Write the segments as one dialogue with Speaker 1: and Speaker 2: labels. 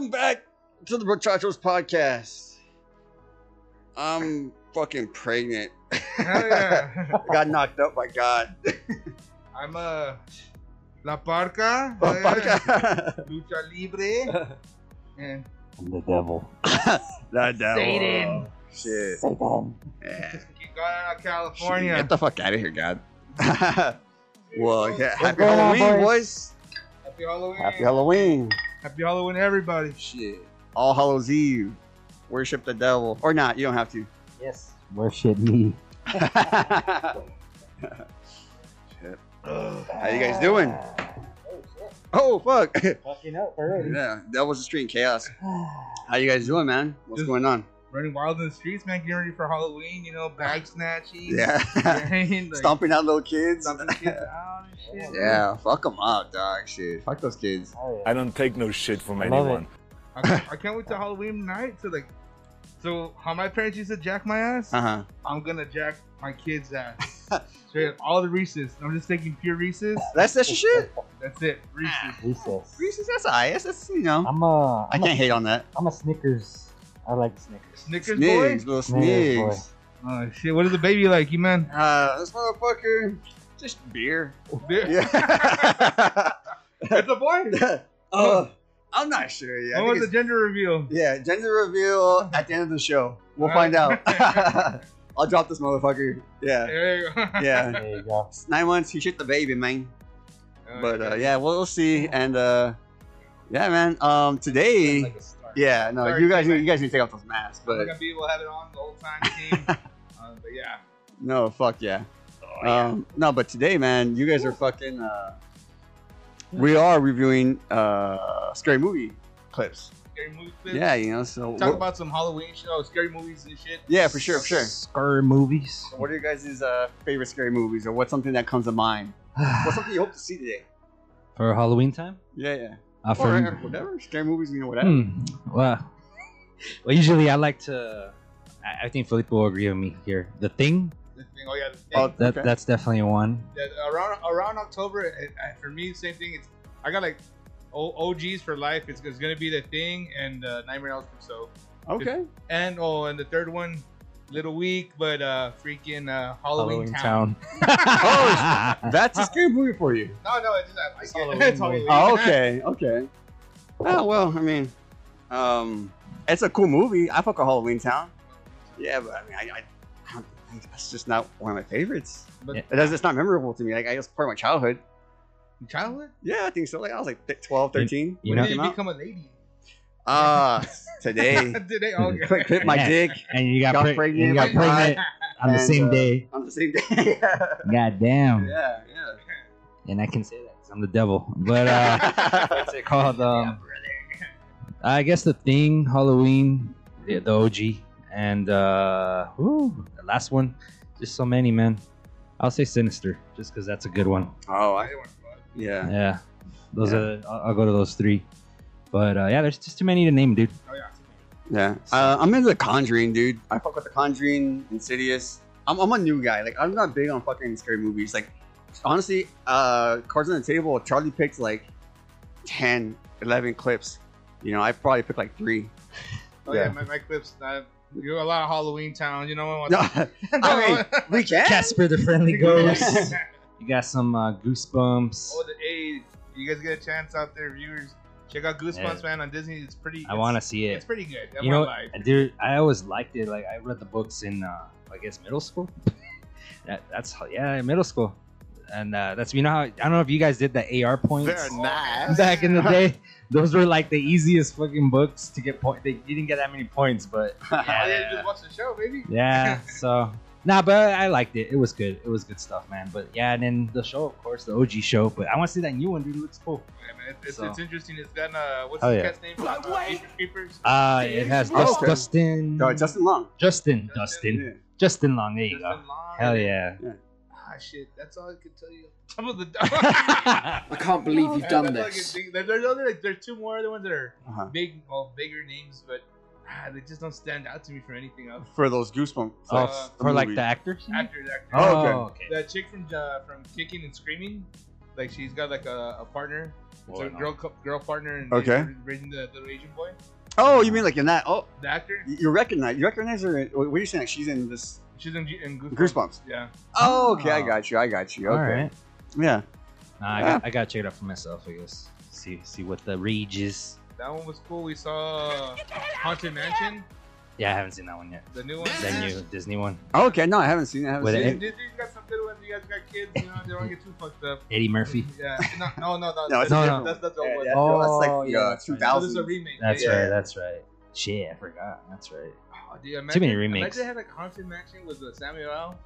Speaker 1: Uh, to the Muchachos podcast. I'm fucking pregnant.
Speaker 2: Hell yeah.
Speaker 1: I got knocked up by God.
Speaker 2: I'm a La Parca.
Speaker 1: Fuck,
Speaker 2: Hell yeah.
Speaker 1: I'm
Speaker 2: Lucha Libre. and
Speaker 3: the devil.
Speaker 1: the devil.
Speaker 2: Satan.
Speaker 1: Shit. Yeah.
Speaker 2: you got out of California.
Speaker 1: Get the fuck out of here, God. well, yeah. Happy
Speaker 3: going on,
Speaker 1: Halloween,
Speaker 3: boys?
Speaker 1: boys.
Speaker 2: Happy Halloween.
Speaker 3: Happy Halloween.
Speaker 2: Happy Halloween, everybody.
Speaker 1: Shit. All Hallows Eve. Worship the devil. Or not, you don't have to.
Speaker 3: Yes. Worship me.
Speaker 1: Shit. How you guys doing? Oh fuck.
Speaker 3: Fucking up already.
Speaker 1: yeah, Devil's Street and Chaos. How you guys doing, man? What's
Speaker 2: Just-
Speaker 1: going on?
Speaker 2: Running wild in the streets, man. Getting ready for Halloween, you know, bag snatching.
Speaker 1: Yeah.
Speaker 2: Right? Like,
Speaker 1: Stomping out little kids.
Speaker 2: Stomping kids out and shit.
Speaker 1: Yeah, fuck them up, dog. Shit, fuck those kids.
Speaker 3: Oh, yeah.
Speaker 4: I don't take no shit from
Speaker 3: I love
Speaker 4: anyone.
Speaker 2: I, can't- I can't wait to Halloween night to like. So how my parents used to jack my ass,
Speaker 1: Uh huh.
Speaker 2: I'm gonna jack my kids' ass. Straight up, all the Reese's. I'm just taking pure Reese's.
Speaker 1: That's that shit.
Speaker 2: That's it. Reese's.
Speaker 3: Recess.
Speaker 1: Reese's, that's I. That's, that's you know.
Speaker 3: I'm a.
Speaker 1: I
Speaker 3: I'm
Speaker 1: can't
Speaker 3: a,
Speaker 1: hate on that.
Speaker 3: I'm a Snickers. I like Snickers.
Speaker 2: Snickers,
Speaker 1: Snigs,
Speaker 2: boy.
Speaker 1: little
Speaker 3: Snickers, boy.
Speaker 1: snigs.
Speaker 2: Oh shit! What is the baby like, you man?
Speaker 1: Uh, this motherfucker, just beer.
Speaker 2: Yeah.
Speaker 1: Yeah.
Speaker 2: it's a boy.
Speaker 1: uh, I'm not sure. Yeah. I think
Speaker 2: When was the
Speaker 1: it's-
Speaker 2: gender reveal?
Speaker 1: Yeah, gender reveal at the end of the show. We'll find out. I'll drop this motherfucker. Yeah.
Speaker 2: There you go.
Speaker 1: Yeah.
Speaker 3: There you go.
Speaker 1: It's nine months. He shit the baby, man.
Speaker 2: Oh,
Speaker 1: But uh, yeah, we'll, we'll see. And uh, yeah, man. Um,
Speaker 2: Sounds
Speaker 1: today.
Speaker 2: like a start.
Speaker 1: Yeah, no,
Speaker 2: Sorry,
Speaker 1: you guys,
Speaker 2: man.
Speaker 1: need, you guys need to take off those masks.
Speaker 2: We're
Speaker 1: But
Speaker 2: gonna be able to have it on the whole time team. uh, but yeah.
Speaker 1: no, fuck yeah.
Speaker 2: Oh,
Speaker 1: Um, no, but today, man, you guys are fucking. Uh, we are reviewing uh, scary movie clips.
Speaker 2: Scary movie clips.
Speaker 1: Yeah, you know. So
Speaker 2: Talk
Speaker 1: what-
Speaker 2: about some Halloween show, scary movies and shit.
Speaker 1: yeah, for sure, for sure.
Speaker 3: Scary movies.
Speaker 1: So what are your guys' uh, favorite scary movies, or what's something that comes to mind? What's something you hope to see today?
Speaker 3: For Halloween time?
Speaker 1: Yeah, yeah.
Speaker 3: Uh,
Speaker 1: Or
Speaker 3: for,
Speaker 1: uh, whatever. Scary movies, you know, whatever.
Speaker 3: Hmm. Well, well, usually I like to. I, I think Philippe will agree with me here. The Thing.
Speaker 2: This thing, oh yeah. This thing.
Speaker 1: Oh,
Speaker 3: That
Speaker 1: okay.
Speaker 3: that's definitely one.
Speaker 2: Yeah, around around October, it, I, for me, same thing. It's I got like o, OGs for life. It's, it's gonna be the thing and uh, Nightmare on Elm Street. So
Speaker 1: okay.
Speaker 2: and oh, and the third one, little weak, but uh, freaking uh, Halloween,
Speaker 3: Halloween,
Speaker 2: Town.
Speaker 3: Town.
Speaker 1: That's a scary movie for you.
Speaker 2: No, no, it's not. I
Speaker 3: It's
Speaker 2: get it.
Speaker 3: Halloween
Speaker 2: It's
Speaker 3: movie.
Speaker 2: Halloween.
Speaker 1: Oh, okay, okay. Oh well, I mean, um, it's a cool movie. I fuck a Halloween Town. Yeah, but I mean, I, I, I don't think that's just not one of my favorites.
Speaker 2: But
Speaker 3: Yeah.
Speaker 1: It does, it's not memorable to me. Like, I guess part of my childhood.
Speaker 2: childhood,
Speaker 1: Yeah, I think so. Like, I was like th- 12, 13.
Speaker 3: You
Speaker 2: when
Speaker 3: know-
Speaker 2: did
Speaker 1: came
Speaker 2: you
Speaker 1: out.
Speaker 2: become a lady?
Speaker 1: Ah, today.
Speaker 2: did they all get
Speaker 1: Clip clip my
Speaker 3: Yeah.
Speaker 1: dick
Speaker 3: and you got,
Speaker 1: Got
Speaker 3: preg-
Speaker 1: pregnant,
Speaker 3: You got
Speaker 1: my God.
Speaker 3: pregnant on the
Speaker 1: And,
Speaker 3: same
Speaker 1: uh,
Speaker 3: day.
Speaker 1: on the same day.
Speaker 3: God damn.
Speaker 1: yeah,
Speaker 3: And I can say that 'cause I'm the devil. But uh,
Speaker 1: yeah.
Speaker 3: what's it called? Um, I guess the thing Halloween, the, the OG, and uh, whew, the last one. Just so many, man. I'll say Sinister, just because that's a good one.
Speaker 1: oh, I,
Speaker 2: That one, bud.
Speaker 1: yeah.
Speaker 3: Yeah, those are. I'll, I'll go to those three. But uh, yeah, there's just too many to name, dude.
Speaker 2: Oh yeah.
Speaker 1: Yeah, uh, I'm into the Conjuring, dude. I fuck with the Conjuring, Insidious. I'm, I'm a new guy. Like I'm not big on fucking scary movies. Like honestly, uh, cards on the table. Charlie picked like 10, 11 clips. You know, I probably picked like three.
Speaker 2: Oh yeah,
Speaker 1: Yeah.
Speaker 2: my, my clips. Uh, you got a lot of Halloween town. You know what?
Speaker 1: No, I mean we can.
Speaker 3: Casper the Friendly Ghost.
Speaker 2: oh,
Speaker 3: you got some uh, Goosebumps.
Speaker 2: the hey, you guys get a chance out there, viewers. Check out Goosebumps, man, on Disney. It's pretty.
Speaker 3: I want to see it.
Speaker 2: It's pretty good. I'm
Speaker 3: you know,
Speaker 2: alive.
Speaker 3: dude, I always liked it. Like I read the books in, uh, I guess, middle school. that, that's how- yeah, in middle school, and uh, that's you know how I don't know if you guys did the AR points
Speaker 1: They're nice.
Speaker 3: back in the day. Those were like the easiest fucking books to get point. They, you didn't get that many points, but
Speaker 2: Oh, yeah,
Speaker 3: yeah.
Speaker 2: just watch the show, baby.
Speaker 3: yeah. So nah, but I liked it. It was good. It was good stuff, man. But yeah, and then the show, of course, the OG show. But I want to see that new one, dude. It looks cool.
Speaker 2: Yeah, man, it's, it's,
Speaker 3: So.
Speaker 2: it's interesting. It's got uh, what's
Speaker 3: Oh,
Speaker 2: the
Speaker 3: yeah.
Speaker 2: cat's name? Uh,
Speaker 1: Wait.
Speaker 2: Jeepers Creepers.
Speaker 3: Uh, it has
Speaker 1: Oh, okay.
Speaker 3: Dustin.
Speaker 1: No, Justin Long.
Speaker 3: Justin.
Speaker 2: Justin.
Speaker 3: Justin. Justin Long. There you
Speaker 2: Justin
Speaker 3: go.
Speaker 2: Long.
Speaker 3: Hell yeah.
Speaker 2: Ah, shit. That's all I could tell you. Some of the.
Speaker 5: I can't believe you've done this.
Speaker 2: There's, there's other like there's two more other ones that are
Speaker 1: Uh-huh.
Speaker 2: big, well, bigger names, but ah, they just don't stand out to me for anything else.
Speaker 1: For those goosebumps.
Speaker 3: Oh,
Speaker 2: Uh,
Speaker 3: f- for like
Speaker 1: movie.
Speaker 3: the actors?
Speaker 5: Hmm.
Speaker 2: After that,
Speaker 1: Oh, okay.
Speaker 2: that chick from uh, from Kicking and Screaming, like she's got like a, a partner, it's
Speaker 3: Boy,
Speaker 2: a
Speaker 3: no.
Speaker 2: girl cou- girl partner, and
Speaker 1: Okay.
Speaker 2: raising the little Asian boy.
Speaker 1: Oh, you mean like in that? Oh,
Speaker 2: The actor?
Speaker 1: you you recognize you recognize her? in- What are you saying? She's in this
Speaker 2: She's in, G- in Goosebumps.
Speaker 1: Goosebumps.
Speaker 2: Yeah.
Speaker 1: Oh, okay, I
Speaker 3: Oh.
Speaker 1: got you. I got you.
Speaker 3: All
Speaker 1: Okay,
Speaker 3: right.
Speaker 1: yeah.
Speaker 3: Nah, I
Speaker 1: Ah.
Speaker 3: got I got to check it out for myself. I guess. See see what the rage is.
Speaker 2: That one was cool. We saw Haunted Mansion,
Speaker 3: Yeah, I haven't seen that one yet.
Speaker 2: the new one.
Speaker 3: That new Disney one.
Speaker 1: Okay, no, I haven't seen it. I haven't
Speaker 3: With
Speaker 1: seen
Speaker 3: it-
Speaker 1: it.
Speaker 2: Disney's got some good ones. You guys got kids, you know, they don't get too fucked up.
Speaker 3: Eddie Murphy.
Speaker 2: Yeah. No, no, no.
Speaker 1: No,
Speaker 2: that's,
Speaker 1: it's
Speaker 3: No,
Speaker 2: that's,
Speaker 3: no.
Speaker 2: That's, that's the
Speaker 1: Yeah,
Speaker 2: old one.
Speaker 1: yeah,
Speaker 3: Oh,
Speaker 1: that's like the
Speaker 3: yeah,
Speaker 1: uh,
Speaker 3: that's right.
Speaker 2: So this is
Speaker 1: 2000.
Speaker 2: a remake.
Speaker 3: That's
Speaker 2: yeah,
Speaker 1: Yeah.
Speaker 3: right. That's right. Shit, I forgot. That's right.
Speaker 2: Oh, dude, imagine,
Speaker 3: many remakes.
Speaker 2: Imagine they had a Haunted Mansion with uh, Samuel L.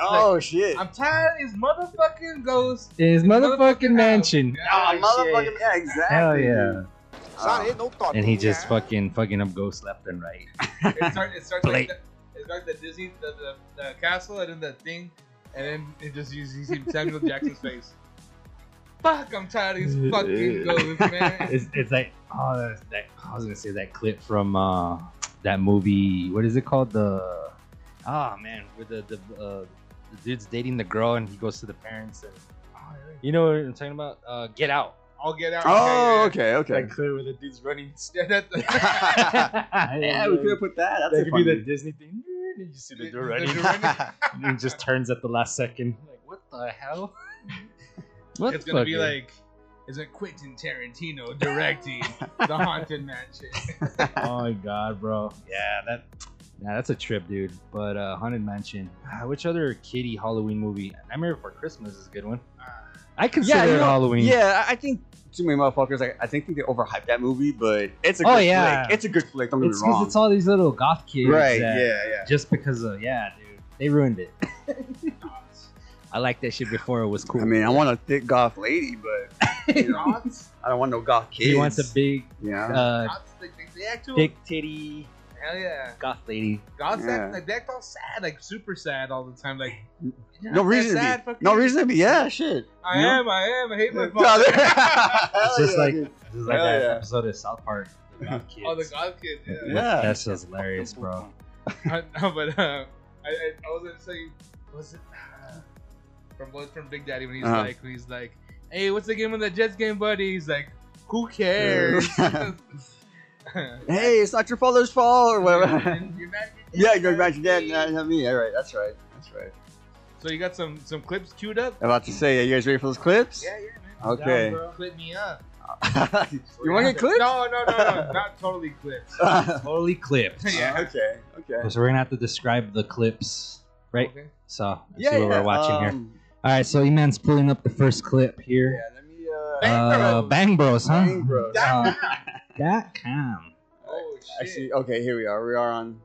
Speaker 1: oh shit!
Speaker 2: I'm tired of his motherfucking ghost.
Speaker 3: His
Speaker 2: motherfucking
Speaker 3: motherfucking mansion.
Speaker 2: mansion.
Speaker 1: Ah, motherfucking-
Speaker 5: shit.
Speaker 1: yeah, exactly.
Speaker 3: Hell yeah.
Speaker 1: dude. Ah.
Speaker 3: And he just fucking fucking up ghosts left and right.
Speaker 2: It starts. It starts
Speaker 3: Blake.
Speaker 2: like the, it starts the Disney, the, the, the castle, and then the thing, and then it just uses Samuel Jackson's face. Fuck! I'm tired of these fucking ghosts, man.
Speaker 3: It's, it's like oh that's- that I was gonna say that clip from uh that movie what is it called the ah man where the the, uh, the dude's dating the girl and he goes to the parents and you know what I'm talking about uh Get Out
Speaker 2: I'll get out.
Speaker 1: Oh, okay, okay.
Speaker 3: that clip where the dude's running
Speaker 2: Yeah, yeah. Yeah, that's-
Speaker 1: yeah, we could have put that. That's
Speaker 3: that
Speaker 1: a
Speaker 3: could
Speaker 1: funny.
Speaker 3: be the Disney thing you see the door running and it just turns at the last second like what the hell what
Speaker 2: it's gonna be
Speaker 3: fucking-
Speaker 2: like, is it Quentin Tarantino directing the Haunted Mansion?
Speaker 3: oh my god, bro. Yeah, that. Yeah, that's a trip, dude. But uh, Haunted Mansion. Ah, Which other kitty Halloween movie? Nightmare Before Christmas is a good one. I consider
Speaker 1: Uh, Yeah, you
Speaker 3: it
Speaker 1: know-
Speaker 3: Halloween.
Speaker 1: Yeah, I I think too many motherfuckers. Like, I think they overhyped that movie, but it's a
Speaker 3: Oh,
Speaker 1: good
Speaker 3: yeah.
Speaker 1: flick. It's a good flick. Don't get
Speaker 3: it's
Speaker 1: me
Speaker 3: because
Speaker 1: wrong.
Speaker 3: it's all these little goth kids.
Speaker 1: right?
Speaker 3: that-
Speaker 1: Yeah, yeah.
Speaker 3: Just because of yeah, dude, they ruined it. I liked that shit before it was cool.
Speaker 1: I mean, I want a thick goth lady, but you know,
Speaker 2: Knots?
Speaker 1: I don't want no goth kids.
Speaker 3: he wants a big,
Speaker 1: yeah.
Speaker 3: uh,
Speaker 2: Knots? Like, they- they act too-
Speaker 3: thick titty
Speaker 2: Hell yeah.
Speaker 3: goth lady.
Speaker 2: God's
Speaker 1: Yeah.
Speaker 2: act, like, they act all sad, like super sad all the time. Like, "You're
Speaker 1: no
Speaker 2: not that
Speaker 1: reason to
Speaker 2: sad,
Speaker 1: be.
Speaker 2: fuck
Speaker 1: No
Speaker 2: you."
Speaker 1: reason to be. Yeah, shit.
Speaker 2: I
Speaker 1: you know?
Speaker 2: am, I am. I hate my
Speaker 1: No,
Speaker 2: father.
Speaker 1: Hell
Speaker 3: It's just
Speaker 1: yeah,
Speaker 3: like,
Speaker 1: dude.
Speaker 3: just like
Speaker 1: Hell
Speaker 3: that
Speaker 1: yeah.
Speaker 3: episode of South Park. The goth kids.
Speaker 2: oh, the God kid. Yeah.
Speaker 1: Yeah.
Speaker 3: That's just hilarious, bro.
Speaker 2: I- no, but uh, I, I, I was gonna say, was it uh, from was from Big Daddy when he's
Speaker 1: Uh-huh.
Speaker 2: like, when he's like, hey, what's the game on the Jets game, buddy? He's like, who cares?
Speaker 1: hey, it's not your father's fault or whatever.
Speaker 2: You're mad at your
Speaker 1: yeah,
Speaker 2: dad,
Speaker 1: you imagine that.
Speaker 2: buddy.
Speaker 1: Not, not me. All right, that's right. That's right.
Speaker 2: So you got some some clips queued up?
Speaker 1: I'm about to say, are you guys ready for those clips?
Speaker 2: Yeah, yeah, man. I'm
Speaker 1: Okay.
Speaker 2: down, bro. Clip me up.
Speaker 1: you want to get clips?
Speaker 2: No, no, no, no, not totally clips.
Speaker 3: Totally clipped.
Speaker 2: yeah.
Speaker 1: okay. Okay.
Speaker 3: So we're gonna have to describe the clips, right?
Speaker 2: Okay.
Speaker 3: So let's see what we're watching here.
Speaker 1: um,
Speaker 3: All right, so Eman's pulling up the first clip
Speaker 1: Yeah,
Speaker 3: here.
Speaker 1: let me. Uh,
Speaker 3: uh, Bang Bros, huh?
Speaker 1: Bang Bros.
Speaker 3: Uh, dot com.
Speaker 2: Oh shit.
Speaker 1: Actually, okay, here we are. We are on.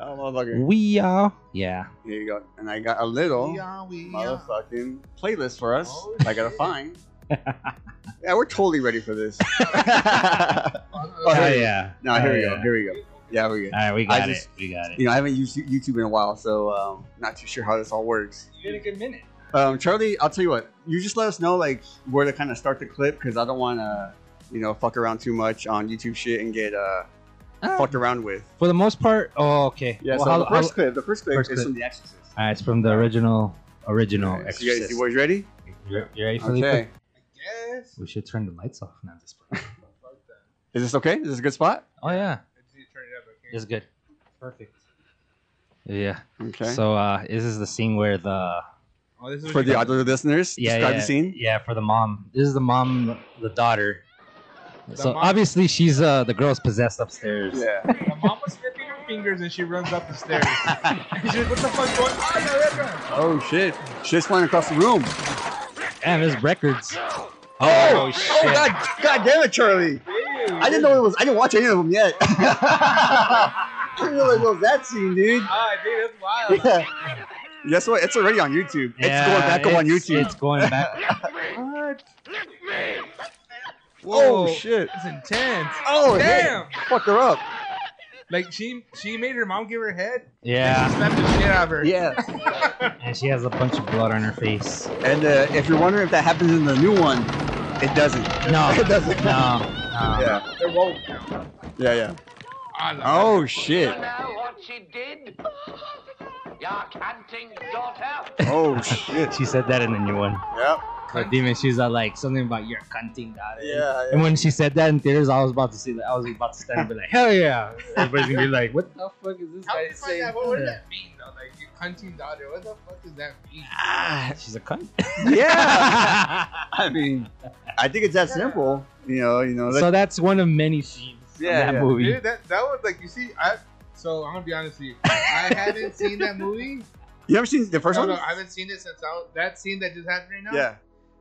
Speaker 1: Oh, motherfucker.
Speaker 3: We are. Yeah.
Speaker 1: Here you go. And I got a little
Speaker 2: We are, we
Speaker 1: uh,
Speaker 2: are.
Speaker 1: motherfucking playlist for us.
Speaker 2: Oh,
Speaker 1: I gotta
Speaker 2: shit.
Speaker 1: find. yeah, we're totally ready for this.
Speaker 2: Oh,
Speaker 1: Oh,
Speaker 3: Oh
Speaker 2: uh,
Speaker 1: here we go.
Speaker 3: yeah.
Speaker 1: no,
Speaker 3: Oh,
Speaker 1: here we go.
Speaker 3: yeah.
Speaker 1: Here we go. Yeah, we're good.
Speaker 3: All right, we
Speaker 1: I
Speaker 3: got
Speaker 1: just-
Speaker 3: it. We got it.
Speaker 1: You know, I haven't used YouTube in a while, so um, not too sure how this all works.
Speaker 2: You had a good minute.
Speaker 1: Um, Charlie, I'll tell you what. You just let us know like where to kind of start the clip because I don't want to, you know, fuck around too much on YouTube shit and get uh,
Speaker 3: Ah,
Speaker 1: fucked around with.
Speaker 3: for the most part. Oh, okay.
Speaker 1: Yeah.
Speaker 3: Well,
Speaker 1: so
Speaker 3: how-
Speaker 1: the
Speaker 3: how-
Speaker 1: first clip, the first clip
Speaker 3: first
Speaker 1: is
Speaker 3: clip.
Speaker 1: from The Exorcist.
Speaker 3: all right, it's from the original original
Speaker 1: Alright, so you guys,
Speaker 3: Exorcist.
Speaker 1: you boys ready?
Speaker 3: You- you ready for the clip?
Speaker 1: Okay.
Speaker 2: I guess.
Speaker 3: We should turn the lights off now. This. part.
Speaker 2: Fuck that.
Speaker 1: Is this okay? Is this a good spot?
Speaker 3: oh yeah,
Speaker 2: I just need to turn it up, okay?
Speaker 3: it's good. Perfect. Yeah.
Speaker 1: Okay.
Speaker 3: So uh, this is the scene where the
Speaker 2: Oh, this is what
Speaker 1: For
Speaker 2: you
Speaker 1: the
Speaker 2: got.
Speaker 1: other listeners,
Speaker 3: yeah,
Speaker 1: describe
Speaker 3: yeah,
Speaker 1: the scene.
Speaker 3: yeah for the mom. This is the mom, the daughter.
Speaker 2: The
Speaker 3: so
Speaker 2: mom-
Speaker 3: obviously she's uh the girl's possessed upstairs.
Speaker 1: Yeah.
Speaker 2: The mom was snipping her fingers and she runs up the stairs. She's like, what the fuck Ah, going on? Yeah, yeah, yeah.
Speaker 1: Oh shit! Shit's flying across the room.
Speaker 3: And there's records. Oh, shit!
Speaker 1: Oh god! God damn it, Charlie!
Speaker 2: Hey,
Speaker 1: I didn't know it was. I didn't watch any of them yet. I didn't realize it was that scene, dude.
Speaker 2: Ah, dude, that's wild.
Speaker 1: Yeah. Guess what? It's already on YouTube. it's going back up on
Speaker 3: it's-
Speaker 1: YouTube.
Speaker 3: It's going back.
Speaker 1: oh
Speaker 2: Whoa.
Speaker 1: shit!
Speaker 2: That's intense.
Speaker 1: Oh damn!
Speaker 2: Damn!
Speaker 1: Fuck her up.
Speaker 2: Like she she made her mom give her head. She
Speaker 3: yeah,
Speaker 2: slapped the shit out of her.
Speaker 1: Yeah.
Speaker 3: and she has a bunch of blood on her face.
Speaker 1: And uh, if you're wondering if that happens in the new one, it doesn't.
Speaker 3: No,
Speaker 1: It doesn't.
Speaker 3: no, no.
Speaker 1: Yeah.
Speaker 2: They're woke now.
Speaker 1: Yeah. Yeah.
Speaker 2: I love
Speaker 1: Oh shit!
Speaker 4: You know what she did? Your canting daughter.
Speaker 1: Oh shit!
Speaker 3: She said that in the new one.
Speaker 1: Yep.
Speaker 3: But Demon, she's uh, like something about you're cunting that.
Speaker 1: Yeah,
Speaker 3: And when she said that in theaters, I was about to see that. I was about to stand and be like, hell yeah. Everybody's gonna be like, what the fuck is this
Speaker 2: How
Speaker 3: guy
Speaker 2: do you find
Speaker 3: saying?
Speaker 2: that? What, what does that mean, though? Like, your hunting daughter. What the fuck does that mean?
Speaker 3: Ah, she's a cunt.
Speaker 1: yeah. I mean, I think it's that simple. You know, you know.
Speaker 3: so that's one of many scenes
Speaker 1: Yeah,
Speaker 3: in that
Speaker 1: yeah.
Speaker 3: movie.
Speaker 2: Dude, that, that was like, you see, I. So, I'm gonna be honest with you. I haven't seen that movie.
Speaker 1: you ever seen the first
Speaker 2: No,
Speaker 1: one?
Speaker 2: no, I haven't seen it since I was, that scene that just happened right now.
Speaker 1: yeah.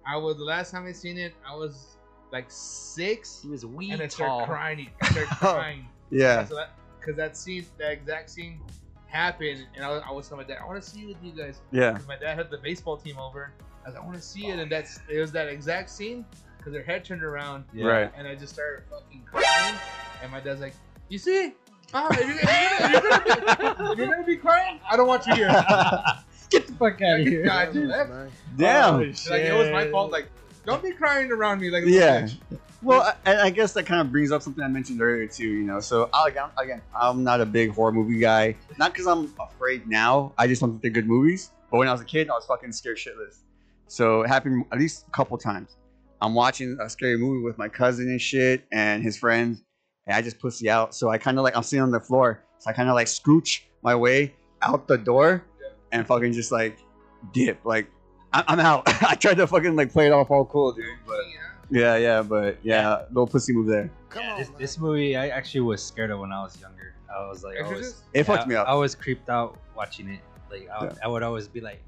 Speaker 2: I was the last time I seen it. I was like six,
Speaker 6: He was wee
Speaker 2: and I started
Speaker 6: tall.
Speaker 2: crying. I started crying.
Speaker 1: Oh, Yeah.
Speaker 2: So that, cause that scene, that exact scene, happened, and I was, I was telling my dad, I want to see it with you guys.
Speaker 1: Yeah.
Speaker 2: 'Cause my dad had the baseball team over. I was like, I want to see it, and that's it was that exact scene, cause their head turned around,
Speaker 1: Right.
Speaker 2: and I just started fucking crying. And my dad's like, "You see? Oh, if you're, if you're, gonna, if you're, gonna, be, if you're gonna be crying, I don't want you here."
Speaker 3: Get the fuck out of here.
Speaker 2: God, dude, that-
Speaker 3: Oh,
Speaker 1: Damn.
Speaker 2: like it was my fault. Like, don't be crying around me. Like, a
Speaker 1: Yeah.
Speaker 2: bitch.
Speaker 1: Well, I, I guess that kind of brings up something I mentioned earlier too. You know, so I, again, again, I'm not a big horror movie guy. Not because I'm afraid now. I just want the good movies. But when I was a kid, I was fucking scared shitless. So it happened at least a couple times. I'm watching a scary movie with my cousin and shit and his friends, and I just pussy out. So I kind of like I'm sitting on the floor, so I kind of like scooch my way out the door and fucking just like dip. Like I- I'm out. I tried to fucking like play it off all cool, dude, but. Yeah, yeah, but yeah, little pussy move there.
Speaker 5: Come
Speaker 3: Yeah, this, this movie, I actually was scared of when I was younger. I was like, I was,
Speaker 2: Exorcist?
Speaker 1: It fucked me up.
Speaker 3: I was creeped out watching it. Like, I, I would always be like,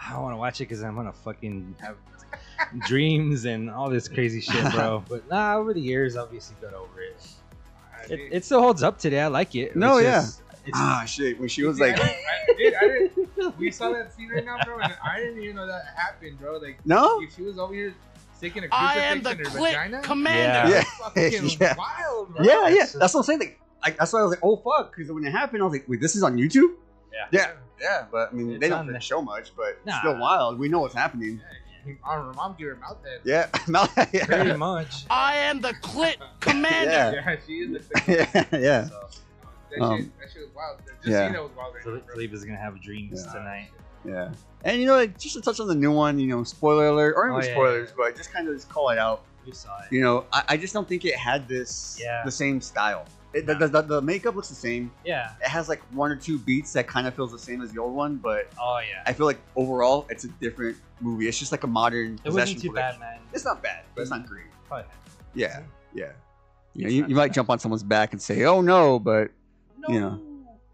Speaker 3: I don't want to watch it because I'm gonna fucking have dreams and all this crazy shit, bro. but nah, over the years, obviously, got over it.
Speaker 2: I
Speaker 3: It,
Speaker 2: did.
Speaker 3: it still holds up today. I like it.
Speaker 1: No,
Speaker 3: It's
Speaker 1: yeah.
Speaker 3: just- it's-
Speaker 1: ah, shit. When she
Speaker 2: You
Speaker 1: was
Speaker 2: see,
Speaker 1: like,
Speaker 2: I, I, dude, I didn't, we saw that scene right now, bro, and I didn't even know that happened, bro. Like,
Speaker 1: no,
Speaker 2: if she was over here sticking a
Speaker 6: I am
Speaker 2: crucifix
Speaker 6: the
Speaker 2: in her
Speaker 6: click
Speaker 2: vagina.
Speaker 6: commander.
Speaker 1: Yeah.
Speaker 2: Fucking
Speaker 1: Yeah.
Speaker 2: wild, bro.
Speaker 1: yeah, yeah.
Speaker 3: That's-
Speaker 1: That's what I'm saying. Like, I, that's why I was like, oh fuck, because when it happened, I was like, wait, this is on YouTube.
Speaker 3: Yeah.
Speaker 1: yeah, yeah. But I mean,
Speaker 3: It's
Speaker 1: they
Speaker 3: on
Speaker 1: don't
Speaker 3: there.
Speaker 1: show much, but it's
Speaker 3: Nah.
Speaker 1: still wild. We know what's happening.
Speaker 2: I don't know, mom gave her mouth head.
Speaker 1: Yeah, Mal-
Speaker 3: Pretty
Speaker 1: yeah.
Speaker 3: much.
Speaker 6: I am the clit commander.
Speaker 1: Yeah.
Speaker 2: Yeah, she is. The
Speaker 1: yeah, yeah.
Speaker 2: So, that, shit,
Speaker 1: Um,
Speaker 2: that shit was wild. Just
Speaker 1: yeah.
Speaker 2: seeing that was wild right now, bro.
Speaker 3: Felipe's gonna have dreams
Speaker 1: Yeah.
Speaker 3: tonight.
Speaker 1: Yeah. And you know, like, just to touch on the new one, you know, spoiler alert or
Speaker 3: Oh,
Speaker 1: even
Speaker 3: yeah,
Speaker 1: spoilers,
Speaker 3: yeah.
Speaker 1: but just kind of just call it out.
Speaker 3: You saw it.
Speaker 1: You know, I, I just don't think it had this
Speaker 3: Yeah.
Speaker 1: the same style. It, the, the, the, the makeup looks the same.
Speaker 3: Yeah.
Speaker 1: It has like one or two beats that kind of feels the same as the old one, but
Speaker 3: Oh yeah.
Speaker 1: I feel like overall it's a different movie. It's just like a modern.
Speaker 3: It
Speaker 1: possession
Speaker 3: wasn't too
Speaker 1: collection.
Speaker 3: bad, man.
Speaker 1: It's not bad, but it's not great.
Speaker 3: Probably-
Speaker 1: Yeah, yeah. You, know,
Speaker 3: It's
Speaker 1: you,
Speaker 3: not
Speaker 1: you might jump on someone's back and say, "Oh no," but you know,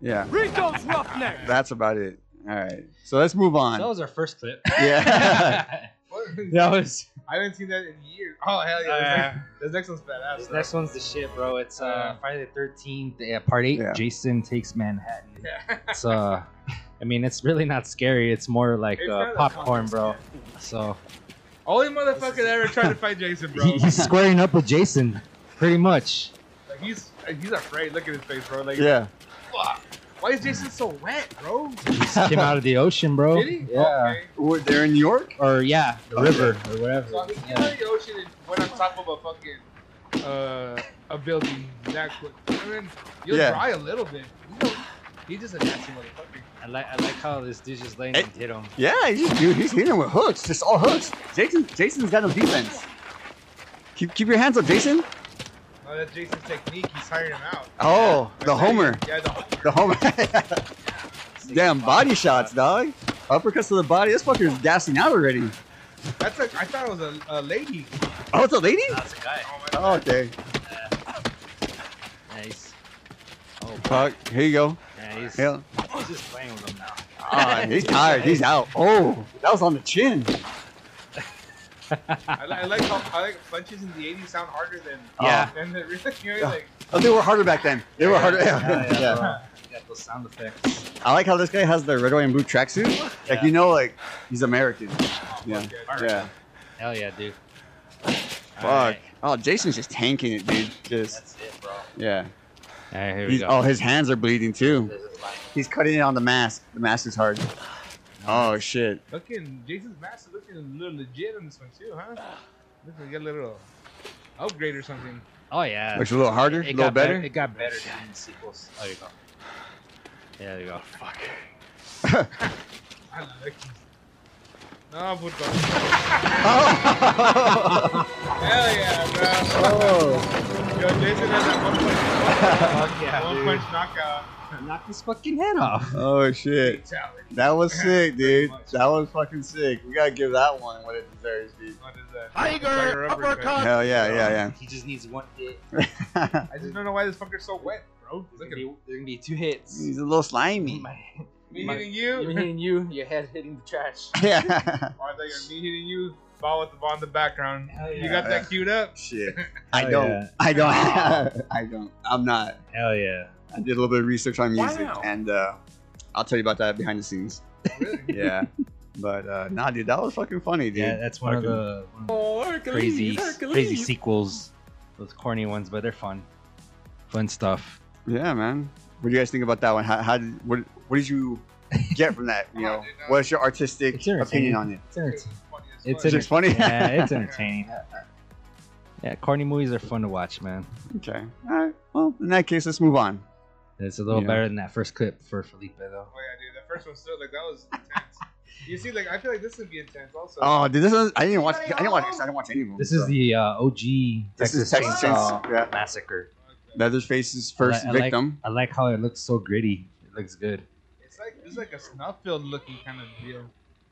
Speaker 1: yeah,
Speaker 6: Rico's roughneck.
Speaker 1: that's about it. All right, so let's move
Speaker 3: That
Speaker 1: on.
Speaker 3: was our first clip.
Speaker 1: Yeah,
Speaker 3: that
Speaker 2: What?
Speaker 3: was.
Speaker 2: I haven't seen that in years. Oh hell yeah! This, next, this next one's badass.
Speaker 3: This
Speaker 2: bro.
Speaker 3: next one's the shit, bro. It's uh,
Speaker 2: Yeah.
Speaker 3: Friday the Thirteenth, yeah, Part Eight.
Speaker 1: Yeah.
Speaker 3: Jason takes Manhattan.
Speaker 2: Yeah.
Speaker 3: It's uh, I mean, it's really not scary. It's more like
Speaker 2: It's
Speaker 3: uh,
Speaker 2: kinda
Speaker 3: popcorn, bro.
Speaker 2: context,
Speaker 3: So
Speaker 2: Only motherfucker that ever tried to fight Jason, bro.
Speaker 3: he, he's squaring up with Jason, pretty much.
Speaker 2: Like, he's he's afraid. Look at his face, bro. Like,
Speaker 1: yeah.
Speaker 2: fuck. Why is Jason so wet, bro?
Speaker 3: Just came out of the ocean,
Speaker 1: Oh,
Speaker 3: bro.
Speaker 2: Did he?
Speaker 3: Yeah.
Speaker 2: Okay.
Speaker 1: We're there in New York.
Speaker 3: Or yeah, the river or whatever.
Speaker 2: So I mean, he
Speaker 3: Yeah.
Speaker 2: went in the ocean and went on top of a fucking uh a building that quick. I mean, you'll
Speaker 1: Yeah.
Speaker 2: dry a little bit. You know, he's just a nasty motherfucker.
Speaker 3: I like I like how this dude's just laying
Speaker 1: Hey.
Speaker 3: and hit him.
Speaker 1: Yeah, he's, dude, he's hitting with hooks, just all hooks. Jason, Jason's got no defense. Keep keep your hands up, Jason.
Speaker 2: No, Oh, that's Jason's technique. He's tiring him out.
Speaker 1: Oh, the
Speaker 2: Like,
Speaker 1: homer.
Speaker 2: Yeah, the homer.
Speaker 1: The home. Damn body shots, dog. Uppercuts to the body. This fucker's gassing out already.
Speaker 2: That's a, I thought it was a, a lady.
Speaker 1: Oh, it's a lady?
Speaker 3: That's a guy.
Speaker 2: Oh, my
Speaker 1: Oh, okay.
Speaker 3: Nice.
Speaker 1: Fuck. Here you go.
Speaker 3: Yeah, he's,
Speaker 1: Hell.
Speaker 3: he's just playing with him now.
Speaker 1: Ah, he's tired. He's out. Oh, that was on the chin.
Speaker 2: I, li- I like how I like punches in the 80s sound harder than
Speaker 3: Yeah.
Speaker 2: than the real. You know,
Speaker 1: Yeah.
Speaker 2: like,
Speaker 1: Oh, they were harder back then. They were harder.
Speaker 3: Yeah, yeah,
Speaker 1: yeah.
Speaker 3: bro. He got those sound effects.
Speaker 1: I like how this guy has the red, white, and blue tracksuit. Like
Speaker 3: Yeah.
Speaker 1: you know, like he's American.
Speaker 2: oh,
Speaker 1: Yeah.
Speaker 2: fuck
Speaker 1: Yeah.
Speaker 3: Hell yeah, dude.
Speaker 1: Fuck. Oh, Jason's just tanking it, dude. Just
Speaker 3: That's it, bro.
Speaker 1: yeah.
Speaker 3: Alright, here we
Speaker 1: He's,
Speaker 3: go.
Speaker 1: oh, his hands are bleeding too.
Speaker 3: This is mine.
Speaker 1: He's cutting it on the mask. The mask is hard. Oh shit.
Speaker 2: Looking, Jason's mask is looking a little legit on this one too, huh? Looking like a little upgrade or something.
Speaker 3: Oh yeah.
Speaker 1: Looks a little harder. A
Speaker 3: it
Speaker 1: little
Speaker 3: got better.
Speaker 1: better.
Speaker 3: It got better during the sequels. There you go. Yeah, there you go.
Speaker 2: I like this. No, football.
Speaker 1: Oh.
Speaker 2: Hell yeah, bro. Yo, Jason has that one punch. one punch knockout.
Speaker 3: Knock his fucking head off.
Speaker 1: oh shit.
Speaker 2: Fatality.
Speaker 1: That was sick, dude.
Speaker 2: much.
Speaker 1: That was fucking sick. We gotta give that one what it deserves, dude.
Speaker 2: What is that?
Speaker 6: Tiger uppercut.
Speaker 1: Hell yeah, yeah,
Speaker 3: He just needs one hit.
Speaker 1: yeah.
Speaker 2: I just don't know why this fucker's so wet, bro.
Speaker 3: There's
Speaker 2: Look
Speaker 3: gonna
Speaker 2: at me.
Speaker 3: be, there gonna be two hits.
Speaker 1: He's a little slimy.
Speaker 3: My-
Speaker 2: Me
Speaker 3: my-
Speaker 2: hitting
Speaker 3: I'm
Speaker 2: you,
Speaker 3: hitting you, your head hitting the trash.
Speaker 1: Yeah.
Speaker 2: or I thought you were me hitting you. Ball with the ball in the background.
Speaker 3: Hell
Speaker 2: You got that queued up.
Speaker 1: Shit. I
Speaker 3: Oh,
Speaker 1: don't.
Speaker 3: yeah.
Speaker 1: I don't. I don't. I'm not.
Speaker 3: Hell yeah.
Speaker 1: I did a little bit of research on music,
Speaker 6: Wow.
Speaker 1: and uh, I'll tell you about that behind the scenes.
Speaker 2: Really?
Speaker 1: Yeah. but uh, nah, dude, that was fucking funny, dude.
Speaker 3: Yeah, that's one of the one of the crazy, crazy sequels. Those corny ones, but they're fun. Fun stuff.
Speaker 1: Yeah, man. What do you guys think about that one? How, how did what what did you get from that? You
Speaker 2: Come on,
Speaker 1: know,
Speaker 2: dude, no.
Speaker 1: what's your artistic
Speaker 3: It's your
Speaker 1: opinion
Speaker 3: opinion.
Speaker 1: on it?
Speaker 3: It's entertaining. It's
Speaker 1: Is it funny?
Speaker 3: yeah, it's entertaining. Yeah, corny movies are fun to watch, man.
Speaker 1: okay. All right. Well, in that case, let's move on.
Speaker 3: It's a little
Speaker 1: Yeah.
Speaker 3: better than that first clip for Felipe, though.
Speaker 2: Oh yeah, dude. That first one still like that was intense. you see, like I feel like this would be intense also.
Speaker 1: Oh, dude, this is I didn't watch. I didn't watch. I didn't watch any of them.
Speaker 3: This is
Speaker 1: so.
Speaker 3: the uh, OG
Speaker 1: This
Speaker 3: Texas,
Speaker 1: is Texas
Speaker 3: Chainsaw
Speaker 1: Chainsaw. Yeah.
Speaker 3: Massacre.
Speaker 2: Okay.
Speaker 1: Leatherface's first
Speaker 3: I like-
Speaker 1: victim.
Speaker 3: I like how it looks so gritty. It looks good.
Speaker 2: It's like it's like a snuff filled looking kind of deal.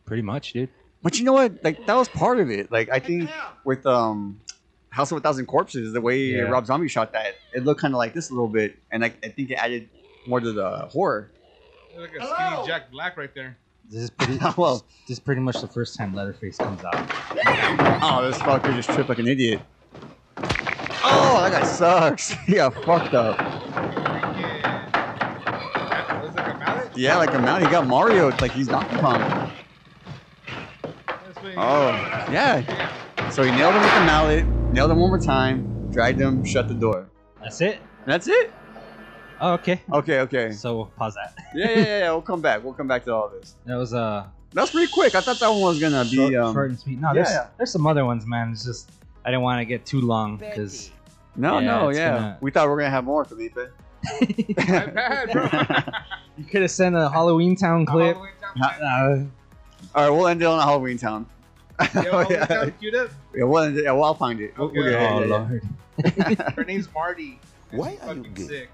Speaker 3: Pretty much, dude.
Speaker 1: But you know what? Like that was part of it. Like I think with um House of a Thousand Corpses, the way
Speaker 3: Yeah.
Speaker 1: Rob Zombie shot that, it looked kind of like this a little bit, and I, I think it added more to the horror.
Speaker 2: It's like a skinny Jack Black right there.
Speaker 3: This is pretty.
Speaker 1: Well-
Speaker 3: this is pretty much the first time Leatherface comes out.
Speaker 1: Oh, this fucker just tripped like an idiot. Oh, that guy sucks. Yeah, fucked up.
Speaker 2: Yeah. That was like a mallet.
Speaker 1: Yeah, like a man, he got Mario. Like he's Donkey Kong.
Speaker 2: That's what you-
Speaker 1: Oh, yeah. So he nailed him with the mallet, nailed him one more time, dragged him, shut the door.
Speaker 3: That's it.
Speaker 1: And that's it.
Speaker 3: Oh, okay.
Speaker 1: Okay, okay.
Speaker 3: So we'll pause that.
Speaker 1: Yeah, yeah, yeah, yeah. We'll come back. We'll come back to all this.
Speaker 3: That was uh
Speaker 1: That's pretty quick. I thought that one was gonna
Speaker 3: short,
Speaker 1: be um,
Speaker 3: short and sweet. No,
Speaker 1: yeah,
Speaker 3: there's
Speaker 1: yeah.
Speaker 3: there's some other ones, man. It's just I didn't want to get too long because
Speaker 1: No,
Speaker 3: Yeah,
Speaker 1: no,
Speaker 3: it's
Speaker 1: yeah.
Speaker 3: gonna-
Speaker 1: We thought we were gonna have more, Felipe.
Speaker 2: My bad, bro.
Speaker 3: you could have sent a Halloween Town clip.
Speaker 2: Halloween Town-
Speaker 3: Uh,
Speaker 1: All right, we'll end it on a Halloween Town.
Speaker 2: Yeah,
Speaker 1: oh,
Speaker 2: Halloween
Speaker 1: yeah.
Speaker 2: Town queued up.
Speaker 1: Yeah, we'll end it. Yeah, well, I'll find it. We'll- we'll
Speaker 2: Okay.
Speaker 1: get it.
Speaker 3: oh
Speaker 1: Yeah, yeah,
Speaker 3: lord.
Speaker 2: Her name's Marty. and
Speaker 7: Why
Speaker 2: she's
Speaker 7: are you
Speaker 2: fucking
Speaker 7: gay?
Speaker 2: sick?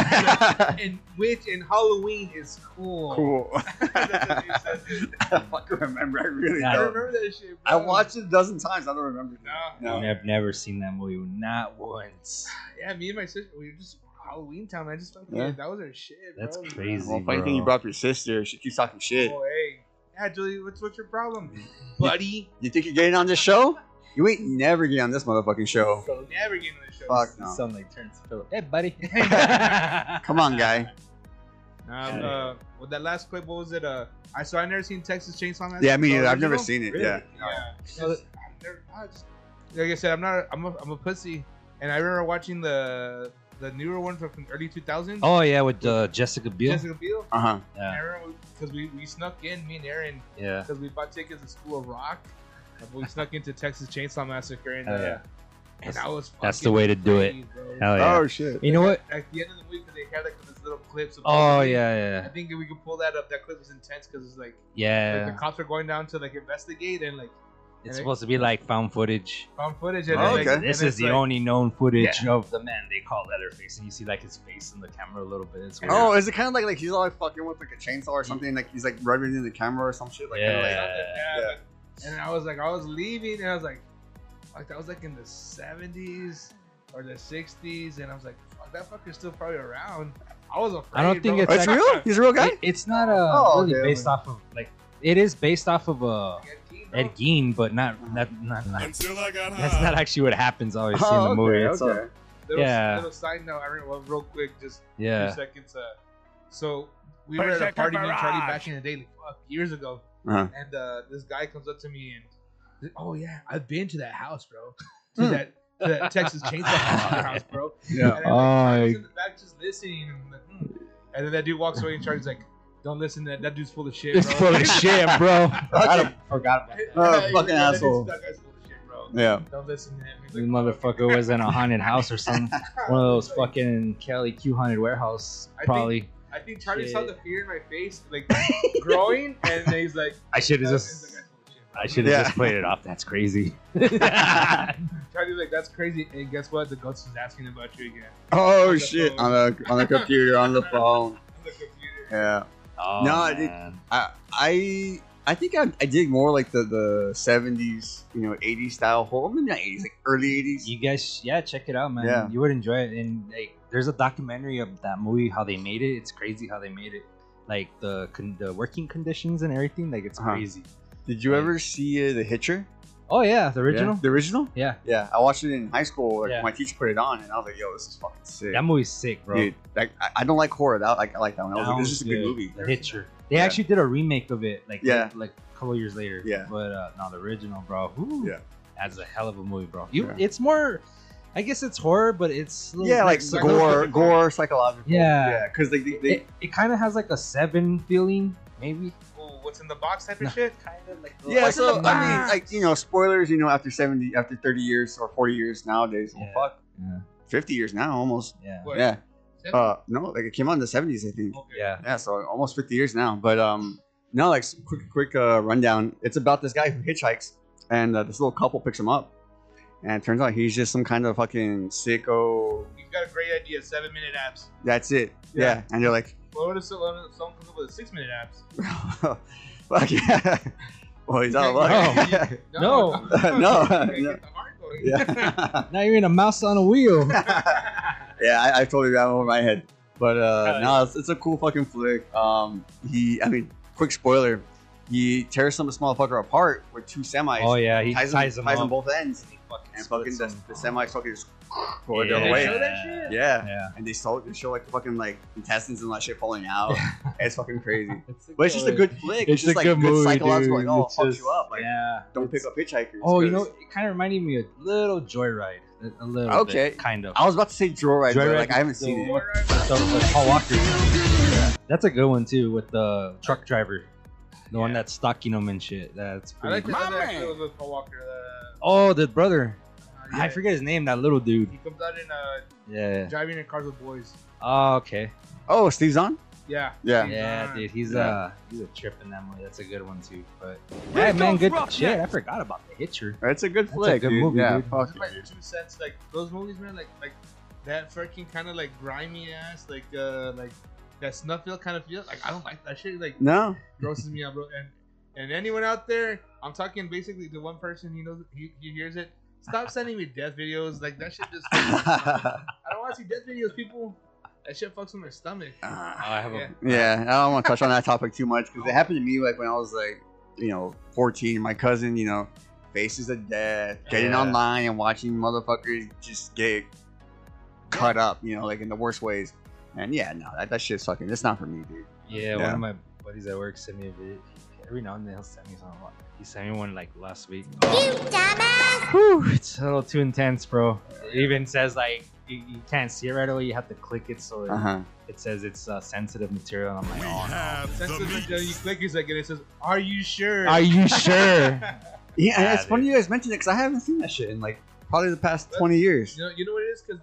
Speaker 1: yeah.
Speaker 2: And which in Halloween is cool.
Speaker 1: cool.
Speaker 2: That's what you said, dude.
Speaker 1: I fucking remember. I really
Speaker 3: Yeah.
Speaker 2: I
Speaker 1: don't.
Speaker 2: remember that shit.
Speaker 1: I
Speaker 2: Bro.
Speaker 1: watched it a dozen times. I don't remember.
Speaker 2: No.
Speaker 1: No.
Speaker 3: I've never seen that movie, not once.
Speaker 2: Yeah, me and my sister, we were just Halloween Town. I just fucking
Speaker 1: Yeah.
Speaker 2: that was our shit.
Speaker 3: That's
Speaker 2: bro.
Speaker 3: crazy.
Speaker 1: Well, funny
Speaker 3: bro.
Speaker 1: thing, you brought up your sister. She keeps talking shit.
Speaker 2: Oh, hey. Yeah, Julie, what's what's your problem, buddy?
Speaker 1: You think you're getting on this show? You ain't never getting on this motherfucking show.
Speaker 2: Never get into the show.
Speaker 1: Fuck
Speaker 3: You
Speaker 1: no. Oh,
Speaker 3: sound like Terrence Phillips. Hey, buddy.
Speaker 1: Come on, guy.
Speaker 2: Nah, uh, with that last clip, what was it? Uh, I so I never seen Texas Chainsaw Massacre.
Speaker 1: Yeah, me neither. I've
Speaker 2: the
Speaker 1: never
Speaker 2: original?
Speaker 1: seen it.
Speaker 3: Really?
Speaker 1: Yeah.
Speaker 2: Yeah, it's just- I've never- I just- like I said, I'm not. I'm a, I'm a pussy, and I remember watching the the newer one from the early 2000s.
Speaker 3: Oh yeah, with uh, Jessica Biel.
Speaker 2: Jessica Biel.
Speaker 1: Uh huh.
Speaker 3: Yeah.
Speaker 2: because we, we snuck in me and Aaron
Speaker 3: yeah.
Speaker 2: because we bought tickets to School of Rock. and We snuck into Texas Chainsaw Massacre and, uh,
Speaker 3: Hell Oh, yeah.
Speaker 2: and
Speaker 3: That's-
Speaker 2: that was
Speaker 3: that's the
Speaker 2: fucking
Speaker 3: way to do it.
Speaker 2: crazy, bro.
Speaker 3: Hell yeah.
Speaker 1: Oh shit.
Speaker 3: you know what?
Speaker 2: At the end of the week, they had like those little clips. Of
Speaker 3: Oh
Speaker 2: I
Speaker 3: yeah,
Speaker 2: think if we could pull that up, that clip was intense because it's like,
Speaker 3: yeah,
Speaker 2: like
Speaker 3: yeah.
Speaker 2: the cops are going down to like investigate and like
Speaker 3: It's supposed to be like found footage.
Speaker 2: found footage. And
Speaker 1: Oh,
Speaker 2: like,
Speaker 1: okay.
Speaker 2: and
Speaker 3: This
Speaker 2: it's
Speaker 3: is the
Speaker 2: like-
Speaker 3: only known footage of the man they call Leatherface, and you see like his face in the camera a little bit. It's weird.
Speaker 1: Oh, is it kind of like like he's all like fucking with like a chainsaw or something? Like he's like rubbing in the camera or some shit. Like, kinda
Speaker 3: Yeah.
Speaker 1: like
Speaker 2: Yeah.
Speaker 1: Yeah.
Speaker 2: And I was like, I was leaving, and I was like, like that was like in the seventies or the sixties, and I was like, fuck, that fucker's still probably around. I was afraid.
Speaker 3: I don't think
Speaker 2: bro.
Speaker 3: it's
Speaker 1: it's real. He's a real guy.
Speaker 3: It- it's not a
Speaker 1: Oh,
Speaker 3: really
Speaker 1: okay,
Speaker 3: based off of like it is based off of uh,
Speaker 2: Ed Gein, bro.
Speaker 3: Ed Gein, but not not not. not
Speaker 7: Until I got
Speaker 3: that's not actually what happens. Always see in the
Speaker 1: Oh, okay,
Speaker 3: movie. It's, uh,
Speaker 1: okay.
Speaker 2: Little,
Speaker 3: yeah.
Speaker 2: Little side note, I remember well, real quick, just two
Speaker 3: yeah.
Speaker 2: seconds. Uh, so we were at a
Speaker 6: Berserker
Speaker 2: party, me and Charlie,
Speaker 6: Barrage.
Speaker 2: back in the day, like, fuck, years ago,
Speaker 1: Uh-huh.
Speaker 2: and uh, this guy comes up to me and, oh yeah, I've been to that house, bro, to that to that Texas Chainsaw Massacre house, bro.
Speaker 1: Yeah.
Speaker 2: And then, like, I was
Speaker 3: I-
Speaker 2: in the back just listening, and, I'm like, hmm. and then that dude walks away and Charlie's like, "Don't listen to that. That dude's full of shit, bro."
Speaker 3: It's full of shit, bro. I
Speaker 1: Okay.
Speaker 3: don't- forgot about
Speaker 2: Yeah,
Speaker 1: Oh,
Speaker 2: he's
Speaker 1: fucking
Speaker 2: like, "That dude's-
Speaker 1: asshole."
Speaker 2: That guy's full of shit, bro.
Speaker 1: Yeah.
Speaker 2: Don't listen to him. He's
Speaker 3: This
Speaker 2: like,
Speaker 3: motherfucker was in a haunted house or something. One of those fucking Kelly Q haunted warehouse,
Speaker 2: I think-
Speaker 3: probably.
Speaker 2: I think Charlie
Speaker 3: Shit.
Speaker 2: saw the fear in my face, like growing, and then he's like,
Speaker 3: I should have
Speaker 2: "That dude's- that
Speaker 3: just.
Speaker 2: guy's full of shit,
Speaker 3: I should have
Speaker 1: Yeah.
Speaker 3: just played it off. That's crazy. Oh, That's
Speaker 2: Charlie's like, that's crazy. And guess what? The ghost is asking about you again
Speaker 1: Oh
Speaker 2: On the
Speaker 1: shit!
Speaker 2: phone.
Speaker 1: On the on the computer, on the phone.
Speaker 2: on the computer.
Speaker 1: Yeah. No, dude. I I I think I, I dig more like the the seventies, you know, eighties style horror. Maybe not eighties, like early eighties.
Speaker 3: you guys, yeah, check it out, man.
Speaker 1: Yeah.
Speaker 3: You would enjoy it. And like, there's a documentary of that movie, how they made it. It's crazy how they made it. Like the con- the working conditions and everything. Like it's
Speaker 1: Uh-huh.
Speaker 3: crazy.
Speaker 1: Did you ever see uh, the Hitcher?
Speaker 3: Oh yeah, the original.
Speaker 1: The original?
Speaker 3: Yeah,
Speaker 1: Yeah, I watched it in high school. Like,
Speaker 3: Yeah.
Speaker 1: My teacher put it on, and I was like, "Yo, this is fucking sick."
Speaker 3: that movie's sick, bro.
Speaker 1: Dude, like, I, I don't like horror. That like, I like that one. I was
Speaker 3: That
Speaker 1: like, this
Speaker 3: was
Speaker 1: is just a good
Speaker 3: good.
Speaker 1: movie.
Speaker 3: The Hitcher. They
Speaker 1: Yeah.
Speaker 3: actually did a remake of it, like
Speaker 1: Yeah.
Speaker 3: like a couple years later.
Speaker 1: Yeah.
Speaker 3: But uh, no, the original, bro. Ooh,
Speaker 1: Yeah.
Speaker 3: That's a hell of a movie, bro. You,
Speaker 1: Yeah.
Speaker 3: it's more. I guess it's horror, but it's a little
Speaker 1: Yeah, like
Speaker 3: psycho-
Speaker 1: gore, gore, psychological.
Speaker 3: Yeah.
Speaker 1: yeah, because they, they, they
Speaker 3: It, it kind of has like a seven feeling, maybe.
Speaker 2: Oh, what's in the box type of shit?
Speaker 3: Kind of like.
Speaker 1: Yeah,
Speaker 3: like ah.
Speaker 1: so
Speaker 3: the-
Speaker 1: I mean, like you know, spoilers. You know, after seventy, after thirty years or forty years nowadays, well,
Speaker 3: Yeah.
Speaker 1: fuck,
Speaker 3: Yeah.
Speaker 1: fifty years now almost.
Speaker 3: yeah.
Speaker 2: What?
Speaker 1: Yeah.
Speaker 2: Seven?
Speaker 1: Uh, no, like it came out in the seventies, I think.
Speaker 2: Okay.
Speaker 3: Yeah.
Speaker 1: Yeah, so almost fifty years now. But um, no, like s- quick, quick uh, rundown. It's about this guy who hitchhikes, and uh, this little couple picks him up, and it turns out he's just some kind of fucking sicko.
Speaker 2: You've got a great idea. Seven minute apps.
Speaker 1: That's it. Yeah,
Speaker 2: Yeah.
Speaker 1: and they're like,
Speaker 2: Well, what if someone, someone comes up with a six minute apps?
Speaker 1: fuck yeah. Well, he's out of luck.
Speaker 2: No.
Speaker 1: No.
Speaker 2: Okay,
Speaker 1: No.
Speaker 2: get the hard going.
Speaker 1: yeah.
Speaker 3: Now you're in a mouse on a wheel.
Speaker 1: yeah, I, I totally got over my head. But uh, no, it's, it's a cool fucking flick. Um, he, I mean, quick spoiler, he tears some small fucker apart with two semis.
Speaker 3: oh yeah, he ties,
Speaker 1: ties
Speaker 3: them,
Speaker 1: them, ties them
Speaker 3: up.
Speaker 1: both ends, and fucking the, the semis fucking just go the
Speaker 2: They
Speaker 1: other
Speaker 3: Yeah.
Speaker 1: way.
Speaker 2: show
Speaker 1: Yeah.
Speaker 2: that shit?
Speaker 1: and they show, they show like the fucking like intestines and all that shit falling out. it's fucking crazy.
Speaker 3: It's
Speaker 1: But it's just a good flick. It's, just like good, psychological. Like, oh,
Speaker 3: It's
Speaker 1: fuck
Speaker 3: just-
Speaker 1: you up. Like,
Speaker 3: yeah.
Speaker 1: don't pick up hitchhikers.
Speaker 3: Oh, you know,
Speaker 1: 'cause-
Speaker 3: it kind of reminded me of Little Joyride. A, a little
Speaker 1: Okay.
Speaker 3: bit, kind of.
Speaker 1: I was about to say Joyride, but
Speaker 3: Joyride
Speaker 1: like I haven't
Speaker 3: is the
Speaker 1: seen it.
Speaker 3: one- the- the Paul Walker. That's a good one too, with the truck driver, the one
Speaker 2: Yeah.
Speaker 3: that's stalking him and shit. That's
Speaker 2: I like
Speaker 3: pretty.
Speaker 2: the
Speaker 6: My
Speaker 2: other
Speaker 6: man.
Speaker 2: episode with Paul Walker. Uh,
Speaker 3: oh, the brother.
Speaker 2: yeah.
Speaker 3: I forget his name. That little dude.
Speaker 2: He comes out in uh,
Speaker 3: Yeah.
Speaker 2: driving in cars with boys.
Speaker 3: Oh, okay.
Speaker 1: Oh, Steve's on.
Speaker 2: Yeah.
Speaker 1: Yeah.
Speaker 3: Yeah,
Speaker 2: Yeah.
Speaker 3: dude. He's
Speaker 1: Yeah.
Speaker 3: uh he's a trip in that movie. That's a good one too. But yeah, man, good shit. I forgot about the Hitcher.
Speaker 1: It's a good
Speaker 3: That's a
Speaker 1: flick.
Speaker 3: good
Speaker 1: dude.
Speaker 3: movie,
Speaker 1: yeah,
Speaker 3: dude.
Speaker 1: fuck
Speaker 2: That's my two cents. Like those movies, man. Like like that freaking kind of like grimy ass, like uh like that snuffle kind of feel. Like I don't like that shit. Like
Speaker 1: No.
Speaker 2: grosses me out, bro. And and anyone out there, I'm talking basically to one person. He knows he, he hears it. Stop sending me death videos. Like that shit just. I don't want to see death videos, people. That shit fucks with my stomach.
Speaker 1: Ah.
Speaker 3: I have
Speaker 2: Yeah.
Speaker 1: yeah, I don't want to touch on that topic too much because it happened to me like when I was like, you know, 14. My cousin, you know, faces of death, getting
Speaker 3: Yeah.
Speaker 1: online and watching motherfuckers just get cut up, you know, like in the worst ways. And yeah, no, that, that shit's fucking. It's not for me, dude.
Speaker 3: Yeah, one
Speaker 1: Yeah.
Speaker 3: of my buddies at work sent me a video. Every now and then he'll send me something. like- He sent me one like last week. Oh. Whew, it's a little too intense, bro. It even says like you, you can't see it right away. You have to click it so it,
Speaker 1: Uh huh.
Speaker 3: it says it's uh, sensitive material. And I'm like, oh,
Speaker 6: have
Speaker 2: That's the video you click is like, and it says, "Are you sure?"
Speaker 3: are you sure?
Speaker 1: Yeah, and
Speaker 3: Yeah,
Speaker 1: it's funny
Speaker 3: dude.
Speaker 1: you guys mentioned it because I haven't seen that shit in like probably the past 20 years.
Speaker 2: You know, you know what it is because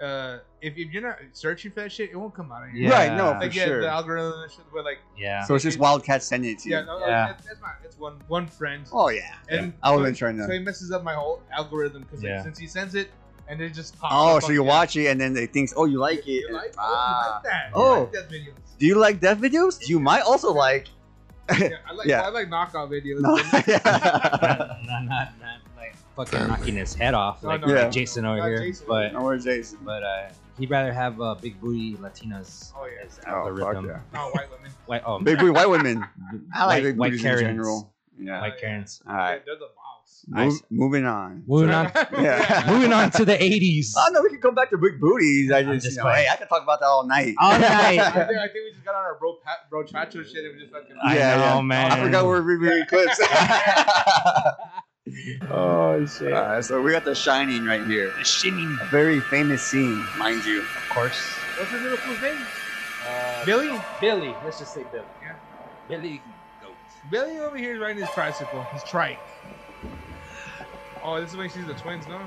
Speaker 2: uh, if, if you're not searching for that shit, it won't come out. Of your
Speaker 3: Yeah.
Speaker 1: Right? No, for
Speaker 2: Like yeah,
Speaker 1: sure.
Speaker 2: the algorithm and shit, but like
Speaker 3: yeah.
Speaker 1: So it's just Wildcat sending it to you.
Speaker 2: yeah, no, no,
Speaker 3: Yeah.
Speaker 2: It, that's my it's one one friend.
Speaker 1: Oh yeah.
Speaker 2: and
Speaker 1: I
Speaker 2: so-
Speaker 1: wasn't trying
Speaker 2: So he
Speaker 1: to.
Speaker 2: messes up my whole algorithm because
Speaker 3: Yeah.
Speaker 2: since he sends it and it just pops.
Speaker 1: Oh,
Speaker 2: up
Speaker 1: so
Speaker 2: on
Speaker 1: you
Speaker 2: the-
Speaker 1: watch it and then they think, oh, you like it.
Speaker 2: You like, oh, you
Speaker 1: Ah.
Speaker 2: like that?
Speaker 1: Oh.
Speaker 2: I like that videos.
Speaker 1: Do you like death videos? You might also like.
Speaker 2: Yeah, I like
Speaker 1: Yeah.
Speaker 2: I like knockout videos.
Speaker 1: No,
Speaker 2: but-
Speaker 1: yeah.
Speaker 3: not, not, not, not like fucking knocking his head off
Speaker 2: No,
Speaker 3: like,
Speaker 2: no,
Speaker 3: like
Speaker 1: Yeah.
Speaker 3: Jason over
Speaker 2: Not
Speaker 3: here,
Speaker 2: Jason.
Speaker 3: but
Speaker 1: No, we're Jason.
Speaker 3: but uh, he'd rather have uh, big booty Latinas
Speaker 2: Oh yeah,
Speaker 3: as
Speaker 1: Oh, fuck
Speaker 3: algorithm.
Speaker 1: yeah.
Speaker 2: not white women.
Speaker 3: White, oh,
Speaker 1: Big booty white women. I like
Speaker 3: White-
Speaker 1: big
Speaker 3: white
Speaker 1: booties in
Speaker 3: Karens.
Speaker 1: general. Yeah.
Speaker 3: white Karens.
Speaker 1: All right.
Speaker 2: They're the mouse.
Speaker 1: Move,
Speaker 3: Nice.
Speaker 1: Moving on.
Speaker 3: Moving on.
Speaker 1: Yeah.
Speaker 3: Moving on to the 80s.
Speaker 1: Oh no, we can come back to big booties. I
Speaker 3: I'm
Speaker 1: just,
Speaker 3: just
Speaker 1: you know,
Speaker 3: playing.
Speaker 1: hey, I can talk about that all night.
Speaker 3: All night.
Speaker 2: I think, I think we just got on our bro, pa- bro chacho shit and we just fucking.
Speaker 3: I
Speaker 1: Yeah,
Speaker 3: know,
Speaker 1: yeah.
Speaker 3: man.
Speaker 1: I forgot we're reviewing clips.
Speaker 3: Oh shit!
Speaker 1: all right, so we got The Shining right here.
Speaker 3: the shimming,
Speaker 1: A very famous scene, mind you.
Speaker 3: of course.
Speaker 2: What's the little fool's name? Uh, Billy.
Speaker 3: Billy. Let's just say Billy.
Speaker 2: Yeah.
Speaker 3: Billy Goat.
Speaker 2: Billy over here is riding his tricycle, his trike. Oh, this is when he sees the twins, no?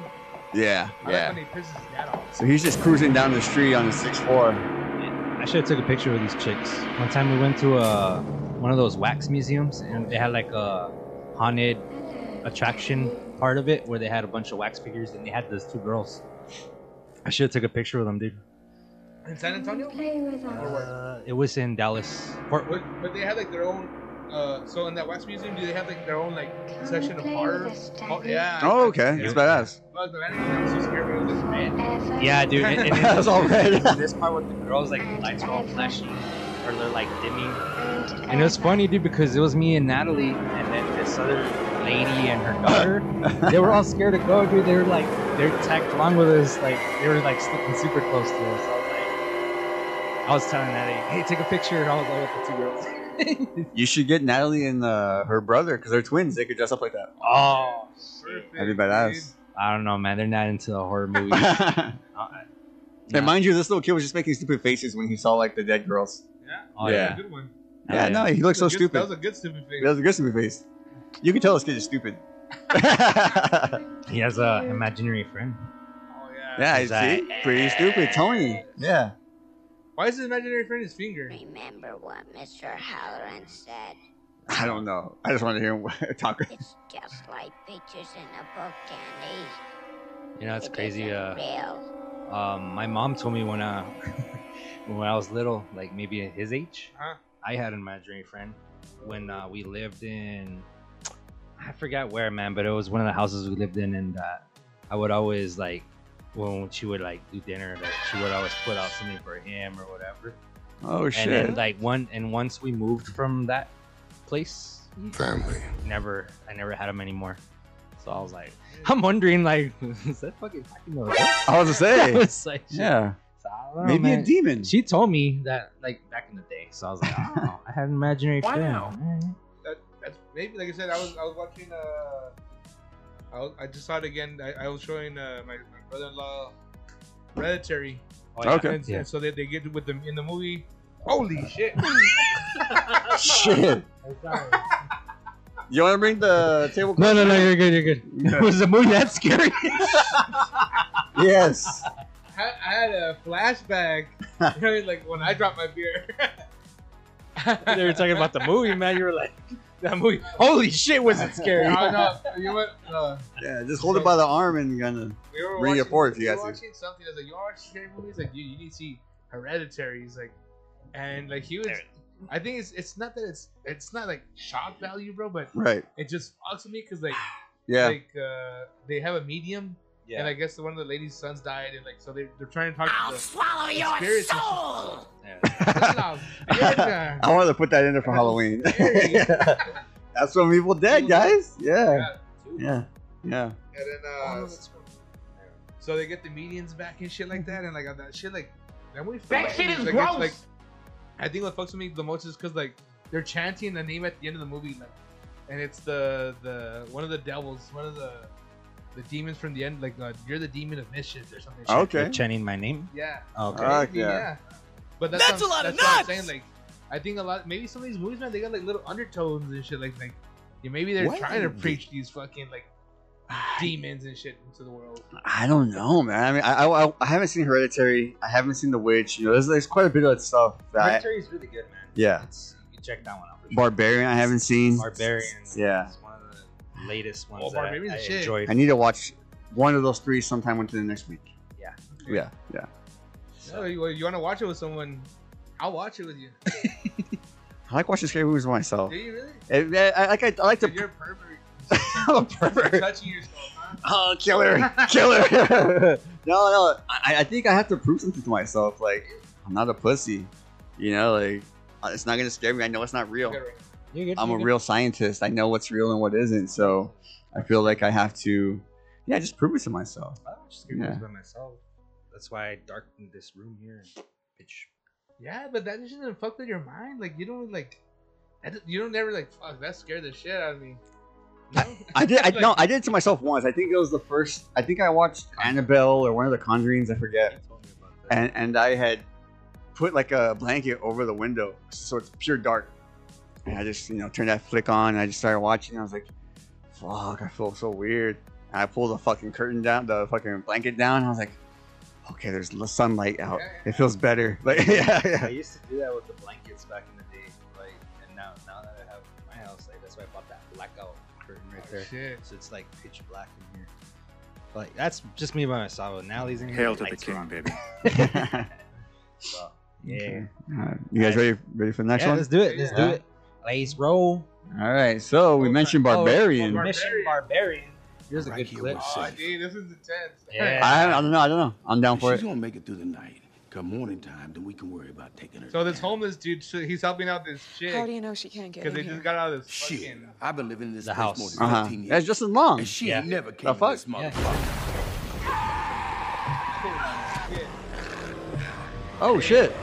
Speaker 1: Yeah,
Speaker 2: I
Speaker 1: yeah.
Speaker 2: like when he pisses his dad off.
Speaker 1: So he's just cruising down the street on the six four.
Speaker 3: I should have took a picture of these chicks. One time we went to uh, one of those wax museums and they had like a haunted attraction part of it where they had a bunch of wax figures and they had those two girls. I should have took a picture of them, dude.
Speaker 2: in San Antonio.
Speaker 7: Play with
Speaker 2: Or
Speaker 7: us.
Speaker 2: where?
Speaker 3: Uh, it was in Dallas, Fort Worth.
Speaker 2: But, but they have like their own. Uh, so in that wax museum, do they have like their own like
Speaker 7: Come
Speaker 2: section of
Speaker 7: play
Speaker 2: horror?
Speaker 7: with us,
Speaker 2: Oh
Speaker 7: Daddy.
Speaker 2: yeah.
Speaker 1: Oh, okay. It's badass.
Speaker 2: Fuck, the landing was so scary. It was like, man.
Speaker 7: Ever.
Speaker 3: Yeah, dude. And, and
Speaker 1: That's all red.
Speaker 3: this part with the girls, like the lights are all flashing, or they're like dimming.
Speaker 7: And,
Speaker 3: And it was
Speaker 7: ever.
Speaker 3: funny, dude, because it was me and Natalie, and then this other lady and her daughter. they were all scared to go, dude. They were like, they're tagged along with us, like they were like sticking super close to us. I was like, I was telling Natalie, hey, take a picture. And I was like, with the two girls.
Speaker 1: You should get Natalie and uh, her brother because they're twins. They could dress up like that.
Speaker 3: Oh,
Speaker 2: Perfect,
Speaker 1: That'd be badass.
Speaker 3: I don't know, man. They're not into the horror movies. Uh,
Speaker 1: And mind you, this little kid was just making stupid faces when he saw like the dead girls.
Speaker 2: dude. Yeah.
Speaker 3: Oh,
Speaker 1: Yeah.
Speaker 2: Good one.
Speaker 1: Yeah, no, he looked so
Speaker 2: That was a good-
Speaker 1: stupid.
Speaker 2: That was a good stupid thing.
Speaker 1: That was a good stupid face. You can tell this kid is stupid.
Speaker 3: He has a imaginary friend.
Speaker 2: Oh yeah.
Speaker 1: yeah,
Speaker 3: He's
Speaker 1: you see? Pretty stupid, Tony. Yeah.
Speaker 2: Why is his imaginary friend his finger?
Speaker 7: Remember what Mr. Halloran said.
Speaker 1: I don't know. I just want to hear him talk.
Speaker 7: It's just like pictures in a book, Dandy.
Speaker 3: You know, it's
Speaker 7: It
Speaker 3: crazy.
Speaker 7: isn't
Speaker 3: Uh,
Speaker 7: real.
Speaker 3: Um, my mom told me when uh, when I was little, like maybe at his age,
Speaker 2: Huh?
Speaker 3: I had an imaginary friend when uh, we lived in I forgot where, man, but it was one of the houses we lived in, and uh, I would always like when she would like do dinner, like she would always put out something for him or whatever.
Speaker 1: Oh
Speaker 3: And then,
Speaker 1: shit.
Speaker 3: like one, and once we moved from that place,
Speaker 8: Family.
Speaker 3: never, I never had him anymore. So I was like, I'm wondering, like, is that fucking? I know.
Speaker 1: I was to
Speaker 3: I
Speaker 1: say.
Speaker 3: was like, shit.
Speaker 1: Yeah.
Speaker 3: So I don't know,
Speaker 1: Maybe a
Speaker 3: man.
Speaker 1: demon.
Speaker 3: She told me that like back in the day, so I was like, oh, I had an imaginary friend. Alright.
Speaker 2: That, that's maybe like I said. I was I was watching. Uh, I, was, I just saw it again. I, I was showing uh, my, my brother-in-law Hereditary.
Speaker 3: Oh, yeah.
Speaker 1: Okay.
Speaker 2: And, and so they, they get with them in the movie. Holy shit!
Speaker 1: Shit. You want to bring the table?
Speaker 3: No, no, no, you're good, you're good. Was the movie that scary?
Speaker 1: Yes.
Speaker 2: I, I had a flashback. like when I dropped my beer.
Speaker 3: they were talking about the movie, man. You were like, that movie. Holy shit, was it scary?
Speaker 2: No, no, you know what? No.
Speaker 1: Yeah, just hold it by the arm and gonna.
Speaker 2: We were
Speaker 1: Bring it
Speaker 2: watching,
Speaker 1: forward if
Speaker 2: we
Speaker 1: you
Speaker 2: were
Speaker 1: guys see
Speaker 2: watching something. I was like, "You want to watch scary movies?" Like, dude, you need to see Hereditary. He's like, and like he was. I think it's it's not that it's it's not like shock value, bro, but
Speaker 1: Right.
Speaker 2: it just fucks with me because like
Speaker 1: Yeah.
Speaker 2: like uh, they have a medium, and I guess one of the lady's sons died, and like so they they're trying to talk
Speaker 6: I'll
Speaker 2: to
Speaker 6: swallow your
Speaker 2: Conspiracy.
Speaker 6: soul.
Speaker 3: Yeah.
Speaker 2: the. Yeah.
Speaker 1: I wanted to put that in there for Halloween. That's from Evil Dead, guys. Yeah. Yeah. Yeah.
Speaker 2: And then, uh, so they get the medians back and shit like that, and like uh, that shit, like that movie.
Speaker 4: That shit
Speaker 2: fucking-
Speaker 4: is
Speaker 2: like, it's,
Speaker 4: gross.
Speaker 2: Like, I think what fucks with me the most is because like they're chanting the name at the end of the movie, like, and it's the the one of the devils, one of the the demons from the end, like uh, you're the demon of mischief or something.
Speaker 1: Ah, Okay.
Speaker 3: You're chanting my name.
Speaker 2: Yeah.
Speaker 3: Okay.
Speaker 1: Uh,
Speaker 2: I mean,
Speaker 1: yeah.
Speaker 2: But that's,
Speaker 6: That's
Speaker 2: what
Speaker 6: a lot
Speaker 2: I'm-
Speaker 6: of
Speaker 2: that's what I'm
Speaker 6: nuts!
Speaker 2: saying, like, I think a lot. Maybe some of these movies, man, they got like little undertones and shit. Like, like, yeah, maybe they're
Speaker 1: What?
Speaker 2: trying to preach these fucking like demons and shit into the world.
Speaker 1: I don't know, man. I mean, I, I, I haven't seen Hereditary. I haven't seen The Witch. You know, there's, there's quite a bit of stuff that. I,
Speaker 3: Hereditary is really good, man.
Speaker 1: yeah.
Speaker 3: It's, you can check that one out. For sure.
Speaker 1: Barbarian, I haven't seen.
Speaker 3: Barbarian.
Speaker 1: Yeah.
Speaker 3: It's one of the latest ones
Speaker 2: Oh,
Speaker 3: that
Speaker 2: Barbarian's
Speaker 3: I
Speaker 2: shit.
Speaker 3: enjoyed.
Speaker 1: I need to watch one of those three sometime within the next week.
Speaker 3: Yeah.
Speaker 1: Yeah. Yeah.
Speaker 2: No, you, you want to watch it with someone? I'll watch it with you.
Speaker 1: I like watching scary movies myself.
Speaker 2: Do you really?
Speaker 1: I, I, I, like- I like
Speaker 2: Dude,
Speaker 1: to.
Speaker 2: you're a pervert.
Speaker 1: I'm a pervert.
Speaker 2: Touching yourself. Huh?
Speaker 1: Oh, killer, killer. no, no. I, I think I have to prove something to myself. Like, I'm not a pussy. You know, like, uh, it's not going to scare me. I know it's not real.
Speaker 2: Okay, right.
Speaker 3: You're good,
Speaker 1: I'm a
Speaker 3: you're good.
Speaker 1: real scientist. I know what's real and what isn't. So I feel like I have to, yeah, just prove it to myself.
Speaker 3: I watch scary movies by myself. That's why I darkened this room here. and Pitch.
Speaker 2: Yeah, but that just doesn't fuck with your mind. Like you don't like. That, d- you don't never like fuck. That scared the shit out of me. You know?
Speaker 1: I did. I
Speaker 2: Like,
Speaker 1: no. I did it to myself once. I think it was the first. I think I watched Annabelle or one of the Conjuring's. I forget.
Speaker 3: You told me about that.
Speaker 1: and and I had put like a blanket over the window, so it's pure dark. And I just you know turned that flick on, and I just started watching. And I was like, "Fuck, I feel so weird." And I pulled the fucking curtain down, the fucking blanket down. And I was like, "Okay, there's l- sunlight out. It feels better." Like, yeah,
Speaker 3: I
Speaker 1: yeah.
Speaker 3: used to do that with the blankets back in the day, like, and now now that I have my house, like that's why I bought that blackout curtain right there.
Speaker 2: Shit.
Speaker 3: So it's like pitch black in here. Like that's just me by myself. Nally's in here.
Speaker 8: Hail to the
Speaker 3: lights are
Speaker 8: king,
Speaker 3: on.
Speaker 8: baby.
Speaker 3: So, yeah.
Speaker 1: Okay. All right. You guys ready ready for the next
Speaker 3: Yeah,
Speaker 1: one?
Speaker 3: let's do it. Let's do
Speaker 1: Yeah.
Speaker 3: it. Let's roll.
Speaker 1: All right. So we
Speaker 2: Oh,
Speaker 1: mentioned
Speaker 3: oh,
Speaker 1: barbarian.
Speaker 2: Barbarian.
Speaker 3: Mission Barbarian. Here's a good
Speaker 9: Right here
Speaker 3: clip.
Speaker 9: was
Speaker 2: Oh,
Speaker 9: safe.
Speaker 2: dude, this is intense.
Speaker 3: Yeah.
Speaker 1: I, I don't know. I don't know. I'm down
Speaker 9: If
Speaker 1: for
Speaker 9: she's
Speaker 1: it.
Speaker 9: gonna make it through the night. Come morning time, then we can worry about taking her.
Speaker 2: So this
Speaker 9: down.
Speaker 2: homeless dude, so he's helping out this
Speaker 10: How do
Speaker 2: chick
Speaker 10: you know she can't get
Speaker 2: because
Speaker 10: in
Speaker 2: they
Speaker 10: here?
Speaker 2: just got out of this
Speaker 9: shit.
Speaker 2: fucking.
Speaker 9: I've been living in this
Speaker 3: The
Speaker 9: place
Speaker 3: house.
Speaker 9: more than
Speaker 1: Uh huh.
Speaker 9: 15 years,
Speaker 1: That's just as long.
Speaker 9: and she
Speaker 3: Yeah.
Speaker 9: never came.
Speaker 1: The
Speaker 9: to
Speaker 1: fuck?
Speaker 9: This
Speaker 3: Yeah.
Speaker 9: motherfucker.
Speaker 2: Holy shit.
Speaker 1: Oh shit.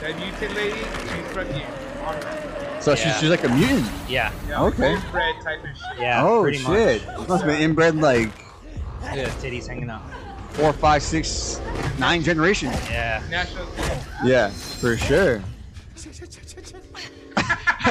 Speaker 2: That mutant lady, she's fucking on her.
Speaker 1: So
Speaker 3: Yeah.
Speaker 1: she's she's like a mutant.
Speaker 3: Yeah.
Speaker 2: Yeah, like
Speaker 1: Okay.
Speaker 2: Bread type of shit.
Speaker 3: Yeah.
Speaker 1: oh
Speaker 3: pretty
Speaker 1: shit.
Speaker 3: Much.
Speaker 1: This must have been inbred like
Speaker 3: Look at his titties hanging out.
Speaker 1: four, five, six, nine generations.
Speaker 3: Yeah.
Speaker 2: National.
Speaker 1: Yeah, for sure.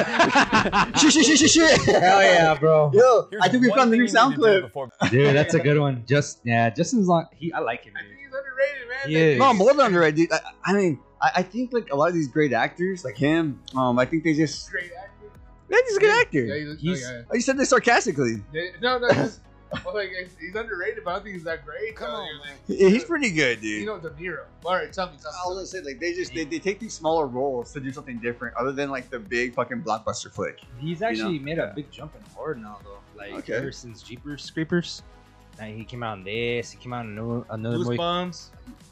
Speaker 1: shit, shit, shit, shit, shit. Hell yeah.
Speaker 3: Oh, bro.
Speaker 1: Yo, I think we found the new sound clip.
Speaker 5: Before
Speaker 3: Dude, that's a good one. Just yeah, Justin's like he. I like him.
Speaker 2: I
Speaker 3: Dude.
Speaker 2: think he's underrated, man.
Speaker 3: He
Speaker 2: That
Speaker 3: is.
Speaker 2: dude-
Speaker 1: No, I'm older underrated, dude. I, I mean, I, I think like a lot of these great actors, like him, um, I think they just
Speaker 2: Great actor.
Speaker 1: Yeah, he's a good actor.
Speaker 2: Yeah, he's,
Speaker 3: He's-
Speaker 2: oh, yeah.
Speaker 1: Oh, you said this sarcastically.
Speaker 2: They- No, no, he's, well, like, he's- he's underrated, but I don't think he's that great.
Speaker 5: Come
Speaker 2: though,
Speaker 5: on,
Speaker 2: you know,
Speaker 5: man.
Speaker 1: He- He's pretty good, dude.
Speaker 2: You know, De Niro. All right, tell me, tell me.
Speaker 1: I was gonna say like they just they, they take these smaller roles to do something different other than like the big fucking blockbuster flick.
Speaker 3: He's actually made a big jump in horror now, though. Like
Speaker 1: Okay.
Speaker 3: ever since Jeepers Creepers, like, he came out in this. He came out in another,
Speaker 1: Uh,
Speaker 3: another movie.
Speaker 2: Goosebumps.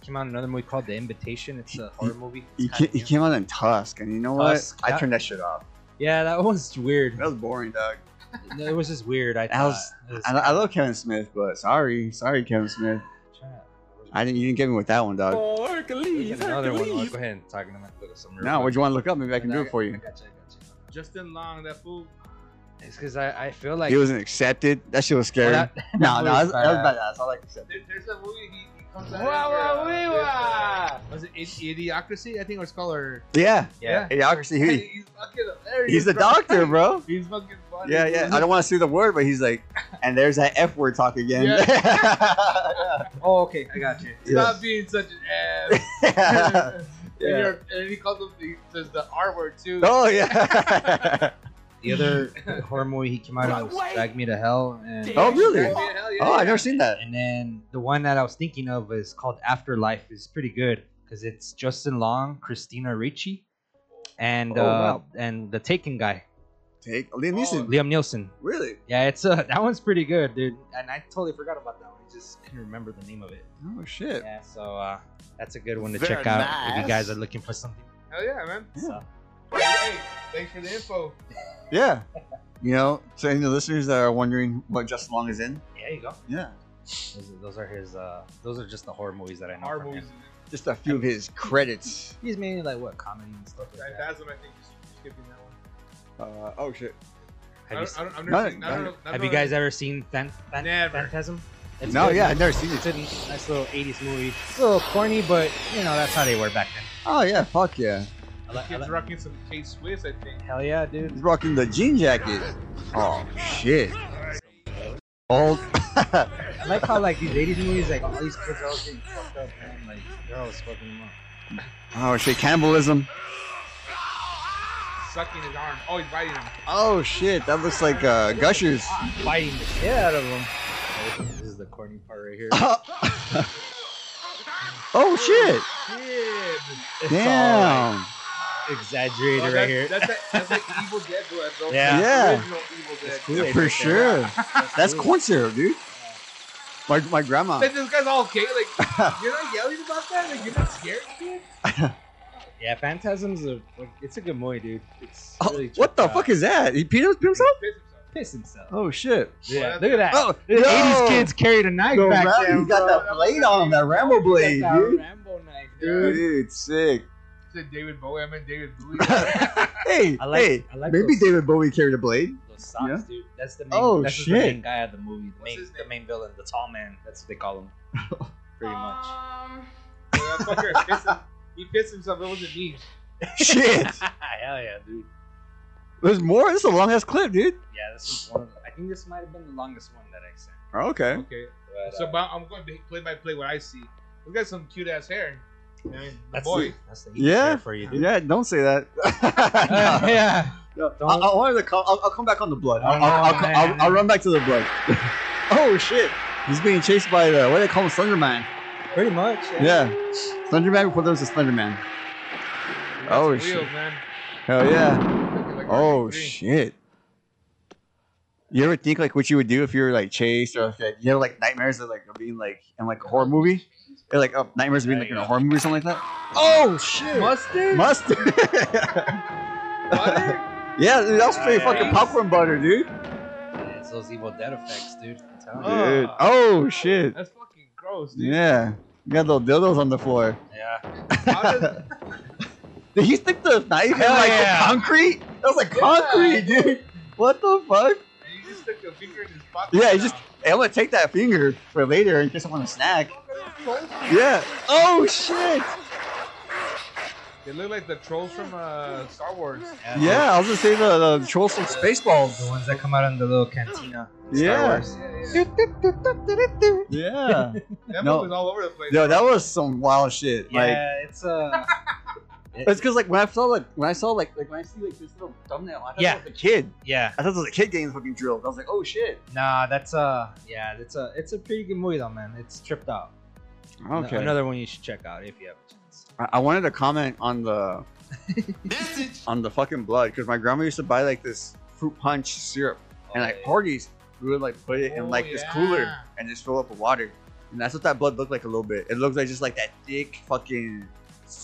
Speaker 3: Came out in another movie called The Invitation. It's a horror movie. It's
Speaker 1: He,
Speaker 3: kinda
Speaker 1: ca- he
Speaker 3: new.
Speaker 1: came out in Tusk, and you know
Speaker 3: Tusk,
Speaker 1: what? I
Speaker 3: that-
Speaker 1: turned that shit off.
Speaker 3: Yeah, that was weird.
Speaker 1: That was boring, dog.
Speaker 3: No, it was just weird. I
Speaker 1: That
Speaker 3: thought.
Speaker 1: was-
Speaker 3: It was-
Speaker 1: I, I love Kevin Smith, but sorry, sorry Kevin Smith. I didn't you didn't get me with that one, dog.
Speaker 5: Oh, Hercules,
Speaker 3: There's another one. I'll
Speaker 5: Hercules.
Speaker 3: Go ahead and talk to them. Look at some real
Speaker 1: Now,
Speaker 3: quick.
Speaker 1: what you want to look up? Maybe I can do it for
Speaker 3: I
Speaker 1: you.
Speaker 3: gotcha, I gotcha.
Speaker 2: Justin Long, that fool.
Speaker 3: It's because I, I feel like
Speaker 1: He wasn't accepted. That shit was
Speaker 3: Well,
Speaker 1: scary.
Speaker 3: that- uh,
Speaker 1: No, no, that was,
Speaker 3: movie's
Speaker 1: that was
Speaker 3: badass.
Speaker 1: badass. I like accepted.
Speaker 2: There, there's a movie he, he comes out.
Speaker 5: Wah, wah,
Speaker 2: where,
Speaker 5: wee,
Speaker 2: uh,
Speaker 5: wah.
Speaker 2: with, uh, Was it Idi- Idiocracy? I think it's called. Or
Speaker 1: Yeah,
Speaker 3: Yeah.
Speaker 1: idiocracy.
Speaker 2: Hey,
Speaker 1: He,
Speaker 2: he's fucking hilarious,
Speaker 1: he's the
Speaker 2: bro.
Speaker 1: doctor, bro.
Speaker 2: He's fucking funny.
Speaker 1: Yeah, yeah. I don't want to say the word, but he's like, and there's that F word talk again.
Speaker 3: Oh, okay. I got you.
Speaker 2: Stop being such an ass.
Speaker 1: Yeah.
Speaker 2: and,
Speaker 1: Yeah.
Speaker 2: you're, and he calls him. He says the R word too.
Speaker 1: Oh yeah.
Speaker 3: The other horror movie he came out in was Drag Me to Hell. And
Speaker 1: oh really?
Speaker 2: Yeah, hell yeah,
Speaker 1: Oh,
Speaker 2: yeah.
Speaker 1: I've never seen that.
Speaker 3: And then the one that I was thinking of is called Afterlife. It's pretty good because it's Justin Long, Christina Ricci, and
Speaker 1: Oh,
Speaker 3: uh,
Speaker 1: wow.
Speaker 3: and the Taken guy,
Speaker 1: Take Liam Neeson.
Speaker 3: Liam Nielsen.
Speaker 1: Really?
Speaker 3: Yeah, it's uh, that one's pretty good, dude. And I totally forgot about that one. I just couldn't remember the name of it.
Speaker 1: Oh shit.
Speaker 3: Yeah, so uh, that's a good one to
Speaker 5: Very
Speaker 3: check out if
Speaker 5: nice.
Speaker 3: you guys are looking for something.
Speaker 2: Hell yeah, man.
Speaker 3: So,
Speaker 2: Hey, hey, thanks for the info.
Speaker 1: Yeah. You know, to any of the listeners that are wondering what Justin Long is in,
Speaker 3: yeah, you go.
Speaker 1: yeah,
Speaker 3: Those, those are his. Uh, those are just the horror movies that I know.
Speaker 2: R
Speaker 3: from
Speaker 2: movies.
Speaker 3: him.
Speaker 1: just a few of his credits.
Speaker 3: He's mainly like what comedy and stuff like that.
Speaker 2: Phantasm, I think. is Skipping that one.
Speaker 1: Uh, oh shit.
Speaker 2: I
Speaker 3: Have you,
Speaker 2: don't,
Speaker 3: s-
Speaker 2: I don't, I've
Speaker 1: Not-
Speaker 2: never seen, I don't know- I've
Speaker 3: have you
Speaker 2: never-
Speaker 3: guys ever seen Phan- Phan-
Speaker 2: Never.
Speaker 3: Phantasm? It's
Speaker 1: no,
Speaker 3: good.
Speaker 1: yeah, I've never seen
Speaker 3: It's
Speaker 1: it.
Speaker 3: a nice little 80s movie. It's a little corny, but you know, that's how they were back then.
Speaker 1: Oh yeah, fuck yeah.
Speaker 3: I
Speaker 2: The
Speaker 3: like- I
Speaker 2: kid's
Speaker 3: like-
Speaker 2: rocking some K Swiss, I think.
Speaker 3: Hell yeah, dude.
Speaker 1: He's rocking the jean jacket. Oh shit. Old.
Speaker 3: I like how, like, these 80s movies, like, all these kids are always getting fucked up, man. Like, they're always fucking them up.
Speaker 1: oh shit, cannibalism.
Speaker 2: Sucking his arm. Oh, he's biting him.
Speaker 1: Oh shit, that looks like uh, gushers.
Speaker 3: Biting the shit out of them. Oh, This is the corny part right here.
Speaker 1: Uh, oh shit!
Speaker 3: It's all, like,
Speaker 1: Damn.
Speaker 3: exaggerated
Speaker 2: Oh,
Speaker 3: right
Speaker 2: that's,
Speaker 3: here.
Speaker 2: That's, that, that's like Evil Dead blood, bro.
Speaker 3: Yeah.
Speaker 1: Yeah.
Speaker 2: Original Evil Dead.
Speaker 3: It's Kool-Aid right
Speaker 1: for
Speaker 3: there.
Speaker 1: sure. That's corn syrup, dude. My, my grandma.
Speaker 2: Like, this guy's all okay. Like, you're not yelling about that? Like, you're not scared, dude?
Speaker 3: Yeah, Phantasm's a, like, it's a good movie, dude. It's
Speaker 1: Oh,
Speaker 3: really
Speaker 1: what the
Speaker 3: tripped
Speaker 1: fuck
Speaker 3: out.
Speaker 1: is that? He peed him- peed himself?
Speaker 2: Piss himself.
Speaker 3: Piss himself.
Speaker 1: Oh shit!
Speaker 3: Yeah, look at that.
Speaker 1: Oh,
Speaker 3: the
Speaker 1: yo!
Speaker 3: 80s kids carried a knife
Speaker 1: Go
Speaker 3: back
Speaker 1: Ram-
Speaker 3: then.
Speaker 1: he's got
Speaker 3: bro.
Speaker 1: that blade on him, that Rambo blade,
Speaker 3: That's our
Speaker 1: dude.
Speaker 3: Rambo knife,
Speaker 1: Dude,
Speaker 3: dude.
Speaker 1: sick.
Speaker 2: Said David Bowie. I meant David Bowie.
Speaker 1: Hey,
Speaker 3: I like-
Speaker 1: hey,
Speaker 3: I like
Speaker 1: maybe
Speaker 3: those-
Speaker 1: David Bowie carried a blade.
Speaker 3: Those socks,
Speaker 1: Yeah.
Speaker 3: dude. That's the main.
Speaker 1: Oh,
Speaker 3: that's just
Speaker 1: shit.
Speaker 3: the main guy of the movie. The
Speaker 2: What's
Speaker 3: main,
Speaker 2: his
Speaker 3: the
Speaker 2: name?
Speaker 3: main villain, the tall man. That's what they call him. Pretty much.
Speaker 2: Yeah, that fucker pissed him- He pissed himself. It wasn't me.
Speaker 1: Shit,
Speaker 3: Hell yeah, dude.
Speaker 1: there's more. This is a long ass clip, dude.
Speaker 3: Yeah, this was one. Of the, I think this might have been the longest one that I sent.
Speaker 1: Oh, okay.
Speaker 2: Okay.
Speaker 3: But,
Speaker 2: So
Speaker 3: uh,
Speaker 2: but I'm going to play by play what I see. He's got some cute ass hair. I mean, the
Speaker 3: that's
Speaker 2: boy.
Speaker 3: The, that's the heat
Speaker 1: Yeah.
Speaker 3: there for you, dude.
Speaker 1: Yeah, don't say that.
Speaker 3: Uh, yeah.
Speaker 1: No, I,
Speaker 3: Don't-
Speaker 1: I wanted to call. I'll, I'll come back on the blood. I'll,
Speaker 3: Oh,
Speaker 1: I'll, I'll,
Speaker 3: man.
Speaker 1: I'll, I'll run back to the blood. oh shit! He's being chased by the what do they call him, Slenderman?
Speaker 3: Pretty much.
Speaker 1: Yeah, Slenderman before there was a Slenderman. Oh,
Speaker 2: Wheels,
Speaker 1: shit.
Speaker 2: man.
Speaker 1: Hell yeah!
Speaker 2: Like
Speaker 1: Oh
Speaker 2: RE3.
Speaker 1: shit! You ever think like what you would do if you were like chased or like you have like nightmares of like being like in like a horror movie? They're like oh, nightmares of being like in a horror movie or something like that. Oh shit!
Speaker 2: Mustard?
Speaker 1: Mustard.
Speaker 2: Butter?
Speaker 1: yeah, dude, that was straight
Speaker 3: Yeah.
Speaker 1: fucking popcorn butter, dude.
Speaker 3: It's those Evil Dead effects, dude. I'm telling you.
Speaker 1: Dude. Oh shit.
Speaker 2: That's fucking gross, dude.
Speaker 1: Yeah. You got little dildos on the floor.
Speaker 3: Yeah.
Speaker 2: How does-
Speaker 1: Did he stick the knife in
Speaker 3: Hell
Speaker 1: like
Speaker 3: yeah.
Speaker 1: the concrete? That was like concrete, dude. What the fuck?
Speaker 2: you just stuck your finger in his pocket.
Speaker 1: Yeah, he
Speaker 2: now.
Speaker 1: just I'm gonna take that finger for later in case I want a snack. Yeah. Oh shit.
Speaker 2: They look like the trolls from uh, Star Wars.
Speaker 1: Yeah, I was gonna say the, the trolls from
Speaker 3: The
Speaker 1: Spaceballs.
Speaker 3: ones that come out in the little cantina. Star
Speaker 1: Yeah.
Speaker 3: Wars.
Speaker 1: Yeah.
Speaker 2: That
Speaker 1: No.
Speaker 2: movie's all over the place.
Speaker 1: Yo, that was some wild shit. Like
Speaker 3: yeah, it's uh.
Speaker 1: it's cause like when I saw like when I saw like like when I see like this little thumbnail, I thought
Speaker 3: Yeah.
Speaker 1: it was a kid.
Speaker 3: yeah.
Speaker 1: I thought it was a kid getting fucking drilled. I was like, oh shit.
Speaker 3: Nah, that's uh. Yeah, that's a. It's a pretty good movie though, man. It's tripped out. Another one you should check out if you have a chance.
Speaker 1: I, I wanted to comment on the on the fucking blood because my grandma used to buy like this fruit punch syrup and
Speaker 3: Oh,
Speaker 1: like parties we would like put it
Speaker 2: Oh,
Speaker 1: in like this
Speaker 2: yeah.
Speaker 1: cooler and just fill up with water and that's what that blood looked like a little bit it looks like just like that thick fucking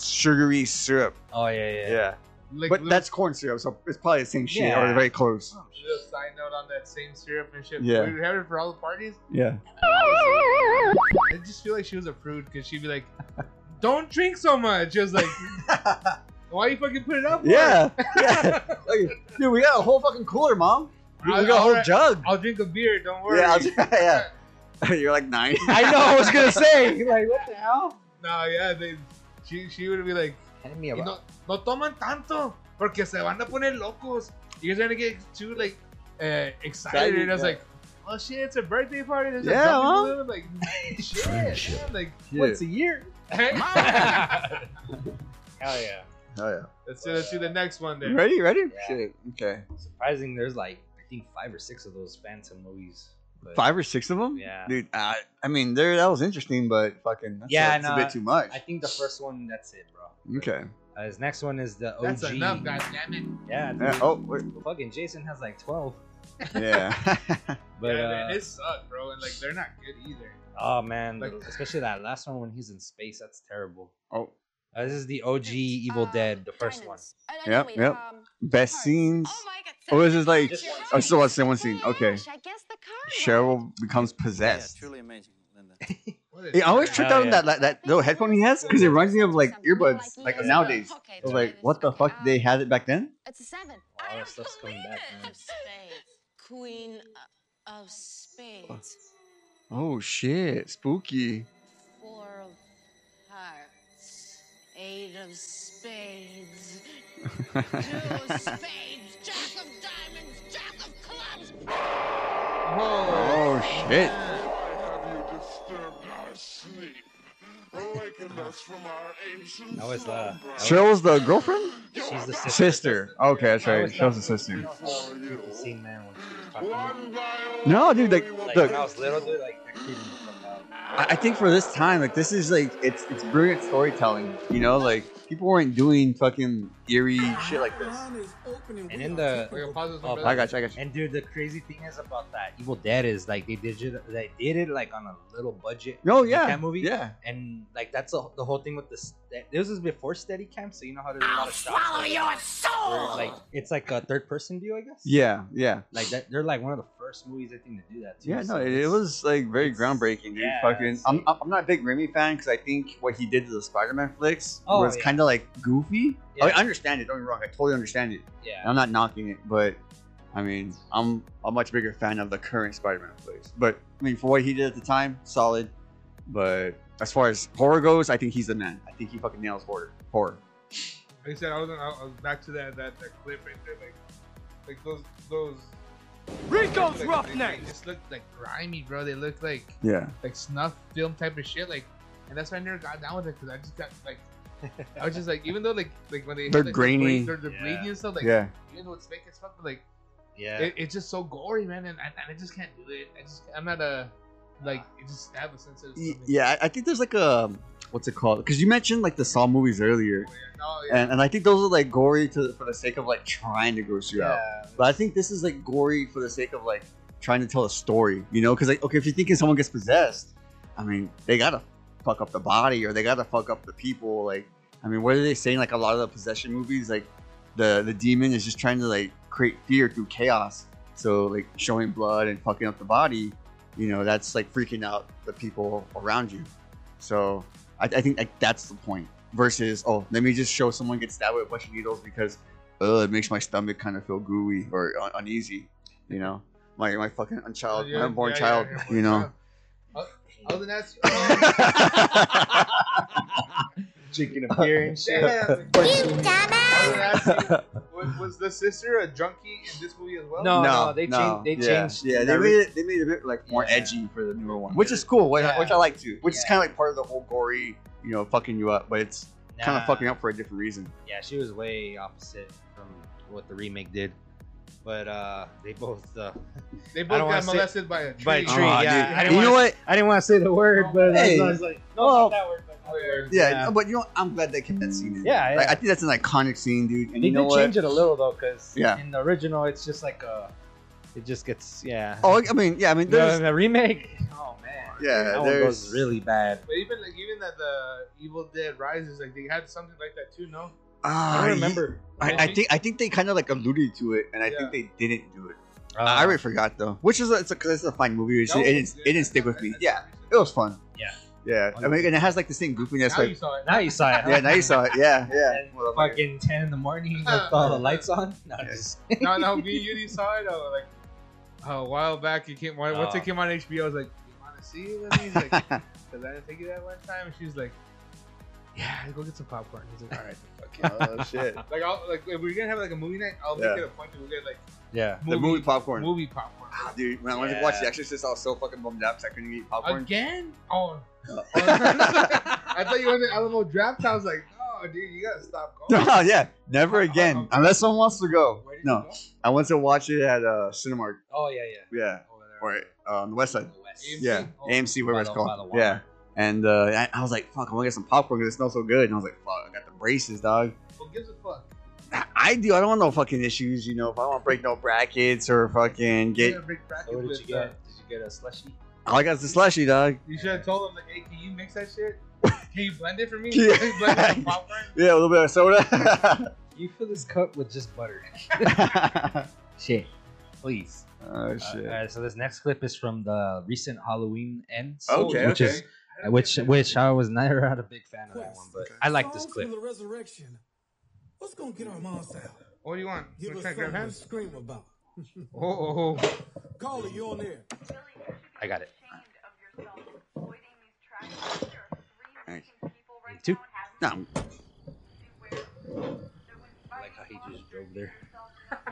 Speaker 1: sugary syrup
Speaker 3: Oh yeah, yeah. yeah.
Speaker 2: Like,
Speaker 1: but
Speaker 2: little-
Speaker 1: that's corn syrup so it's probably the same shit
Speaker 3: Yeah.
Speaker 1: or very close
Speaker 2: little side note on that same syrup and shit.
Speaker 1: Yeah.
Speaker 2: We would have it for all the parties.
Speaker 1: yeah
Speaker 2: I just feel like she was a prude because she'd be like, "Don't drink so much." She was like, "Why you fucking put it up?" for?"
Speaker 1: yeah yeah like, dude we got a whole fucking cooler mom we we got a whole
Speaker 2: Alright.
Speaker 1: jug
Speaker 2: I'll drink a beer. Don't worry.
Speaker 1: yeah, I'll- yeah. you're like nine
Speaker 3: I know. I was gonna say. Like, what the hell?
Speaker 2: No, yeah. They, she she would be like,
Speaker 3: Hand me
Speaker 2: "Y "No no toman tanto porque se van a poner locos." You guys are gonna get too like uh, excited.
Speaker 1: Excited,
Speaker 2: And I was
Speaker 1: yeah.
Speaker 2: like, "Oh shit, it's a birthday party." There's
Speaker 1: Yeah,
Speaker 2: a
Speaker 1: huh?
Speaker 2: balloon. like shit. man, Like
Speaker 1: Shit.
Speaker 3: a year?
Speaker 2: let's
Speaker 3: Hell yeah.
Speaker 1: oh yeah
Speaker 2: see let's see the next one
Speaker 1: you
Speaker 2: there.
Speaker 1: ready ready
Speaker 3: Yeah.
Speaker 1: shit okay
Speaker 3: Surprising. There's like I think five or six of those Phantom movies. but-
Speaker 1: five or six of them
Speaker 3: Yeah.
Speaker 1: dude I i mean there that was interesting but fucking that's
Speaker 3: Yeah,
Speaker 1: a, that's a
Speaker 3: no,
Speaker 1: bit too much
Speaker 3: I think the first one. That's it, bro.
Speaker 1: okay
Speaker 3: Uh, his next one is the OG.
Speaker 2: That's enough, guys. Damn it.
Speaker 3: Yeah.
Speaker 1: yeah.
Speaker 3: dude.
Speaker 1: oh wait.
Speaker 3: Fucking Jason has like twelve.
Speaker 1: yeah
Speaker 3: But
Speaker 2: yeah,
Speaker 3: uh,
Speaker 2: man, it sucked, bro. And like, they're not good either.
Speaker 3: oh man,
Speaker 2: like-
Speaker 3: especially that last one when he's in space. That's terrible.
Speaker 1: oh
Speaker 3: Uh, this is the OG
Speaker 10: uh,
Speaker 3: Evil Dead, the first one.
Speaker 1: Yep, yep.
Speaker 10: um,
Speaker 1: best scenes
Speaker 7: Oh, this
Speaker 1: Oh, this
Speaker 7: is
Speaker 1: is
Speaker 7: like.
Speaker 1: like-
Speaker 7: I still
Speaker 1: I still
Speaker 7: want
Speaker 1: want
Speaker 7: to
Speaker 1: to say
Speaker 7: one
Speaker 1: one
Speaker 7: scene.
Speaker 1: scene.
Speaker 7: Okay.
Speaker 1: Okay. cheryl becomes possessed
Speaker 8: amazing, Linda.
Speaker 2: What is
Speaker 1: it always
Speaker 2: that?
Speaker 1: tripped
Speaker 3: Hell
Speaker 1: out on
Speaker 3: Oh, yeah.
Speaker 1: that, that that little headphone he has because it reminds me of like earbuds like nowadays I was like what the fuck did they had it back then
Speaker 7: It's a seven.
Speaker 3: All that stuff's coming back, man.
Speaker 10: Queen of Spades,
Speaker 1: oh shit spooky
Speaker 10: Four of Hearts, Eight of Spades, Two of Spades, Jack of Diamonds, Jack of Clubs.
Speaker 2: Oh,
Speaker 1: oh shit
Speaker 3: That was uh,
Speaker 1: cheryl's the girlfriend
Speaker 3: she's the sister.
Speaker 1: sister okay that's right cheryl's the sister
Speaker 3: Scene man when she was talking.
Speaker 1: no dude like
Speaker 3: Like
Speaker 1: look
Speaker 3: when I was little, dude, like that creeped me the fuck out.
Speaker 1: I I think for this time, like this is like it's it's brilliant storytelling. You know, like people weren't doing fucking eerie shit like this.
Speaker 3: And in the
Speaker 2: We're gonna pause this one,
Speaker 3: Oh,
Speaker 2: brother.
Speaker 1: I got you, I got you.
Speaker 3: And dude, the crazy thing is about that Evil Dead is like they did it, they did it like on a little budget.
Speaker 1: No,
Speaker 3: Like
Speaker 1: Oh, yeah,
Speaker 3: that movie.
Speaker 1: yeah.
Speaker 3: and like that's the the whole thing with this. This is before Steadicam, so you know how to do a lot of shots.
Speaker 10: Follow your
Speaker 3: where,
Speaker 10: soul.
Speaker 3: like it's like a third person view, I guess.
Speaker 1: Yeah, yeah,
Speaker 3: like that. They're like one of the first movies I think to do that. Too,
Speaker 1: yeah. No,
Speaker 3: so
Speaker 1: it, it
Speaker 3: it's-
Speaker 1: was like very
Speaker 3: it's-
Speaker 1: groundbreaking, dude.
Speaker 3: yeah,
Speaker 1: fucking,
Speaker 3: it's
Speaker 1: I'm
Speaker 3: like-
Speaker 1: I'm not a big Remy fan because I think what he did to the Spider-Man flicks
Speaker 3: Oh,
Speaker 1: was
Speaker 3: yeah.
Speaker 1: kind of like goofy.
Speaker 3: Yeah.
Speaker 1: I, mean, I understand it. Don't get me wrong. I totally understand it.
Speaker 3: yeah.
Speaker 1: I'm not knocking it, but I mean, I'm a much bigger fan of the current Spider-Man plays. But I mean, for what he did at the time, solid. But as far as horror goes, I think he's the man. I think he fucking nails horror. Horror.
Speaker 2: Like I said, I was, I was back to that, that that clip right there. Like, like those those.
Speaker 6: Rico's
Speaker 2: like, They, they
Speaker 6: Roughnecks.
Speaker 2: just looked like grimy, bro. They looked like
Speaker 1: Yeah.
Speaker 2: like snuff film type of shit. Like, and that's why I never got down with it because I just got like I was just like, even though like like when they
Speaker 1: They're
Speaker 2: like, the
Speaker 1: grainy.
Speaker 2: blade- they're, they're
Speaker 6: Yeah.
Speaker 2: bleeding and stuff. Like
Speaker 1: yeah.
Speaker 2: even though it's fake as fuck, but like
Speaker 6: Yeah.
Speaker 2: it, it's just so gory, man, and I, and I just can't do it. I just I'm not a like it just I have a sense of
Speaker 1: Y- Yeah, I- I think there's like a what's it called? Because you mentioned like the Saw movies earlier,
Speaker 2: No, yeah.
Speaker 1: and, and I think those are like gory to, for the sake of like trying to gross you out.
Speaker 2: yeah.
Speaker 1: But I think this is like gory for the sake of like trying to tell a story, you know? Because like okay, if you're thinking someone gets possessed, I mean they gotta fuck up the body or they gotta fuck up the people. Like I mean, what are they saying? Like a lot of the possession movies, like the the demon is just trying to like create fear through chaos. So like showing blood and fucking up the body, you know, that's like freaking out the people around you. So I, I think like that's the point. Versus oh, let me just show someone get stabbed with a bunch of needles because uh, it makes my stomach kind of feel gooey or un- uneasy. You know, my my fucking child,
Speaker 2: Oh, Yeah,
Speaker 1: my unborn
Speaker 2: yeah, yeah,
Speaker 1: child.
Speaker 2: yeah,
Speaker 1: you know.
Speaker 2: child. I was gonna ask you.
Speaker 6: Chicken appearing and
Speaker 2: Damn.
Speaker 7: You dumbass!
Speaker 2: I was gonna ask you, was, was the sister a junkie in this movie as well?
Speaker 3: No. they changed- they
Speaker 1: yeah.
Speaker 3: changed
Speaker 1: Yeah, they
Speaker 3: their-
Speaker 1: made it. They made it a bit like more
Speaker 6: Yeah.
Speaker 1: edgy for the newer one, which is cool. Which, I, which I like too. Which is kind of like part of the whole gory, you know, fucking you up. But it's kind of fucking up for a different reason.
Speaker 3: Yeah, she was way opposite from what the remake did. But uh, they both. Uh,
Speaker 2: They
Speaker 3: I
Speaker 2: both
Speaker 3: don't wanna
Speaker 2: got
Speaker 3: say-
Speaker 2: molested by a tree.
Speaker 3: by a tree,
Speaker 1: Aw,
Speaker 3: yeah.
Speaker 1: dude.
Speaker 3: I didn't
Speaker 1: you know
Speaker 3: wanna-
Speaker 1: what?
Speaker 3: I didn't want to say the word, but
Speaker 1: Hey.
Speaker 3: I was like, no,
Speaker 1: Well-
Speaker 3: not that word. But
Speaker 2: Oh, yeah.
Speaker 1: Yeah,
Speaker 3: Yeah.
Speaker 1: but you know, what? I'm glad they kept that scene. In.
Speaker 3: Yeah,
Speaker 1: Like,
Speaker 3: yeah.
Speaker 1: I think that's an iconic scene, dude. And
Speaker 3: They
Speaker 1: you know
Speaker 3: did
Speaker 1: what?
Speaker 3: change it a little though, because
Speaker 1: Yeah.
Speaker 3: in the original, it's just like a, it just gets yeah.
Speaker 1: Oh, I mean, yeah, I mean,
Speaker 3: no,
Speaker 1: there's,
Speaker 3: in the remake. Oh man,
Speaker 1: yeah,
Speaker 3: that one
Speaker 1: there's
Speaker 3: goes really bad.
Speaker 2: But even like even that the Evil Dead Rises, like they had something like that too. No,
Speaker 1: Ah,
Speaker 3: I
Speaker 1: ye-
Speaker 3: don't remember.
Speaker 1: I, I think I think they kind of like alluded to it, and I
Speaker 2: Yeah.
Speaker 1: think they didn't do it.
Speaker 3: Uh,
Speaker 1: I already forgot though, which is a, it's a, 'cause it's a fine movie. It's,
Speaker 2: No,
Speaker 1: it didn't it didn't stick with me. Yeah, it was fun.
Speaker 3: Yeah.
Speaker 1: yeah. I mean, and it has like the same goofiness.
Speaker 2: Now you
Speaker 1: Like,
Speaker 2: saw it.
Speaker 3: now you saw it. huh?
Speaker 1: yeah, now you saw it. Yeah, yeah.
Speaker 3: And fucking ten in the morning with all the lights on. No,
Speaker 1: Yeah.
Speaker 3: just-
Speaker 2: no, no, me and Yudi saw it. uh, like a while back, it came when-
Speaker 1: Ah.
Speaker 2: once
Speaker 3: Oh.
Speaker 2: it came on HBO. I was like, "You want to see it?" With me? He's like, "Cause I didn't take it that one time." And she was like, "Yeah, go get some popcorn." He's like, "All right, fuck it."
Speaker 1: oh shit!
Speaker 2: Like, I'll, like if we're gonna have like a movie night, I'll
Speaker 1: Yeah.
Speaker 2: make it a point to we'll get like
Speaker 3: yeah.
Speaker 1: The movie popcorn.
Speaker 2: movie popcorn.
Speaker 1: Ah, dude, when I went to watch The Exorcist, I was so fucking bummed out because I couldn't eat popcorn.
Speaker 2: Again? Oh. I thought you went to Alamo Draft House. Like, no, dude, you gotta stop going.
Speaker 1: No, Oh, yeah, never
Speaker 2: Uh, uh,
Speaker 1: again.
Speaker 2: okay.
Speaker 1: Unless someone wants to go.
Speaker 2: Where did you
Speaker 1: No,
Speaker 2: go?
Speaker 1: I went to watch it at uh, Cinemark.
Speaker 3: Oh yeah, yeah.
Speaker 1: Yeah,
Speaker 2: Over there.
Speaker 1: or uh, on the west side.
Speaker 2: AMC?
Speaker 1: Yeah,
Speaker 2: Oh,
Speaker 1: AMC, whatever
Speaker 3: by
Speaker 1: it's
Speaker 3: the- by
Speaker 1: called.
Speaker 3: the Walmart.
Speaker 1: Yeah. And uh, I, I was like, fuck, I want to get some popcorn because it smells so good. And I was like, fuck, I got the braces, dog.
Speaker 2: Who gives a fuck?
Speaker 1: I, I do. I don't want no fucking issues, you know. If I don't break no brackets or fucking
Speaker 2: You
Speaker 1: get,
Speaker 2: gotta break brackets
Speaker 3: So what did
Speaker 2: with,
Speaker 3: you
Speaker 2: uh,
Speaker 3: get? Did you get a slushy?
Speaker 1: all I got is the slushy, dog.
Speaker 2: you should have told them, like, hey, can you mix that shit? Can you blend it for me?
Speaker 1: Yeah.
Speaker 2: Can you blend it with popcorn?
Speaker 1: Yeah, a little bit of soda.
Speaker 3: You fill this cup with just butter. Shit, please.
Speaker 1: oh
Speaker 3: Uh,
Speaker 1: shit.
Speaker 3: all right, so this next clip is from the recent Halloween ends,
Speaker 1: Okay,
Speaker 3: which is uh, which which I was never not a big fan of that one, but I like this clip.
Speaker 8: The resurrection. What's gonna get our minds out?
Speaker 2: What do you want?
Speaker 8: Give
Speaker 2: We're
Speaker 8: us
Speaker 2: trying to
Speaker 8: something
Speaker 2: grab
Speaker 8: to
Speaker 2: hands?
Speaker 8: scream about.
Speaker 2: Oh, oh, oh.
Speaker 8: Carly, you on there?
Speaker 3: I got it.
Speaker 1: Thanks.
Speaker 3: Me too.
Speaker 1: No,
Speaker 3: I like how he just drove there,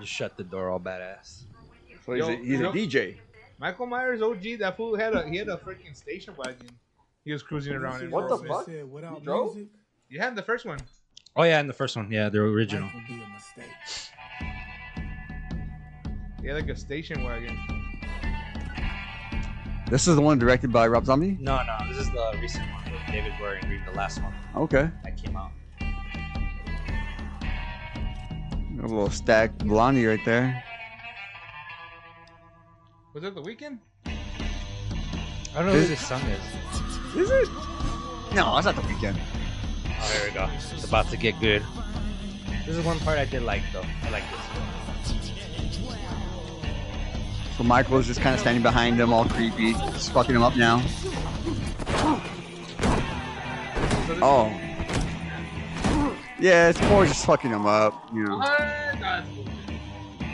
Speaker 3: just shut the door, all badass.
Speaker 1: so he's,
Speaker 2: Yo,
Speaker 1: a, he's a
Speaker 2: yo.
Speaker 1: DJ.
Speaker 2: Michael Myers, OG, that fool had a he had a freaking station wagon. He was cruising around. in
Speaker 1: What the
Speaker 2: Las
Speaker 8: They
Speaker 2: Vegas.
Speaker 1: fuck?
Speaker 8: said without
Speaker 2: You drove?
Speaker 8: music,
Speaker 2: You had the first one.
Speaker 3: Oh yeah, and the first one, yeah, the original.
Speaker 8: life would be a mistake.
Speaker 2: He had like a station wagon.
Speaker 1: This is the one directed by Rob Zombie.
Speaker 3: No, no, this is the recent one with David Bowie and Green, the last one
Speaker 1: Okay,
Speaker 3: that came out.
Speaker 1: a little stack Blondie right there.
Speaker 2: Was it the weekend?
Speaker 3: I don't know who this song is.
Speaker 1: Is it? No, that's not the weekend.
Speaker 3: Oh, here we go. It's about to get good. This is one part I did like though. I like this.
Speaker 1: So Michael's just kind of standing behind him, all creepy, just fucking him up now.
Speaker 2: So this-
Speaker 1: Oh. Yeah, it's more just fucking him up, you know.
Speaker 2: What? That's bullshit.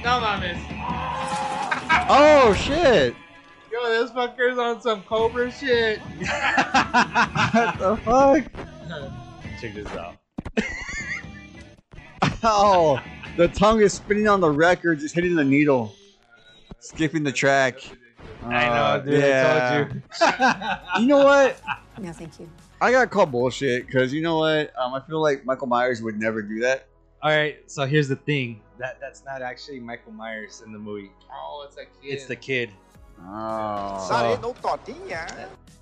Speaker 2: No mames.
Speaker 1: Oh shit!
Speaker 2: Yo, this fucker's on some Cobra shit.
Speaker 1: What the fuck?
Speaker 3: Check this out.
Speaker 1: Oh, the tongue is spinning on the record, just hitting the needle, skipping the track. Uh,
Speaker 2: That's ridiculous.
Speaker 3: I know, dude. I told you.
Speaker 1: you. know what?
Speaker 10: No, thank you.
Speaker 1: I got called bullshit because you know what? Um, I feel like Michael Myers would never do that.
Speaker 3: All right, so here's the thing. That that's not actually Michael Myers in the movie.
Speaker 2: Oh, it's a kid.
Speaker 3: It's the kid.
Speaker 1: Oh.
Speaker 3: Uh,
Speaker 1: Yeah.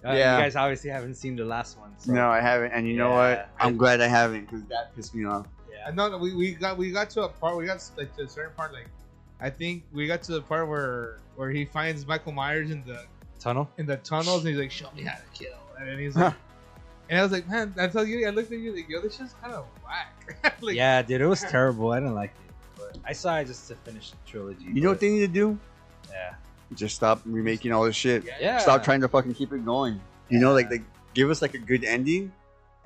Speaker 3: You guys obviously haven't seen the last one. So.
Speaker 1: No, I haven't. And you know
Speaker 3: Yeah.
Speaker 1: what? I'm glad I haven't because that pissed me off.
Speaker 3: Yeah.
Speaker 2: I know that we, we got we got to a part. We got like to a certain part. Like, I think we got to the part where where he finds Michael Myers in the
Speaker 3: Tunnel.
Speaker 2: in the tunnels, and he's like, "Show me how to kill." And then he's like, and I was like, "Man, I tell you, I looked at you like, yo, this shit's kind of whack." like,
Speaker 3: yeah, dude, it was terrible. I didn't like it. But I saw it just to finish the trilogy.
Speaker 1: You know what
Speaker 3: but-
Speaker 1: they need to do?
Speaker 3: Yeah.
Speaker 1: Just stop remaking all this shit.
Speaker 3: Yeah.
Speaker 1: Stop trying to fucking keep it going. You know, like, like give us like a good ending,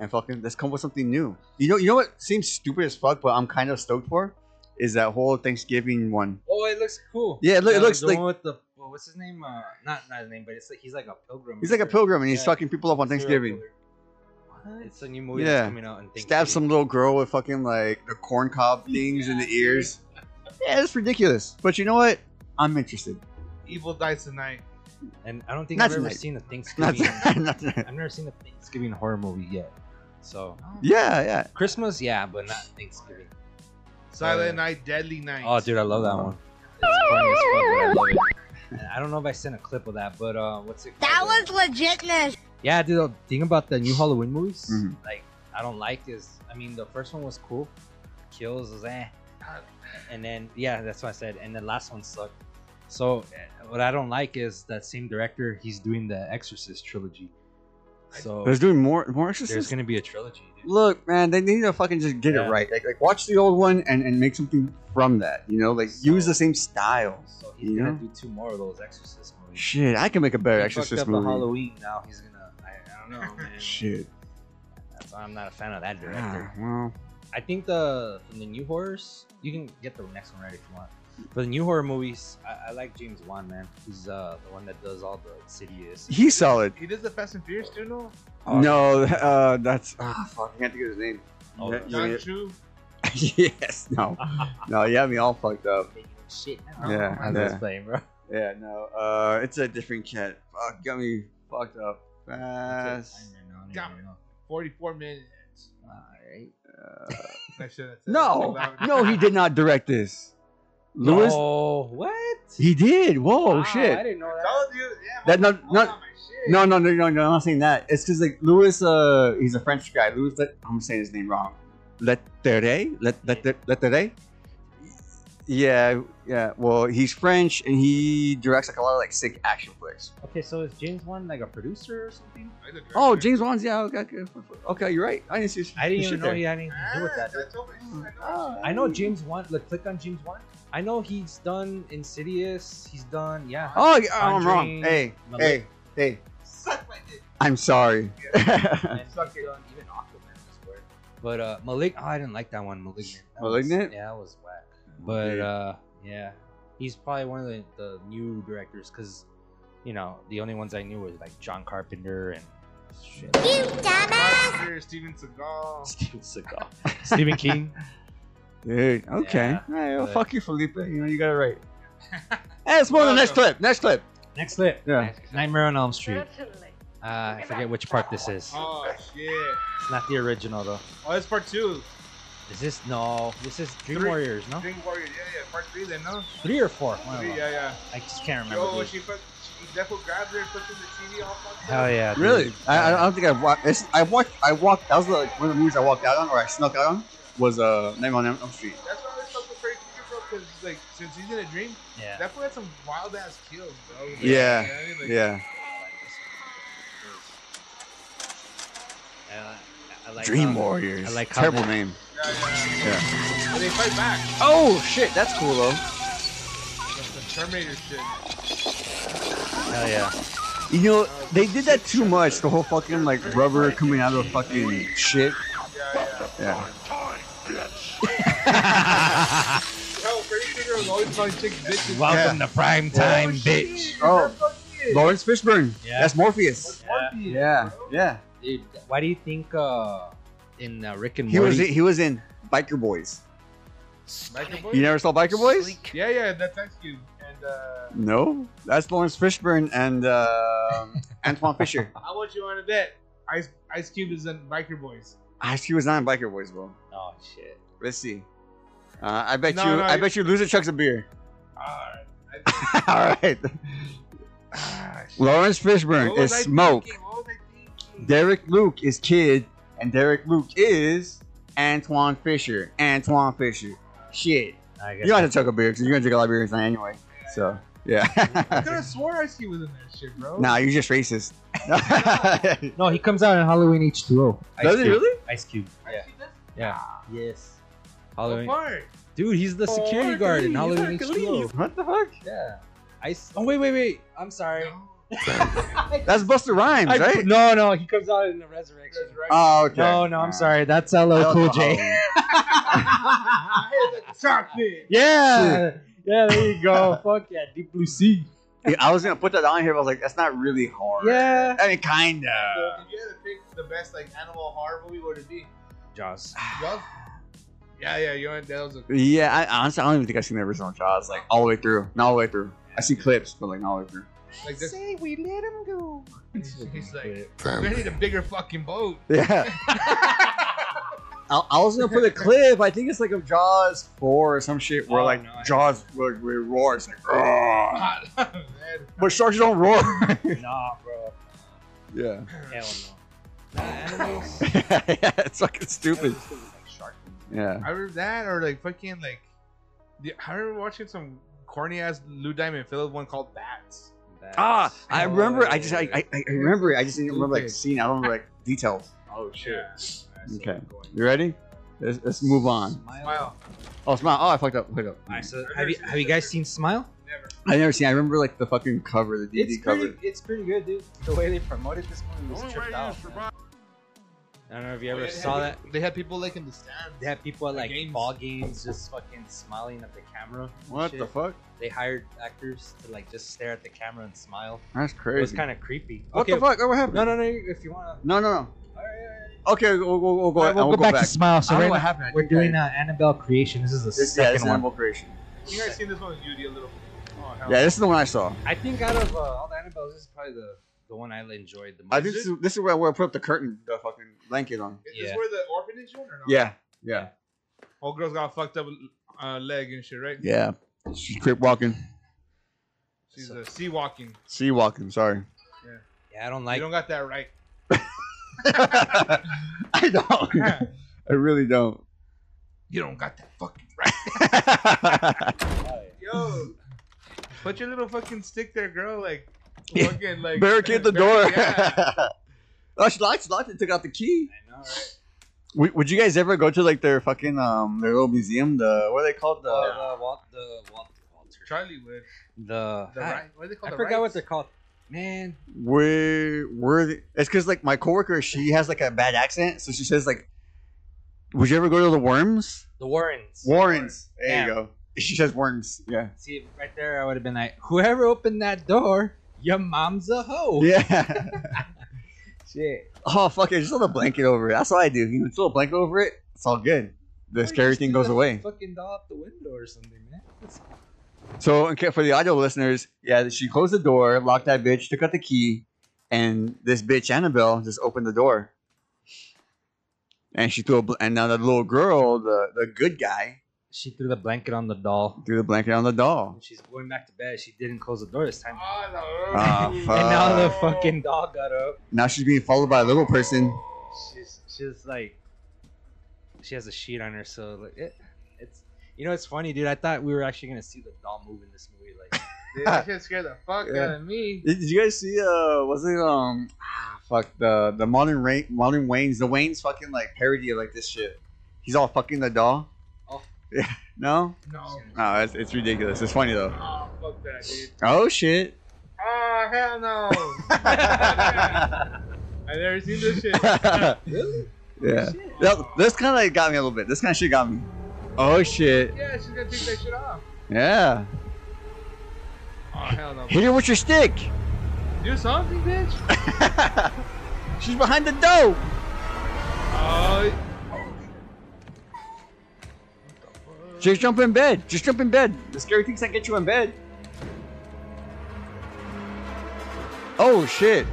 Speaker 1: and fucking let's come up with something new. You know, you know what seems stupid as fuck, but I'm kind of stoked for is that whole Thanksgiving one.
Speaker 3: Oh, it looks cool.
Speaker 1: Yeah, it loo- it
Speaker 3: The-
Speaker 1: looks
Speaker 3: the
Speaker 1: like-
Speaker 3: one with the well, what's his name? Uh, not not his name, but it's like he's like a pilgrim.
Speaker 1: He's like a pilgrim and he's
Speaker 3: Yeah.
Speaker 1: fucking people up on
Speaker 3: Serial
Speaker 1: Thanksgiving.
Speaker 3: killer. What? It's a new movie
Speaker 1: Yeah.
Speaker 3: that's coming out on Thanksgiving.
Speaker 1: Stab some little girl with fucking like the corn cob things in the ears. Yeah, it's ridiculous. But you know what? I'm interested.
Speaker 2: evil dies tonight.
Speaker 3: And I don't think
Speaker 1: Not
Speaker 3: I've ever
Speaker 1: tonight.
Speaker 3: seen a
Speaker 1: Not,
Speaker 3: Thanksgiving.
Speaker 1: not tonight.
Speaker 3: I've never seen a Thanksgiving horror movie yet. So
Speaker 1: Yeah, yeah.
Speaker 3: Christmas, yeah, but not Thanksgiving.
Speaker 2: Silent
Speaker 3: yeah.
Speaker 2: night, deadly night.
Speaker 3: Oh, dude, I love that one. It's funny as fuck, but I love it. And I don't know if I sent a clip of that, but uh, what's it?
Speaker 10: That
Speaker 3: called?
Speaker 10: was legitness.
Speaker 3: Yeah, dude. The thing about the new Halloween movies,
Speaker 1: Mhm.
Speaker 3: like I don't like is, I mean, the first one was cool, kills was eh, and then yeah, that's what I said, and the last one sucked. So eh, what I don't like is that same director, he's doing the Exorcist trilogy. So
Speaker 1: There's doing more more
Speaker 3: there's
Speaker 1: exorcists.
Speaker 3: gonna be a trilogy. Dude.
Speaker 1: Look, man, they need to fucking just get
Speaker 3: Yeah.
Speaker 1: it right. Like, like watch the old one and, and make something from that. You know, like use the same style.
Speaker 3: So he's
Speaker 1: You
Speaker 3: gonna
Speaker 1: know?
Speaker 3: do two more of those Exorcist movies.
Speaker 1: Shit, I can make a better
Speaker 3: He fucked
Speaker 1: Exorcist
Speaker 3: up
Speaker 1: movie.
Speaker 3: the Halloween. Now he's gonna. I, I don't know, man.
Speaker 1: Shit.
Speaker 3: That's why I'm not a fan of that director.
Speaker 1: Ah, well,
Speaker 3: I think the from the new horrors, you can get the next one right if you want. For the new horror movies, I, I like James Wan, man. He's uh, the one that does all the Insidious.
Speaker 1: he's solid.
Speaker 2: He does the Fast and Furious, too, no?
Speaker 3: Oh,
Speaker 1: no, uh, that's ah fuck. I can't think of his name.
Speaker 3: Oh,
Speaker 1: Yeah,
Speaker 2: John
Speaker 1: yeah.
Speaker 2: Chu.
Speaker 1: yes, no, no, you have me all fucked up.
Speaker 3: Making up shit.
Speaker 1: Yeah,
Speaker 3: I
Speaker 1: yeah.
Speaker 3: was playing, bro.
Speaker 1: Yeah, no, uh, it's a different cat. Fuck, got me fucked up. Fast.
Speaker 2: Damn it. 44 minutes. I shouldn't have said
Speaker 1: No,
Speaker 2: that out
Speaker 1: no,
Speaker 2: loud.
Speaker 1: he did not direct this. Lewis,
Speaker 3: Oh, what?
Speaker 1: he did. Whoa,
Speaker 3: Wow,
Speaker 1: shit.
Speaker 3: I didn't know
Speaker 2: I
Speaker 3: that.
Speaker 2: told you. Yeah,
Speaker 1: That not-
Speaker 2: hold
Speaker 1: not-
Speaker 2: on, my shit.
Speaker 1: No, no, no, no, no, I'm not saying that. It's because like Louis, uh, he's a French guy. Louis, Let- I'm saying his name wrong. Leterre, Let Leterre, Leterre. Yeah, yeah. Well, he's French and he directs like a lot of like sick action flicks.
Speaker 3: Okay, so is James Wan like a producer or something?
Speaker 2: I did
Speaker 1: Oh,
Speaker 2: right.
Speaker 1: James Wan's yeah. Okay, okay, okay, you're right. I didn't see. his-
Speaker 3: I didn't
Speaker 1: his shit
Speaker 3: even know
Speaker 1: there.
Speaker 3: he had anything to do with that.
Speaker 2: Ah, I told you, I know.
Speaker 3: I know James Wan. Like, click on James Wan. I know he's done Insidious. He's done yeah.
Speaker 1: Oh, yeah, I'm wrong.
Speaker 3: Conjuring,
Speaker 1: Hey,
Speaker 3: Malik.
Speaker 1: hey, hey.
Speaker 2: Suck my dick.
Speaker 1: I'm sorry.
Speaker 3: and suck it. Even Aquaman was weird. But uh, Malik, oh, I didn't like that one, Malignant. That was-
Speaker 1: Malignant?
Speaker 3: yeah, that was whack. But uh, yeah, he's probably one of the, the new directors because, you know, the only ones I knew was like John Carpenter and shit.
Speaker 7: You dumbass!
Speaker 2: Carpenter, Steven Seagal.
Speaker 3: Steven Seagal, Stephen King.
Speaker 1: Dude, okay.
Speaker 3: Yeah,
Speaker 1: All right, well,
Speaker 3: but-
Speaker 1: fuck you, Felipe. You know you got it right. Hey, let's move on to the next clip. Next clip.
Speaker 3: Next clip,
Speaker 1: Yeah.
Speaker 3: Nightmare on Elm Street. Uh, I forget which part this is.
Speaker 2: Oh, shit.
Speaker 3: It's not the original though.
Speaker 2: Oh, that's part two.
Speaker 3: Is this no? This is Dream
Speaker 2: Three.
Speaker 3: Warriors, no?
Speaker 2: Dream Warrior. Yeah, yeah. Part three, then, no?
Speaker 3: Three or four? one of
Speaker 2: Three,
Speaker 3: them.
Speaker 2: yeah, Oh, yeah.
Speaker 3: I just can't Oh, remember.
Speaker 2: Yo,
Speaker 3: dude.
Speaker 2: she fuck, she definitely grabbed her and put her in the TV all fucked
Speaker 3: Hell
Speaker 2: up.
Speaker 3: yeah! dude.
Speaker 1: Really? I, I don't think I've watched. It's, I watched. I walked. That was like one of the movies I walked out on, or I snuck out on. Was uh, Nightmare on Elm Elm Street.
Speaker 2: That's why this fucking crazy bro, because like since he's in a dream,
Speaker 3: Yeah.
Speaker 2: definitely had some wild ass kills, bro. Like,
Speaker 1: Yeah,
Speaker 2: you know what I mean? Like,
Speaker 1: Yeah.
Speaker 3: I, uh, um, I like
Speaker 1: Dream
Speaker 3: how-
Speaker 1: Warriors.
Speaker 3: I like how
Speaker 1: terrible
Speaker 3: they-
Speaker 1: name.
Speaker 2: Yeah, yeah. yeah. And they fight back.
Speaker 1: Oh shit, that's cool though.
Speaker 2: That's the Terminator shit.
Speaker 3: Hell yeah!
Speaker 1: You know they did that too much. The whole fucking like rubber coming out of the fucking shit.
Speaker 2: Yeah, yeah.
Speaker 1: Yeah.
Speaker 2: Yo, Freddy Krueger was always calling chicks bitches.
Speaker 3: Welcome to prime time, bitch.
Speaker 1: Oh, Lawrence Fishburne.
Speaker 3: Yeah.
Speaker 1: That's Morpheus.
Speaker 2: Morpheus,
Speaker 1: Yeah,
Speaker 2: bro.
Speaker 1: yeah.
Speaker 3: Dude, why do you think uh, in uh, Rick and
Speaker 1: He was
Speaker 3: Morty?
Speaker 1: he was in Biker Boys.
Speaker 2: Back and forth?
Speaker 1: You never saw Biker Boys?
Speaker 2: Yeah, yeah, that's Ice Cube. And uh,
Speaker 1: No, that's Lawrence Fishburne and uh, Antoine Fisher.
Speaker 2: I want you on a bet. Ice Ice Cube is in Biker Boys.
Speaker 1: Actually, Ah, was not in Biker Boys, bro.
Speaker 3: Oh shit.
Speaker 1: Let's see. Uh, I bet
Speaker 2: No,
Speaker 1: you.
Speaker 2: no,
Speaker 1: I
Speaker 2: you-
Speaker 1: bet you loser chucks a beer.
Speaker 2: Alright.
Speaker 1: All right.
Speaker 2: Ah, shit.
Speaker 1: Lawrence Fishburne
Speaker 2: What
Speaker 1: is
Speaker 2: was I
Speaker 1: Smoke.
Speaker 2: thinking? What was I thinking?
Speaker 1: Derek Luke is Kid, and Derek Luke is Antoine Fisher. Antoine Fisher. Shit.
Speaker 3: I guess.
Speaker 1: You gotta chuck a beer because you're gonna drink a lot of beer anyway. So
Speaker 2: I
Speaker 1: yeah.
Speaker 2: could have swore Ice Cube was in that shit, bro.
Speaker 1: nah, you're just racist.
Speaker 3: No, he comes out in Halloween H2O. Ice
Speaker 1: Does he
Speaker 3: Cube.
Speaker 1: really?
Speaker 3: Ice Cube.
Speaker 2: Ice Cube does?
Speaker 3: Yeah. Yes.
Speaker 2: So
Speaker 3: Halloween.
Speaker 2: far.
Speaker 3: Dude, he's
Speaker 1: Oh,
Speaker 3: the security guard in Halloween H2O.
Speaker 1: What the fuck?
Speaker 3: Yeah. Ice. Oh wait, wait, wait. I'm sorry.
Speaker 1: That's Buster Rhymes,
Speaker 3: I-
Speaker 1: right?
Speaker 3: No, no, he comes out in the resurrection.
Speaker 1: Oh, okay.
Speaker 3: No, no, I'm
Speaker 1: Nah.
Speaker 3: sorry. That's LL Cool J.
Speaker 2: Chocolate.
Speaker 3: Yeah, yeah. There you go. Fuck yeah, Deep Blue Sea.
Speaker 1: Yeah, I was gonna put that on here, but I was like, that's not really hard.
Speaker 3: Yeah.
Speaker 1: I mean, kinda.
Speaker 2: So if you had to pick the best like animal horror movie, what would it be?
Speaker 3: Jaws.
Speaker 2: Jaws? Yeah, yeah, you know that was a
Speaker 1: Yeah, I, honestly, I don't even think I've seen the original Jaws, like, all the way through. Not all the way through. I see clips, but, like, not all the way through.
Speaker 2: like this. Say we let him go. He's like, we need a bigger fucking boat.
Speaker 1: Yeah. I, I was gonna put a clip. I think it's, like, of Jaws 4 or some shit where,
Speaker 3: Oh,
Speaker 1: like,
Speaker 3: no.
Speaker 1: Jaws where, where it roars. Like, "Argh."
Speaker 2: God, man.
Speaker 1: but sharks don't roar.
Speaker 3: Nah, bro.
Speaker 1: yeah.
Speaker 3: Hell no. Nah, animals.
Speaker 1: yeah. It's fucking stupid. Yeah.
Speaker 2: I remember that or like fucking like. the- I remember watching some corny ass Lou Diamond Phillips one called Bats. Oh,
Speaker 1: Ah,
Speaker 3: Oh,
Speaker 1: I remember. I just, I, I, I remember. it. I just didn't remember, like,
Speaker 2: Stupid.
Speaker 1: seeing. I don't remember, like, details.
Speaker 2: Oh shit.
Speaker 1: Okay. You ready? Let's, let's move on.
Speaker 2: Smile.
Speaker 1: Oh, smile. Oh, I fucked up. Wait up.
Speaker 3: Alright, so have you have you guys seen Smile?
Speaker 1: I never seen. I remember like the fucking cover, the DVD cover.
Speaker 3: it's pretty good, dude. The way they promoted this movie was tripped out. I don't know if you ever saw that.
Speaker 2: They had people like in the stand.
Speaker 3: They had people at like
Speaker 2: Games.
Speaker 3: ball games just fucking smiling at the camera. and
Speaker 1: What
Speaker 3: shit.
Speaker 1: the fuck?
Speaker 3: They hired actors to like just stare at the camera and smile.
Speaker 1: That's
Speaker 3: It was
Speaker 1: crazy.
Speaker 3: kind of creepy.
Speaker 1: what the fuck? What happened?
Speaker 3: No, no, no. If you want to.
Speaker 1: no, no, no. Okay, we'll, we'll, we'll go.
Speaker 3: All
Speaker 1: Ahead,
Speaker 3: right, we'll
Speaker 1: we'll
Speaker 3: go back, to Smile.
Speaker 1: I
Speaker 3: So
Speaker 1: don't know
Speaker 3: right
Speaker 1: what
Speaker 3: now,
Speaker 1: happened. I
Speaker 3: we're
Speaker 1: think I-
Speaker 3: doing uh, Annabelle creation. This is the
Speaker 1: This, yeah,
Speaker 3: second
Speaker 1: this is
Speaker 3: one.
Speaker 1: Animal Creation.
Speaker 2: You guys seen this one with Judy a little? Oh, hell.
Speaker 1: Yeah, this is the one I saw.
Speaker 3: I think out of uh, all the Annabelles, this is probably the, the one I enjoyed the most.
Speaker 1: I think this is, this is where I put up the curtain, the fucking blanket on.
Speaker 2: Is this
Speaker 3: Yeah.
Speaker 2: where the orphanage one or not?
Speaker 1: Yeah, yeah,
Speaker 2: Old girl's got a fucked up uh, leg and shit, right?
Speaker 1: yeah. She's crip walking,
Speaker 2: She's uh, sea walking.
Speaker 1: sea walking. Sorry.
Speaker 3: yeah, I don't like.
Speaker 2: you don't got that right.
Speaker 1: I don't. I really don't.
Speaker 2: You don't got that fucking right. Yo, put your little fucking stick there, girl. Like,
Speaker 1: Yeah.
Speaker 2: fucking like
Speaker 1: Barricade the door.
Speaker 2: barricade- yeah.
Speaker 1: oh, she locked, she locked it. Took out the key.
Speaker 3: I know, right?
Speaker 1: Would, would you guys ever go to like their fucking um their little museum? The what are they called? The
Speaker 3: Uh, the Walt, the Walt, Walter.
Speaker 2: Charlie would.
Speaker 3: The,
Speaker 2: The
Speaker 3: I-
Speaker 2: right. What do they call
Speaker 3: I
Speaker 2: the
Speaker 3: forgot what
Speaker 2: rights?
Speaker 3: they're called. Man,
Speaker 1: where where the, it's because like my coworker she has like a bad accent, so she says like, "Would you ever go to the Worms?"
Speaker 3: the Warrens.
Speaker 1: Warrens. There
Speaker 3: Yeah.
Speaker 1: you go. She says Worms. Yeah.
Speaker 3: See, right there, I would have been like, whoever opened that door, your mom's a hoe.
Speaker 1: Yeah.
Speaker 3: Shit.
Speaker 1: oh fuck it! Just throw the blanket over it. That's what I do. You throw a blanket over it. It's all good. The scary thing goes away.
Speaker 3: Fucking doll out the window or something, man. That's-
Speaker 1: So okay, for the audio listeners, yeah, she closed the door, locked that bitch, took out the key, and this bitch Annabelle just opened the door. And she threw a bl- and now the little girl, the the good guy,
Speaker 3: She threw the blanket on the doll.
Speaker 1: threw the blanket on the
Speaker 3: When
Speaker 1: doll.
Speaker 3: she's going back to bed, she didn't close the door this time.
Speaker 2: Oh, no.
Speaker 1: Ah, fuck.
Speaker 3: and now the fucking doll got up.
Speaker 1: Now she's being followed by a little person.
Speaker 3: she's she's like she has a sheet on her so like it, it's you know it's funny dude i thought we were actually gonna see the doll move in this movie like
Speaker 2: Dude, that shit scared the fuck
Speaker 1: Yeah.
Speaker 2: out of me.
Speaker 1: Did, did you guys see? Uh, was it um, ah, fuck the the modern Ra- modern Wayne's the Wayne's fucking like parody of like this shit. He's all fucking the doll.
Speaker 3: Oh.
Speaker 1: Yeah. No.
Speaker 2: No.
Speaker 1: No, it's, it's ridiculous. It's funny though.
Speaker 2: Oh, fuck that, dude.
Speaker 1: Oh shit.
Speaker 2: Oh, hell no. Fuck that. I never seen this shit.
Speaker 1: really? Yeah. That- this kind of got me a little bit. This kind of shit got me. Oh shit.
Speaker 2: Yeah, she's gonna take that shit off.
Speaker 1: Yeah.
Speaker 2: Oh, hell no.
Speaker 1: Hit her with your stick.
Speaker 2: Do something, bitch.
Speaker 1: She's behind the door.
Speaker 2: Oh,
Speaker 1: Just jump in bed. Just jump in bed. The scary things that get you in bed. Oh shit.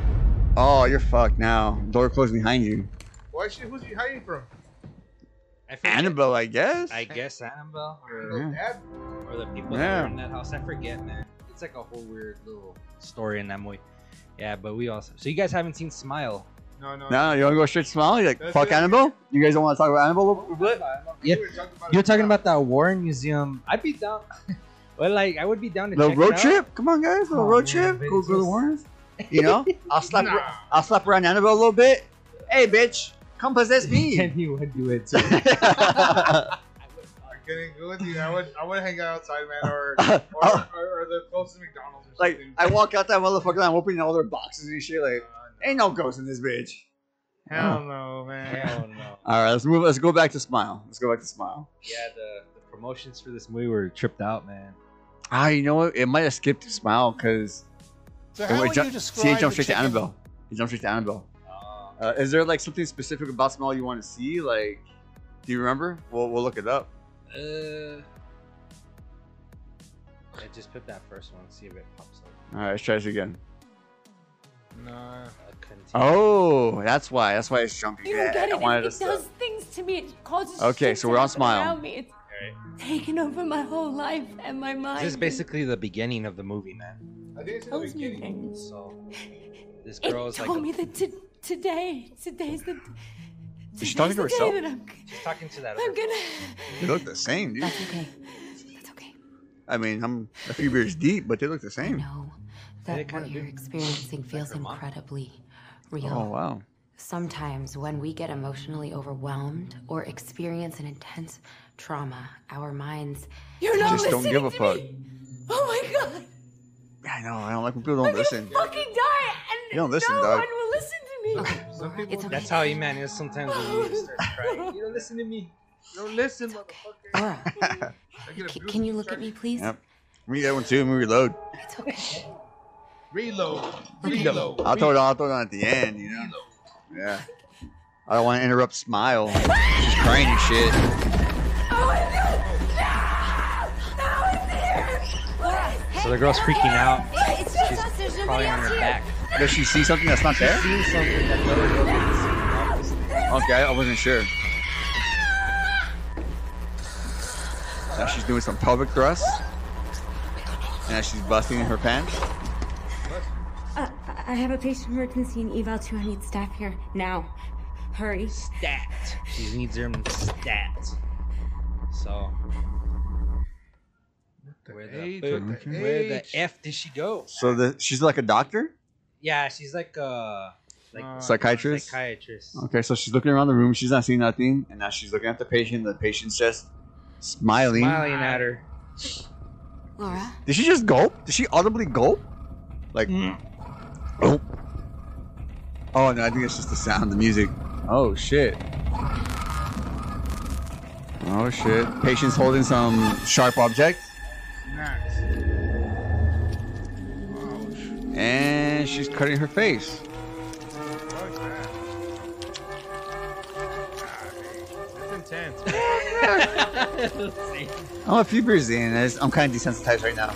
Speaker 1: Oh, you're fucked now. Door closed behind you.
Speaker 2: Why should who's he hiding from?
Speaker 3: I forget-
Speaker 1: Annabelle, I guess.
Speaker 3: I guess Annabelle or,
Speaker 2: His dad?
Speaker 3: or the people that
Speaker 1: Yeah.
Speaker 3: were in that house. I forget, man. It's like a whole weird little story in that movie. Yeah, but we also. So you guys haven't seen Smile?
Speaker 2: No, no.
Speaker 1: No, you wanna go straight smile? You're like
Speaker 2: That's
Speaker 1: fuck
Speaker 2: it.
Speaker 1: Annabelle? You guys don't want to talk about Annabelle?
Speaker 3: What?
Speaker 2: You
Speaker 3: Yeah.
Speaker 2: were talking about
Speaker 3: You're
Speaker 2: it
Speaker 3: talking
Speaker 2: now.
Speaker 3: about that war museum. I'd be down. well, like I would be down to
Speaker 1: The
Speaker 3: check it
Speaker 1: road
Speaker 3: out.
Speaker 1: trip? Come on, guys, little
Speaker 3: Oh,
Speaker 1: road
Speaker 3: man,
Speaker 1: trip.
Speaker 3: but
Speaker 1: Go
Speaker 3: it's
Speaker 1: go to
Speaker 3: just-
Speaker 1: Warren's. You know, I'll slap her,
Speaker 2: Nah.
Speaker 1: I'll slap around Annabelle a little bit. Hey, bitch, come possess me.
Speaker 3: And you would do it. Too.
Speaker 1: yeah,
Speaker 2: I couldn't go with you. I would, I would hang out outside, man, or
Speaker 1: Uh,
Speaker 2: or,
Speaker 3: Oh.
Speaker 1: uh,
Speaker 2: or, or the closest McDonald's or
Speaker 1: like
Speaker 2: something.
Speaker 1: I walk out that motherfucker, and I'm opening all their boxes and shit. Like, ain't no ghost in this bitch.
Speaker 2: Hell no, man.
Speaker 3: Hell no.
Speaker 1: All right, let's move. Let's go back to smile. Let's go back to smile.
Speaker 3: Yeah, the, the promotions for this movie were tripped out, man.
Speaker 1: Ah, you know what? It might have skipped smile because
Speaker 6: So
Speaker 1: it,
Speaker 6: how
Speaker 1: went-
Speaker 6: would
Speaker 1: ju-
Speaker 6: you
Speaker 1: see, it
Speaker 6: describe
Speaker 1: jumped
Speaker 6: the
Speaker 1: straight to
Speaker 6: chicken?
Speaker 1: Annabelle. It jumped straight to Annabelle.
Speaker 3: Uh,
Speaker 1: Uh, is there like something specific about smile you want to see? Like, do you remember? We'll we'll look it up.
Speaker 3: Uh, I just put that first one. See if it pops up.
Speaker 1: All right, let's try this again.
Speaker 2: Nah.
Speaker 3: Uh, continue.
Speaker 1: Oh, that's why. That's why it's jumping.
Speaker 11: You
Speaker 1: Yeah,
Speaker 11: don't get
Speaker 1: I
Speaker 11: it.
Speaker 1: wanted
Speaker 11: It,
Speaker 1: to
Speaker 11: it does things to me. It causes.
Speaker 1: Okay,
Speaker 11: shit
Speaker 1: so
Speaker 11: to
Speaker 1: we're on
Speaker 11: happen
Speaker 1: Smile.
Speaker 11: around me. It's taken over my whole life and my mind.
Speaker 3: This is basically the beginning of the movie, man.
Speaker 2: I think it's
Speaker 11: It
Speaker 2: in the
Speaker 11: tells me
Speaker 2: beginning.
Speaker 11: things.
Speaker 3: So this
Speaker 11: It
Speaker 3: girl is like
Speaker 11: told me that t- today, today's the.
Speaker 1: She's talking to
Speaker 11: today's the
Speaker 1: herself?
Speaker 11: Day that I'm,
Speaker 3: she's talking to that.
Speaker 11: I'm
Speaker 3: Other girl.
Speaker 11: gonna.
Speaker 1: They look the same, dude.
Speaker 11: That's okay. That's okay.
Speaker 1: I mean, I'm a few beers deep, but they look the
Speaker 11: I
Speaker 1: same.
Speaker 11: know
Speaker 3: they
Speaker 11: that
Speaker 3: kinda
Speaker 11: what
Speaker 3: do.
Speaker 11: you're experiencing feels
Speaker 3: her mom.
Speaker 11: incredibly real.
Speaker 1: Oh wow.
Speaker 11: Sometimes, when we get emotionally overwhelmed or experience an intense trauma, our minds. You're not
Speaker 1: Just don't
Speaker 11: listening
Speaker 1: give a
Speaker 11: to
Speaker 1: fuck.
Speaker 11: me! Oh my god!
Speaker 1: I know. I don't like when people don't
Speaker 11: I'm
Speaker 1: listen.
Speaker 11: gonna fucking die, and
Speaker 1: You don't listen,
Speaker 11: no
Speaker 1: dog.
Speaker 11: one will listen to me. Okay,
Speaker 2: Some people
Speaker 11: it's okay.
Speaker 3: That's how you man is sometimes when you just start crying. You don't listen to me.
Speaker 2: don't listen, motherfucker.
Speaker 11: Laura,
Speaker 2: I get a
Speaker 11: c-
Speaker 2: blue
Speaker 11: can you look at
Speaker 2: check.
Speaker 11: me, please?
Speaker 1: Yep. We get one too. and We reload.
Speaker 11: It's okay.
Speaker 2: Reload. Reload.
Speaker 1: I'll throw it. I'll throw it on at the end. You know. Yeah. I don't want to interrupt. Smile. She's crying and shit.
Speaker 3: So the girl's freaking out.
Speaker 10: It's just
Speaker 3: She's
Speaker 10: us. There's nobody
Speaker 3: crawling on
Speaker 10: else
Speaker 3: her
Speaker 10: here.
Speaker 3: back.
Speaker 1: Does she see something that's not there?
Speaker 3: Seeing something that the other girl didn't see. obviously.
Speaker 1: Okay, I I wasn't sure. Now she's doing some pelvic thrusts. Now she's busting her pants.
Speaker 11: Uh, I have a patient emergency in eval too. I need staff here now. Hurry.
Speaker 3: Stat. She needs her stat. So where the,
Speaker 2: H,
Speaker 3: fuck-
Speaker 2: what the
Speaker 3: where the
Speaker 2: H?
Speaker 3: f did she go?
Speaker 1: So the, she's like a doctor.
Speaker 3: Yeah, she's like a like
Speaker 2: Uh,
Speaker 1: Psychiatrist?
Speaker 3: Psychiatrist.
Speaker 1: Okay, so she's looking around the room. She's not seeing nothing, and now she's looking at the patient. The patient's just smiling.
Speaker 3: Smiling at her.
Speaker 11: Laura?
Speaker 1: Did she just gulp? Did she audibly gulp? Like, oh, oh no! I think it's just the sound, the music. Oh shit! Oh shit! Patient's holding some sharp object,
Speaker 2: Nice.
Speaker 1: and she's cutting her face.
Speaker 2: Fuck that. That's intense.
Speaker 1: I'm a few beers in. I just- I'm kind of desensitized right now.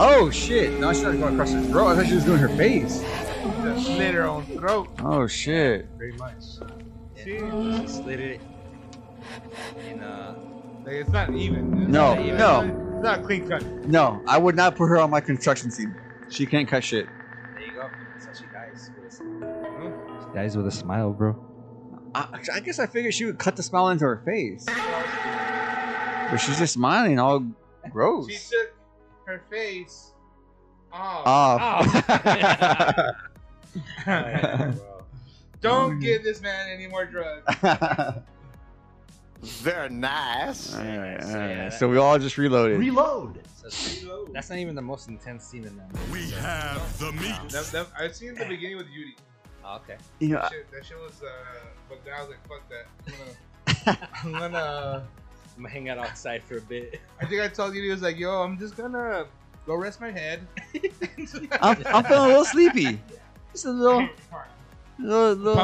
Speaker 1: oh shit! No, she's not going across her throat. I thought she was doing her face.
Speaker 2: Just slit her own throat.
Speaker 1: Oh shit!
Speaker 3: Pretty much.
Speaker 2: See?
Speaker 3: Yeah, she slid it. And uh,
Speaker 2: Like, it's not even. It's
Speaker 1: No,
Speaker 2: not even.
Speaker 1: no.
Speaker 2: It's not clean cut.
Speaker 1: No, I would not put her on my construction team. She can't cut shit.
Speaker 3: there you go. So she dies with a smile. She dies with a smile, bro.
Speaker 1: I, I guess I figured she would cut the smile into her face. But she's just smiling all
Speaker 2: She
Speaker 1: gross.
Speaker 2: took her face off.
Speaker 1: Ah. Off. Ah. Mm.
Speaker 2: Don't give this man any more drugs.
Speaker 9: Very nice.
Speaker 1: Alright,
Speaker 3: So, yeah,
Speaker 1: alright.
Speaker 3: that-
Speaker 1: So we all just reloaded.
Speaker 6: Reload.
Speaker 3: So she- that's not even the most intense scene in that. movie.
Speaker 8: We have the meat.
Speaker 2: That- that- I've seen the beginning with Yuri.
Speaker 3: Oh, okay.
Speaker 1: You know,
Speaker 2: That shit, that shit was, uh, but then I was like, fuck that. I'm gonna, I'm gonna.
Speaker 3: I'm gonna hang out outside for a bit.
Speaker 2: I think I told Yuri, he was like, yo, I'm just gonna go rest my head.
Speaker 1: I'm, I'm feeling a little sleepy. Just a little, little,
Speaker 2: Pump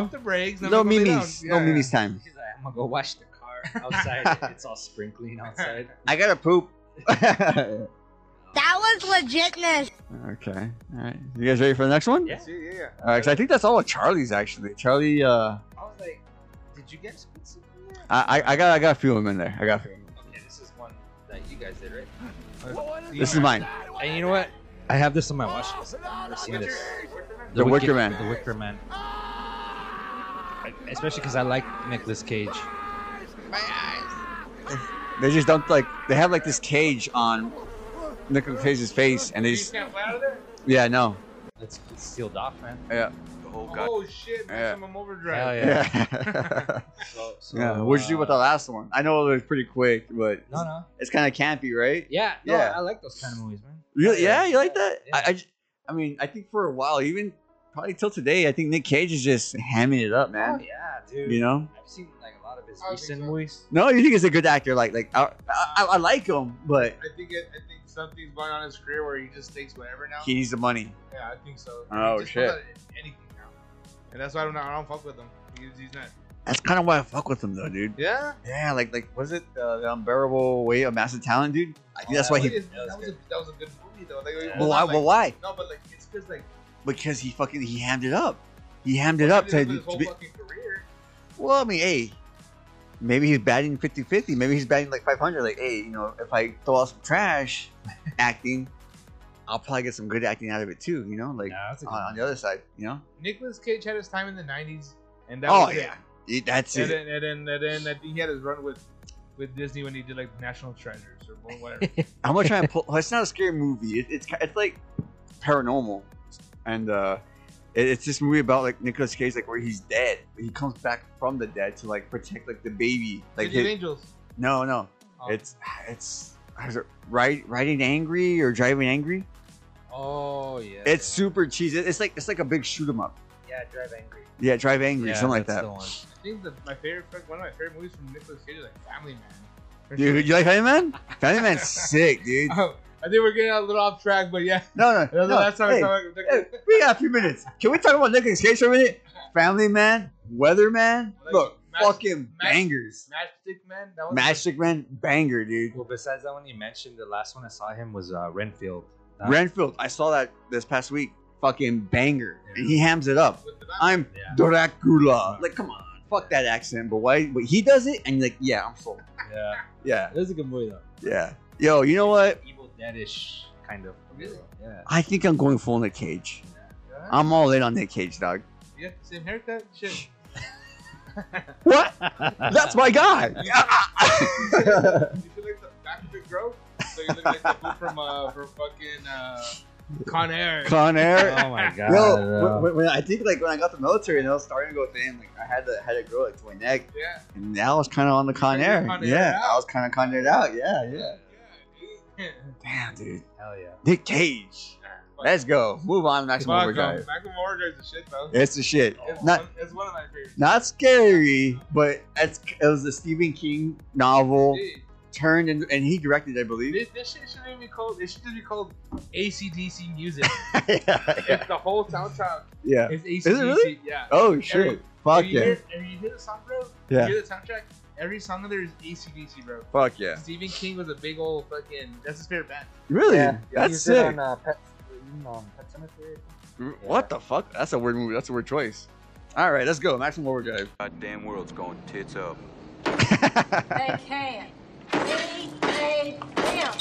Speaker 1: little,
Speaker 2: the brakes. I'm
Speaker 1: little
Speaker 2: gonna lay down.
Speaker 1: mimis. Little
Speaker 2: Yeah.
Speaker 1: mimis time.
Speaker 3: She's like, I'm gonna go wash the car outside. it's all sprinkling outside.
Speaker 1: I gotta poop.
Speaker 10: That was legitness.
Speaker 1: Okay. All right. You guys ready for the next one?
Speaker 2: Yeah. Yeah. yeah.
Speaker 1: All right. 'cause I think that's all of Charlie's actually. Charlie. Uh,
Speaker 2: I was like, did you guys put something there?
Speaker 1: I, I I got I got a few of them in there. I got a few.
Speaker 2: Okay, this is one that you guys did, right?
Speaker 1: This is mine.
Speaker 3: And you know what? I have this on my watch. list. I've never seen this.
Speaker 1: The Wicker
Speaker 3: Wicked-
Speaker 1: Man.
Speaker 3: The Wicker Man. I- Especially because I like Nicolas Cage.
Speaker 1: They just dumped like they have like this cage on Nicolas Cage's face, and they
Speaker 2: You
Speaker 1: just
Speaker 2: can't fly out of there?
Speaker 1: yeah no
Speaker 3: It's, it's sealed off, man.
Speaker 1: yeah
Speaker 9: Oh god.
Speaker 2: Oh shit,
Speaker 1: Yeah.
Speaker 2: maximum
Speaker 3: Hell
Speaker 2: overdrive.
Speaker 3: yeah.
Speaker 1: yeah.
Speaker 3: So, so,
Speaker 1: yeah. What'd you do with the
Speaker 3: uh,
Speaker 1: last one? I know it was pretty quick, but
Speaker 3: No, no.
Speaker 1: it's kind of campy, right?
Speaker 3: Yeah, no,
Speaker 1: Yeah.
Speaker 3: I like those kind of movies, man.
Speaker 1: Really? Yeah, you like that?
Speaker 3: Yeah.
Speaker 1: I, I, j- I mean, I think for a while, even probably till today, I think Nick Cage is just hamming it up,
Speaker 3: Oh
Speaker 1: man.
Speaker 3: yeah, dude.
Speaker 1: You know?
Speaker 3: I've seen like a lot of his
Speaker 2: I think
Speaker 3: recent
Speaker 2: so.
Speaker 3: movies.
Speaker 1: No, you think he's a good actor? Like, like I, I, I like him, but
Speaker 2: I think it, I think something's going on in his career where he just takes whatever now.
Speaker 1: he needs the money.
Speaker 2: yeah, I think so.
Speaker 1: Oh,
Speaker 2: he just
Speaker 1: shit.
Speaker 2: pulls out Anything now, and that's why I don't I don't fuck with him. He's, he's not.
Speaker 1: That's kind of why I fuck with him, though, dude.
Speaker 2: Yeah.
Speaker 1: Yeah, like, like, was it uh, the unbearable weight of massive talent, dude? I think
Speaker 3: Oh,
Speaker 1: that's
Speaker 3: that
Speaker 1: why
Speaker 2: That
Speaker 1: he.
Speaker 2: was, that, was a, that was a good movie though. Like,
Speaker 3: Yeah.
Speaker 1: Well, why?
Speaker 2: not
Speaker 1: Well,
Speaker 2: like-
Speaker 1: why?
Speaker 2: No, but like it's because like
Speaker 1: Because he fucking he hammed it up. He hammed it up
Speaker 2: he
Speaker 1: to,
Speaker 2: did his whole
Speaker 1: to be,
Speaker 2: fucking career.
Speaker 1: Well, I mean, hey, maybe he's batting 50 50. Maybe he's batting like 500. Like, hey, you know, if I throw out some trash acting, I'll probably get some good acting out of it too, you know? Like, uh,
Speaker 3: Yeah, that's a good
Speaker 1: on, on the other side, you know?
Speaker 2: Nicolas Cage had his time in the '90s, and that
Speaker 1: oh,
Speaker 2: was it.
Speaker 1: yeah. Yeah, That's
Speaker 2: And
Speaker 1: it.
Speaker 2: then, and then, and then, I think he had his run with, with Disney when he did like National Treasures or whatever.
Speaker 1: I'm going to try and pull. It's not a scary movie. It, it's, ki- it's like paranormal. And uh, it, it's this movie about like Nicolas Cage, like where he's dead. He comes back from the dead to like protect like the baby. Like,
Speaker 2: City of
Speaker 1: his-
Speaker 2: Angels.
Speaker 1: no, no.
Speaker 2: Oh.
Speaker 1: It's, it's, is it right, riding angry or driving angry?
Speaker 3: Oh yeah.
Speaker 1: It's super cheesy. It's like it's like a big shoot 'em up.
Speaker 3: yeah. Drive Angry.
Speaker 1: Yeah, drive angry, something like
Speaker 3: that's
Speaker 1: that.
Speaker 3: the one.
Speaker 2: I think the, my favorite, one of my favorite movies from Nicolas Cage is like Family Man. Or
Speaker 1: Dude,
Speaker 2: something.
Speaker 1: you like Family Man? Family Man's sick, dude.
Speaker 2: Oh, I think we're getting a little off track, but yeah,
Speaker 1: No, no,
Speaker 2: that was the
Speaker 1: no.
Speaker 2: last time
Speaker 1: hey,
Speaker 2: I saw it.
Speaker 1: hey, we got a few minutes. Can we talk about Nicolas Cage for a minute? Family Man, Weatherman,
Speaker 2: Like,
Speaker 1: look,
Speaker 2: Match-
Speaker 1: fucking
Speaker 2: Match-
Speaker 1: bangers.
Speaker 2: Matchstick Man. That was
Speaker 1: Matchstick Man, banger, dude.
Speaker 3: Well, besides that one you mentioned, the last one I saw him was uh, Renfield. That-
Speaker 1: Renfield, I saw that this past week. Fucking banger, and he hams it up. I'm
Speaker 3: Yeah.
Speaker 1: Dracula. Like, come on, fuck that accent. But why? But he does it, and you're like, yeah, I'm sold.
Speaker 3: Yeah.
Speaker 1: Yeah,
Speaker 3: It was a good movie though.
Speaker 1: yeah. Yo, you know what?
Speaker 3: Evil Deadish kind of.
Speaker 2: Really?
Speaker 3: Yeah.
Speaker 1: I think I'm going full Nick Cage.
Speaker 2: Yeah.
Speaker 1: I'm all in on Nick Cage, dog.
Speaker 2: yeah, same haircut. Shit.
Speaker 1: What? That's my guy.
Speaker 2: You feel like the back of the grove? So you look like the fool from uh from fucking uh Con Air.
Speaker 1: Con Air.
Speaker 3: oh my god.
Speaker 1: Yo,
Speaker 3: uh,
Speaker 1: when, when, when I think like when I got the military and I was starting to go thin, like I had to had to grow like to my neck,
Speaker 2: yeah.
Speaker 1: and that was kind of on the Con
Speaker 2: You're
Speaker 1: Air.
Speaker 2: Con Air
Speaker 1: Yeah,
Speaker 2: out.
Speaker 1: I was kind of Con Air out. Yeah, yeah.
Speaker 2: Yeah.
Speaker 1: Damn, dude.
Speaker 3: hell yeah.
Speaker 1: Nick Cage. Let's go. Move on. Next
Speaker 2: Maximum
Speaker 1: one,
Speaker 2: Overdrive.
Speaker 1: guys.
Speaker 2: Maximum Overdrive is the shit though.
Speaker 1: It's the shit.
Speaker 2: It's,
Speaker 1: Not
Speaker 2: one, it's one of my favorites.
Speaker 1: not scary, but it's, it was a Stephen King novel
Speaker 2: Dude,
Speaker 1: turned and, and he directed, I believe.
Speaker 2: This, this shit shouldn't even be called. It should just be called ACDC music.
Speaker 1: yeah, yeah,
Speaker 2: If the whole soundtrack
Speaker 1: yeah.
Speaker 2: is ACDC.
Speaker 1: really?
Speaker 2: Yeah.
Speaker 1: Oh shit! Fuck
Speaker 2: if you
Speaker 1: yeah!
Speaker 2: Hear, if you hear the song, bro,
Speaker 1: Yeah.
Speaker 2: you hear the soundtrack, every song of there is ACDC, bro.
Speaker 1: Fuck yeah!
Speaker 2: Stephen King was a big old fucking. That's his favorite band.
Speaker 1: Really?
Speaker 5: Yeah,
Speaker 1: That's
Speaker 5: used it
Speaker 1: sick.
Speaker 5: on, uh, Pet- on Pet Sematary.
Speaker 1: R- What the fuck? That's a weird movie. That's a weird choice. All right, let's go. Maximum Overdrive.
Speaker 9: Goddamn world's going tits up.
Speaker 10: They can. They, they, them.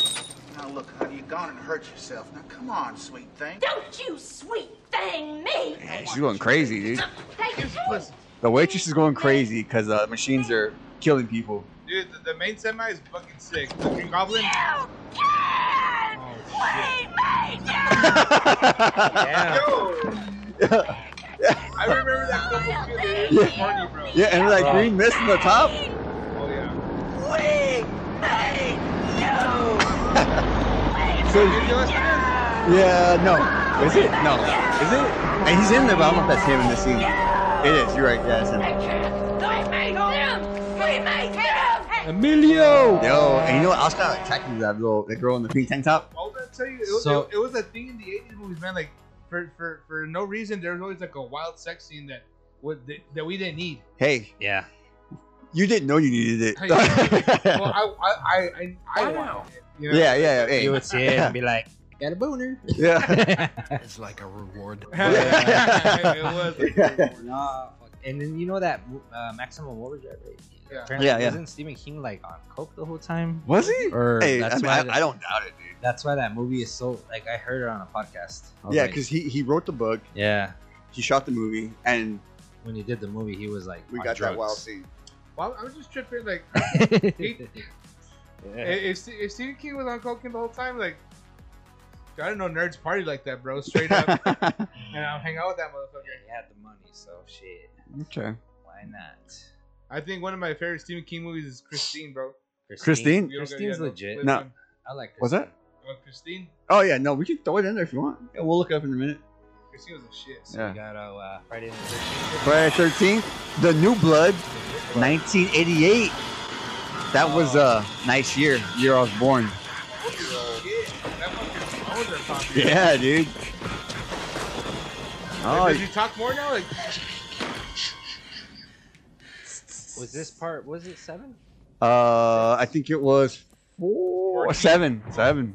Speaker 9: Now look, honey, you're gone and hurt yourself. Now come on, sweet thing.
Speaker 10: Don't you sweet thing me!
Speaker 1: Yeah, she's going crazy, dude.
Speaker 10: Hey,
Speaker 2: Plus,
Speaker 1: The waitress is going crazy because uh, machines are killing people.
Speaker 2: dude, the, the main semi is fucking sick. The Green Goblin.
Speaker 10: you can!
Speaker 2: Oh,
Speaker 10: We made you!
Speaker 1: yeah.
Speaker 2: Yo, I remember that couple too. They were horny, bro.
Speaker 1: yeah, and like green mist in the top.
Speaker 2: Oh yeah.
Speaker 10: We made you!
Speaker 1: So
Speaker 2: Did you listen to
Speaker 1: Yeah, no. Is it? No. Is it? And he's in there, but I don't know if that's him in the scene. It is. You're right. Yeah, it's him.
Speaker 10: We made them! We made them!
Speaker 3: Emilio.
Speaker 1: Yo, and you know what? I was kind of attracted to that little that girl in the pink tank top.
Speaker 2: this? I was gonna tell you, it was,
Speaker 3: So-
Speaker 2: it, was a thing in the '80s movies, man. Like for for for no reason, there was always like a wild sex scene that was that, that we didn't need.
Speaker 1: Hey,
Speaker 3: Yeah.
Speaker 1: you didn't know you needed
Speaker 2: Hey, well,
Speaker 1: it.
Speaker 2: I I I I, I wanted it. You know?
Speaker 1: yeah, yeah, yeah.
Speaker 3: You
Speaker 1: Hey.
Speaker 3: would see it and be like, got a boner.
Speaker 1: Yeah.
Speaker 3: it's like a reward.
Speaker 2: Yeah, it was like a reward.
Speaker 3: Nah, fuck. and then you know that mo- uh, maximum overdrive rate.
Speaker 2: Yeah.
Speaker 3: Apparently,
Speaker 1: Yeah, yeah.
Speaker 3: Wasn't Stephen King like on coke the whole time?
Speaker 1: Was he?
Speaker 3: Or
Speaker 1: hey,
Speaker 3: that's
Speaker 1: I, mean,
Speaker 3: why
Speaker 1: I, I don't doubt it, dude.
Speaker 3: That's why that movie is so like I heard it on a podcast. I was
Speaker 1: Yeah,
Speaker 3: like,
Speaker 1: because he, he wrote the book,
Speaker 3: yeah,
Speaker 1: he shot the movie, and
Speaker 3: when he did the movie, he was like,
Speaker 1: we
Speaker 3: on
Speaker 1: got that wild
Speaker 3: drugs.
Speaker 1: scene.
Speaker 2: Well, I was just tripping. Like, he- if, Ste- if Stephen King was on cocaine the whole time, like, I don't know nerds party like that, bro. Straight up, and I'll hang out with that motherfucker.
Speaker 3: he had the money, so shit.
Speaker 1: okay.
Speaker 3: Why not?
Speaker 2: I think one of my favorite Stephen King movies is Christine, bro.
Speaker 1: Christine?
Speaker 2: You don't get-
Speaker 3: Christine's
Speaker 2: yeah, no,
Speaker 3: legit.
Speaker 2: which
Speaker 1: No.
Speaker 2: one?
Speaker 3: I like. Christine.
Speaker 1: Was that?
Speaker 2: Oh, Christine.
Speaker 1: Oh, yeah, no, we can throw it in there if you want. Yeah, we'll look it up in a minute.
Speaker 2: Christine was a shit.
Speaker 1: Yeah.
Speaker 3: We got uh, uh, Friday the
Speaker 1: Friday Thirteenth, The New Blood, 1988. That was a nice year. Year I was born.
Speaker 2: Shit. That fucking bones are popping.
Speaker 1: Yeah, dude.
Speaker 2: Like,
Speaker 1: Oh,
Speaker 2: Did you talk more now? Like,
Speaker 3: 13th. Was this part? Was it seven?
Speaker 1: uh, I think it was four, seven, seven.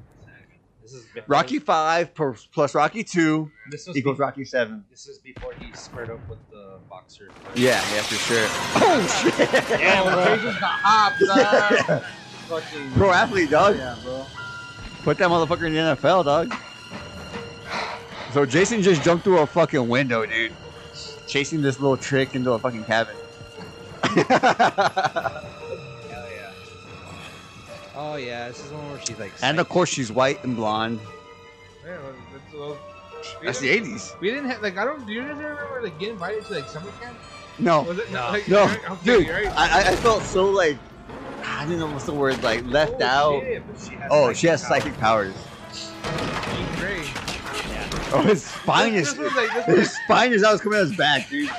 Speaker 3: This is before-
Speaker 1: Rocky Five per- plus Rocky Two
Speaker 3: This was
Speaker 1: equals
Speaker 3: be-
Speaker 1: Rocky Seven.
Speaker 3: This is before he squared up with the boxer.
Speaker 1: Yeah, yeah, for sure. Oh shit!
Speaker 2: Jason's got hops. Uh, fucking.
Speaker 1: Pro athlete, dog.
Speaker 2: Yeah, bro.
Speaker 1: Put that motherfucker in the NFL, dog. So Jason just jumped through a fucking window, dude. Chasing this little trick into a fucking cabin.
Speaker 3: Hell yeah. Oh yeah, this is one where she's like.
Speaker 1: and of course, she's white and blonde.
Speaker 2: Man, well, that's a little- we
Speaker 1: That's the
Speaker 2: didn't-
Speaker 1: 80s.
Speaker 2: We didn't have like I don't. Do you guys remember like getting invited to like summer camp?
Speaker 1: Oh, No,
Speaker 2: Was it
Speaker 3: No.
Speaker 2: Like,
Speaker 1: no,
Speaker 2: right? Okay,
Speaker 1: dude.
Speaker 2: right.
Speaker 1: I, I- I felt so like I didn't know what's the word like left
Speaker 2: Oh,
Speaker 1: out.
Speaker 2: shit, but she has,
Speaker 1: Oh,
Speaker 2: like,
Speaker 1: she has
Speaker 2: power.
Speaker 1: psychic powers.
Speaker 2: She's great.
Speaker 1: Oh, his spine
Speaker 2: This-
Speaker 1: is
Speaker 2: this was like- this
Speaker 1: his spine is always coming out his back, dude.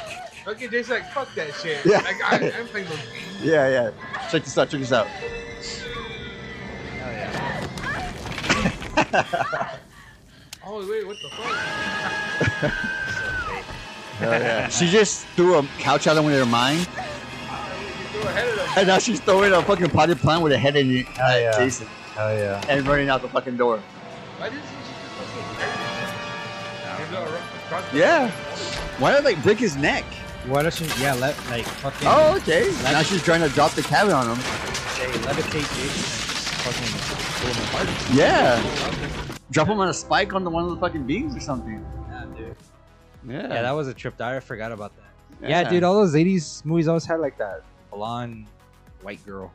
Speaker 2: Okay, Jason's like fuck that shit.
Speaker 1: Yeah.
Speaker 2: Like I, I'm playing those games.
Speaker 1: Yeah, yeah. Check this out. Check this out.
Speaker 3: Hell yeah.
Speaker 2: Oh wait, what the fuck?
Speaker 1: Oh, She just threw a couch out of one of her mind.
Speaker 2: You ahead of them.
Speaker 1: And now she's throwing a fucking potted plant with a head in it at
Speaker 3: yeah.
Speaker 1: Jason
Speaker 3: Hell yeah.
Speaker 1: and running out the fucking door.
Speaker 2: Why didn't she just fucking carry him? They go around- across the-
Speaker 1: Yeah. Why did like break his neck?
Speaker 3: Why does she? Yeah, let like fucking.
Speaker 1: Oh, okay. Now she's trying to drop the cabin on him.
Speaker 3: Say, levitate Jason. Fucking pull him apart.
Speaker 1: Yeah. Drop him on a spike onto one of the fucking beams or something.
Speaker 3: Yeah, dude.
Speaker 1: Yeah.
Speaker 3: Yeah, that was a trip. I forgot about that. Yeah, dude. All those '80s movies always had like that blonde, white girl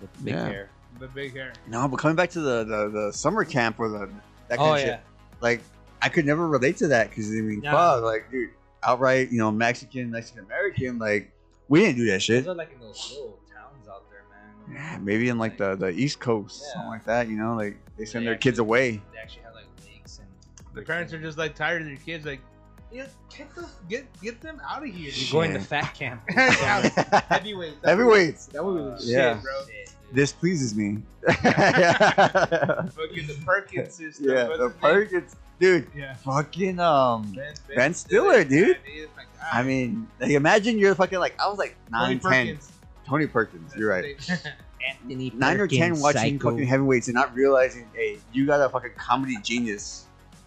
Speaker 3: with big
Speaker 1: Yeah.
Speaker 3: hair.
Speaker 2: The big hair.
Speaker 1: No, but coming back to the the, the summer camp or the that kind
Speaker 3: Oh
Speaker 1: of
Speaker 3: yeah.
Speaker 1: shit. Like I could never relate to that because I mean,
Speaker 3: Yeah.
Speaker 1: fuck, like dude, outright, you know, Mexican, Mexican American, like we didn't do that shit.
Speaker 3: Those are like in those little towns out there, man.
Speaker 1: Yeah, maybe in like the, the East Coast,
Speaker 3: Yeah.
Speaker 1: something like that. You know, like they send
Speaker 3: They
Speaker 1: their kids
Speaker 3: actually-
Speaker 1: away.
Speaker 3: They actually had like lakes and.
Speaker 2: The parents are just like tired of their kids. Like, you know, get the get get them out of here.
Speaker 3: You're going to fat camp.
Speaker 2: Yeah, Heavyweight.
Speaker 1: Heavyweights.
Speaker 2: That movie was shit,
Speaker 1: Yeah.
Speaker 2: bro.
Speaker 1: This pleases me. yeah,
Speaker 2: Fucking the Perkins system.
Speaker 1: the
Speaker 2: What's his name?
Speaker 1: Perkins, dude.
Speaker 2: Yeah.
Speaker 1: Fucking um,
Speaker 2: Ben,
Speaker 1: Ben Stiller, dude.
Speaker 2: Yeah, dude. Like, ah.
Speaker 1: I mean, like, imagine you're fucking like I was like
Speaker 2: Tony
Speaker 1: nine, ten.
Speaker 2: Perkins.
Speaker 1: Tony Perkins, you're right.
Speaker 3: Anthony
Speaker 1: Nine or ten watching fucking heavyweights and not realizing, hey, you got a fucking comedy genius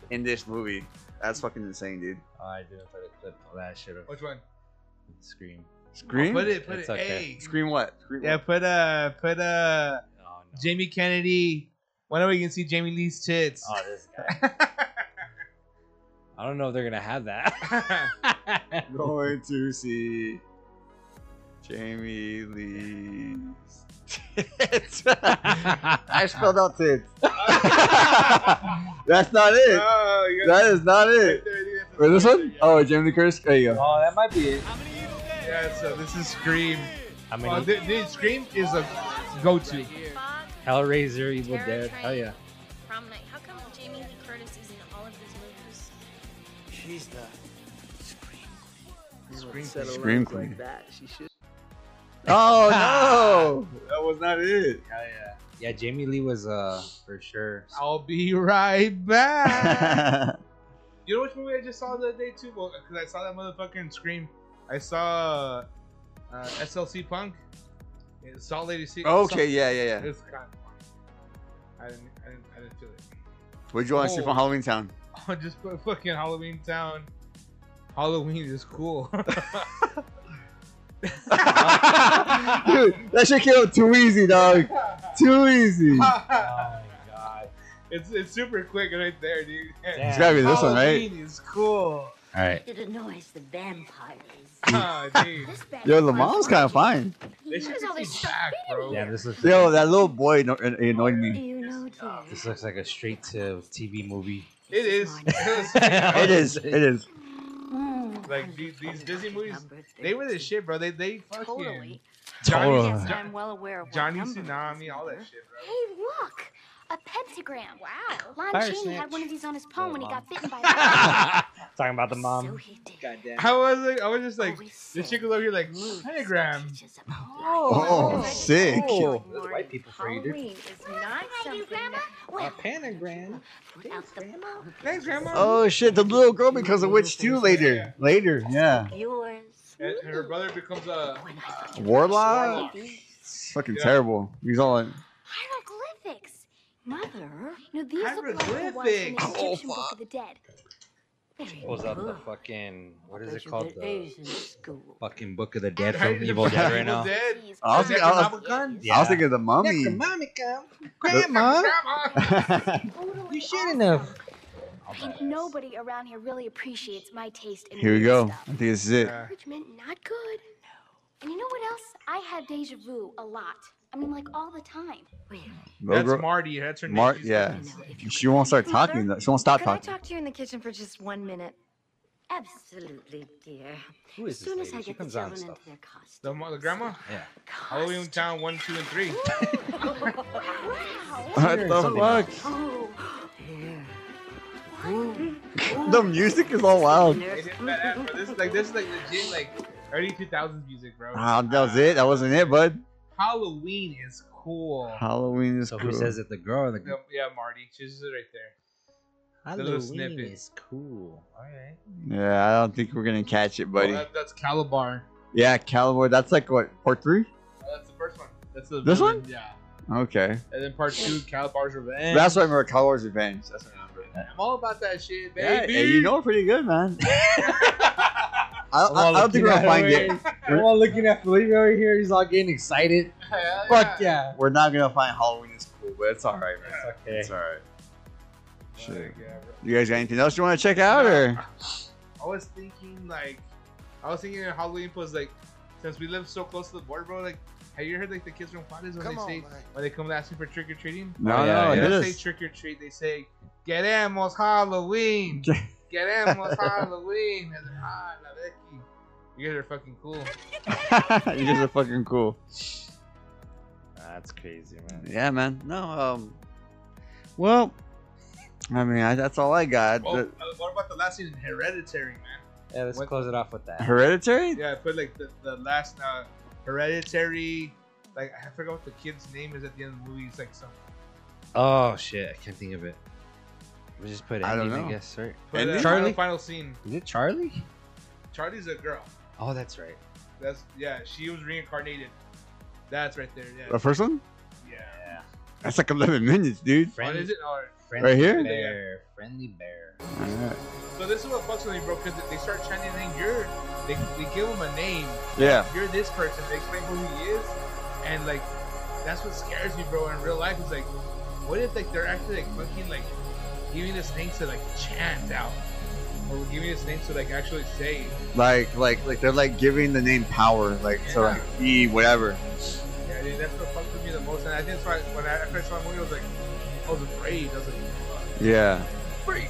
Speaker 1: in this movie. That's fucking insane, dude.
Speaker 3: Oh, I didn't put a clip of that shit up.
Speaker 2: Which one?
Speaker 3: Scream. Oh,
Speaker 1: Scream.
Speaker 2: Put it. Put
Speaker 3: It's
Speaker 2: it.
Speaker 3: okay.
Speaker 2: Hey.
Speaker 1: Scream what? Scream
Speaker 2: Yeah. Put uh. Put uh.
Speaker 3: Oh no.
Speaker 2: Jamie Kennedy. When are we gonna see Jamie Lee's tits?
Speaker 3: Oh, this guy. I don't know if they're gonna have that.
Speaker 1: what? Going to see Jamie Lee. I spelled out tits. That's not it.
Speaker 2: Oh, you
Speaker 1: That is not it. Wait, this one?
Speaker 2: Yeah.
Speaker 1: Oh, Jamie Lee Curtis. There you go.
Speaker 3: oh, that might be it.
Speaker 2: Yeah, so this is Scream.
Speaker 3: I mean,
Speaker 2: Oh, dude, dude, Scream is a go-to.
Speaker 12: Fog,
Speaker 3: Hellraiser, Evil
Speaker 12: Terror
Speaker 3: Dead.
Speaker 12: Train.
Speaker 3: Hell yeah.
Speaker 12: Prom Night. How come Jamie Lee Curtis is in all of these movies?
Speaker 8: She's the
Speaker 2: Scream.
Speaker 1: Scream Queen.
Speaker 8: that. She should.
Speaker 1: Oh no, that was not it.
Speaker 3: Hell yeah. Yeah, Jamie Lee was uh for sure.
Speaker 2: I'll be right back. you know which movie I just saw the other day too? Well, because I saw that motherfucker in Scream. I saw uh, uh, SLC Punk. It's Salt Lady Secret.
Speaker 1: okay, yeah, yeah, yeah.
Speaker 2: It's kind of funny. I didn't, I didn't, I didn't feel it.
Speaker 1: What did you want to see
Speaker 2: Oh.
Speaker 1: from Halloween Town?
Speaker 2: I'll just put fucking Halloween Town. Halloween is cool.
Speaker 1: Dude, that shit came out too easy, dog. Too easy.
Speaker 2: it's it's super quick right there, dude.
Speaker 1: It's gotta be this one, right?
Speaker 2: Halloween is cool.
Speaker 1: Alright.
Speaker 13: It annoys the vampires.
Speaker 2: Oh, dude.
Speaker 1: Yo, the mom's kind of fine.
Speaker 2: They should get you back, bro.
Speaker 3: Yeah, this looks.
Speaker 1: Yo, that little boy anno- annoyed me.
Speaker 13: You know,
Speaker 3: This looks like a straight to TV movie.
Speaker 2: It is.
Speaker 1: It is. It is.
Speaker 12: Hmm,
Speaker 2: Like these, these Disney movies, they were the shit, bro. They they fucking totally.
Speaker 3: Totally.
Speaker 2: Johnny,
Speaker 13: I'm well aware of what
Speaker 2: Johnny
Speaker 13: number it is,
Speaker 2: Tsunami, all that shit, bro.
Speaker 12: Hey, look! A pentagram. Wow. Lon
Speaker 3: Fire
Speaker 12: Chaney
Speaker 3: snitch.
Speaker 12: had one of these on his palm when he
Speaker 3: Mom.
Speaker 12: got bitten by a
Speaker 3: Talking about the mom.
Speaker 2: Goddamn. I was like, I was just like, this chick was over here like pentagram.
Speaker 1: Oh, sick.
Speaker 2: cool.
Speaker 3: Those white people for you, dude.
Speaker 12: is not something Grandma?
Speaker 3: A pentagram.
Speaker 2: Thanks, Grandma.
Speaker 1: Oh shit, the little girl becomes a witch too later. Later, yeah.
Speaker 13: Yours.
Speaker 2: And and her brother becomes a.
Speaker 1: Warlock? It's fucking terrible. He's all like,
Speaker 12: Hieroglyphics.
Speaker 13: Mother?
Speaker 12: No, these look like the ones in
Speaker 3: Hieroglyphics.
Speaker 12: the
Speaker 3: Oh,
Speaker 12: Egyptian Book of the Dead.
Speaker 3: What was that? The fucking. What is it called? The fucking Book of the Dead
Speaker 2: Right,
Speaker 3: from
Speaker 2: the
Speaker 3: Evil Dead right
Speaker 2: Evil
Speaker 3: now.
Speaker 2: Dead.
Speaker 1: I was, thinking, I, was, I
Speaker 3: Yeah.
Speaker 1: was thinking of the mummy.
Speaker 2: Necromonicon.
Speaker 1: Grandma.
Speaker 12: Totally
Speaker 3: shouldn't have.
Speaker 12: awesome. Nobody around here really appreciates my taste in
Speaker 1: Here we
Speaker 12: weird
Speaker 1: go.
Speaker 12: stuff.
Speaker 1: I think this is it.
Speaker 12: Encouragement, not good. And you know what else? I have deja vu a lot. I mean, like all the time.
Speaker 1: Little
Speaker 2: That's
Speaker 1: girl-
Speaker 2: Marty. That's her name.
Speaker 1: Mar-
Speaker 2: She's
Speaker 1: yeah.
Speaker 2: fucking-
Speaker 1: She won't start talking. though. She won't stop
Speaker 13: Could I
Speaker 1: talking.
Speaker 13: talk to you in the kitchen for just one minute? Absolutely, dear.
Speaker 3: Who is
Speaker 13: as
Speaker 3: this
Speaker 13: soon as
Speaker 3: lady?
Speaker 13: I
Speaker 3: She
Speaker 13: get the
Speaker 3: comes out
Speaker 13: children
Speaker 3: and
Speaker 13: into
Speaker 3: stuff.
Speaker 13: their costume.
Speaker 2: The, mo- the grandma.
Speaker 3: Yeah.
Speaker 2: Halloween Town one, two, and three.
Speaker 1: What the fuck?
Speaker 13: Oh,
Speaker 1: The music is all wild.
Speaker 2: It's badass, bro. This is like this is like legit like early 2000s music, bro.
Speaker 1: Ah, that was it. That wasn't it, bud.
Speaker 2: Halloween is cool.
Speaker 1: Halloween is
Speaker 3: So
Speaker 1: cool.
Speaker 3: who says it? The girl or the
Speaker 2: No, yeah, Marty. She's just right there. The little
Speaker 3: Halloween
Speaker 2: snippet.
Speaker 3: is cool. All right.
Speaker 1: Yeah, I don't think we're gonna catch it, buddy.
Speaker 2: Oh, that- that's Calabar.
Speaker 1: Yeah, Calibur. That's like what part three?
Speaker 2: Oh, that's the first one. That's the
Speaker 1: This
Speaker 2: villain,
Speaker 1: one?
Speaker 2: Yeah.
Speaker 1: Okay.
Speaker 2: And then part two, Calabar's Revenge.
Speaker 1: That's what I remember. Calibur's Revenge. That's what I remember.
Speaker 2: I'm all about that shit,
Speaker 1: Yeah,
Speaker 2: baby.
Speaker 1: hey, you know pretty good, man. I, I, I
Speaker 3: all
Speaker 1: don't think we're gonna find
Speaker 3: looking
Speaker 1: it.
Speaker 3: We're all looking at Felipe over here. He's all getting excited.
Speaker 2: Hell
Speaker 3: Fuck yeah.
Speaker 1: We're not gonna find Halloween is cool, but it's all right, man.
Speaker 3: okay.
Speaker 1: It's all right. Shit.
Speaker 2: Like, yeah, bro.
Speaker 1: You guys got anything else you want to check out,
Speaker 3: Oh,
Speaker 1: or
Speaker 2: I was thinking like, I was thinking that Halloween was like, since we live so close to the border, bro. Like, have you heard like the kids from Juarez when
Speaker 8: Come
Speaker 2: they
Speaker 8: on,
Speaker 2: say
Speaker 8: man.
Speaker 2: when they come asking for trick or treating?
Speaker 1: no?
Speaker 3: Oh, yeah,
Speaker 1: no,
Speaker 3: yeah.
Speaker 2: They
Speaker 1: hit
Speaker 2: don't
Speaker 1: us.
Speaker 2: say trick or treat. They say queremos Halloween. queremos Halloween. And they're, "Ah, la Becky." You guys are fucking cool.
Speaker 1: you guys are fucking cool.
Speaker 3: That's crazy, man.
Speaker 1: Yeah, man. No, um, well, I mean, I, that's all I got.
Speaker 2: Oh,
Speaker 1: The-
Speaker 2: uh, what about the last season, Hereditary, man?
Speaker 3: Yeah, let's
Speaker 2: What-
Speaker 3: close it off with that.
Speaker 1: Hereditary?
Speaker 2: Yeah, I put like the, the last uh, Hereditary. Like I forgot what the kid's name is at the end of the movie. It's like some.
Speaker 3: Oh shit, I can't think of it. We just put it.
Speaker 1: I
Speaker 3: I
Speaker 1: don't
Speaker 3: I
Speaker 1: know.
Speaker 3: guess right.
Speaker 2: But, uh,
Speaker 1: Ending?
Speaker 2: Charlie.
Speaker 3: Charlie?
Speaker 2: final scene.
Speaker 3: Is it Charlie?
Speaker 2: Charlie's a girl.
Speaker 3: Oh, that's right.
Speaker 2: That's yeah. She was reincarnated. That's right there. Yeah.
Speaker 1: The first one?
Speaker 2: yeah.
Speaker 3: Yeah.
Speaker 1: That's like 11 minutes, dude.
Speaker 2: What is it? Or,
Speaker 3: Friendly
Speaker 1: Right here?
Speaker 3: Bear. Friendly bear.
Speaker 1: Alright.
Speaker 2: so this is what fucks with me, bro. Because they start chanting, "Hey, "You're," they, they give him a name.
Speaker 1: Yeah.
Speaker 2: You're this person. They explain who he is, and like that's what scares me, bro. In real life, it's like, what if like they're actually like fucking like giving us things to like chant out, or giving us things to like actually say.
Speaker 1: Like, like, like they're like giving the name power, like so, like E whatever.
Speaker 2: Yeah, dude, that's what fucked with me the most. And I think that's why when I first saw the movie, I was like, I was afraid. I was like, fuck.
Speaker 1: Yeah.
Speaker 2: Freak.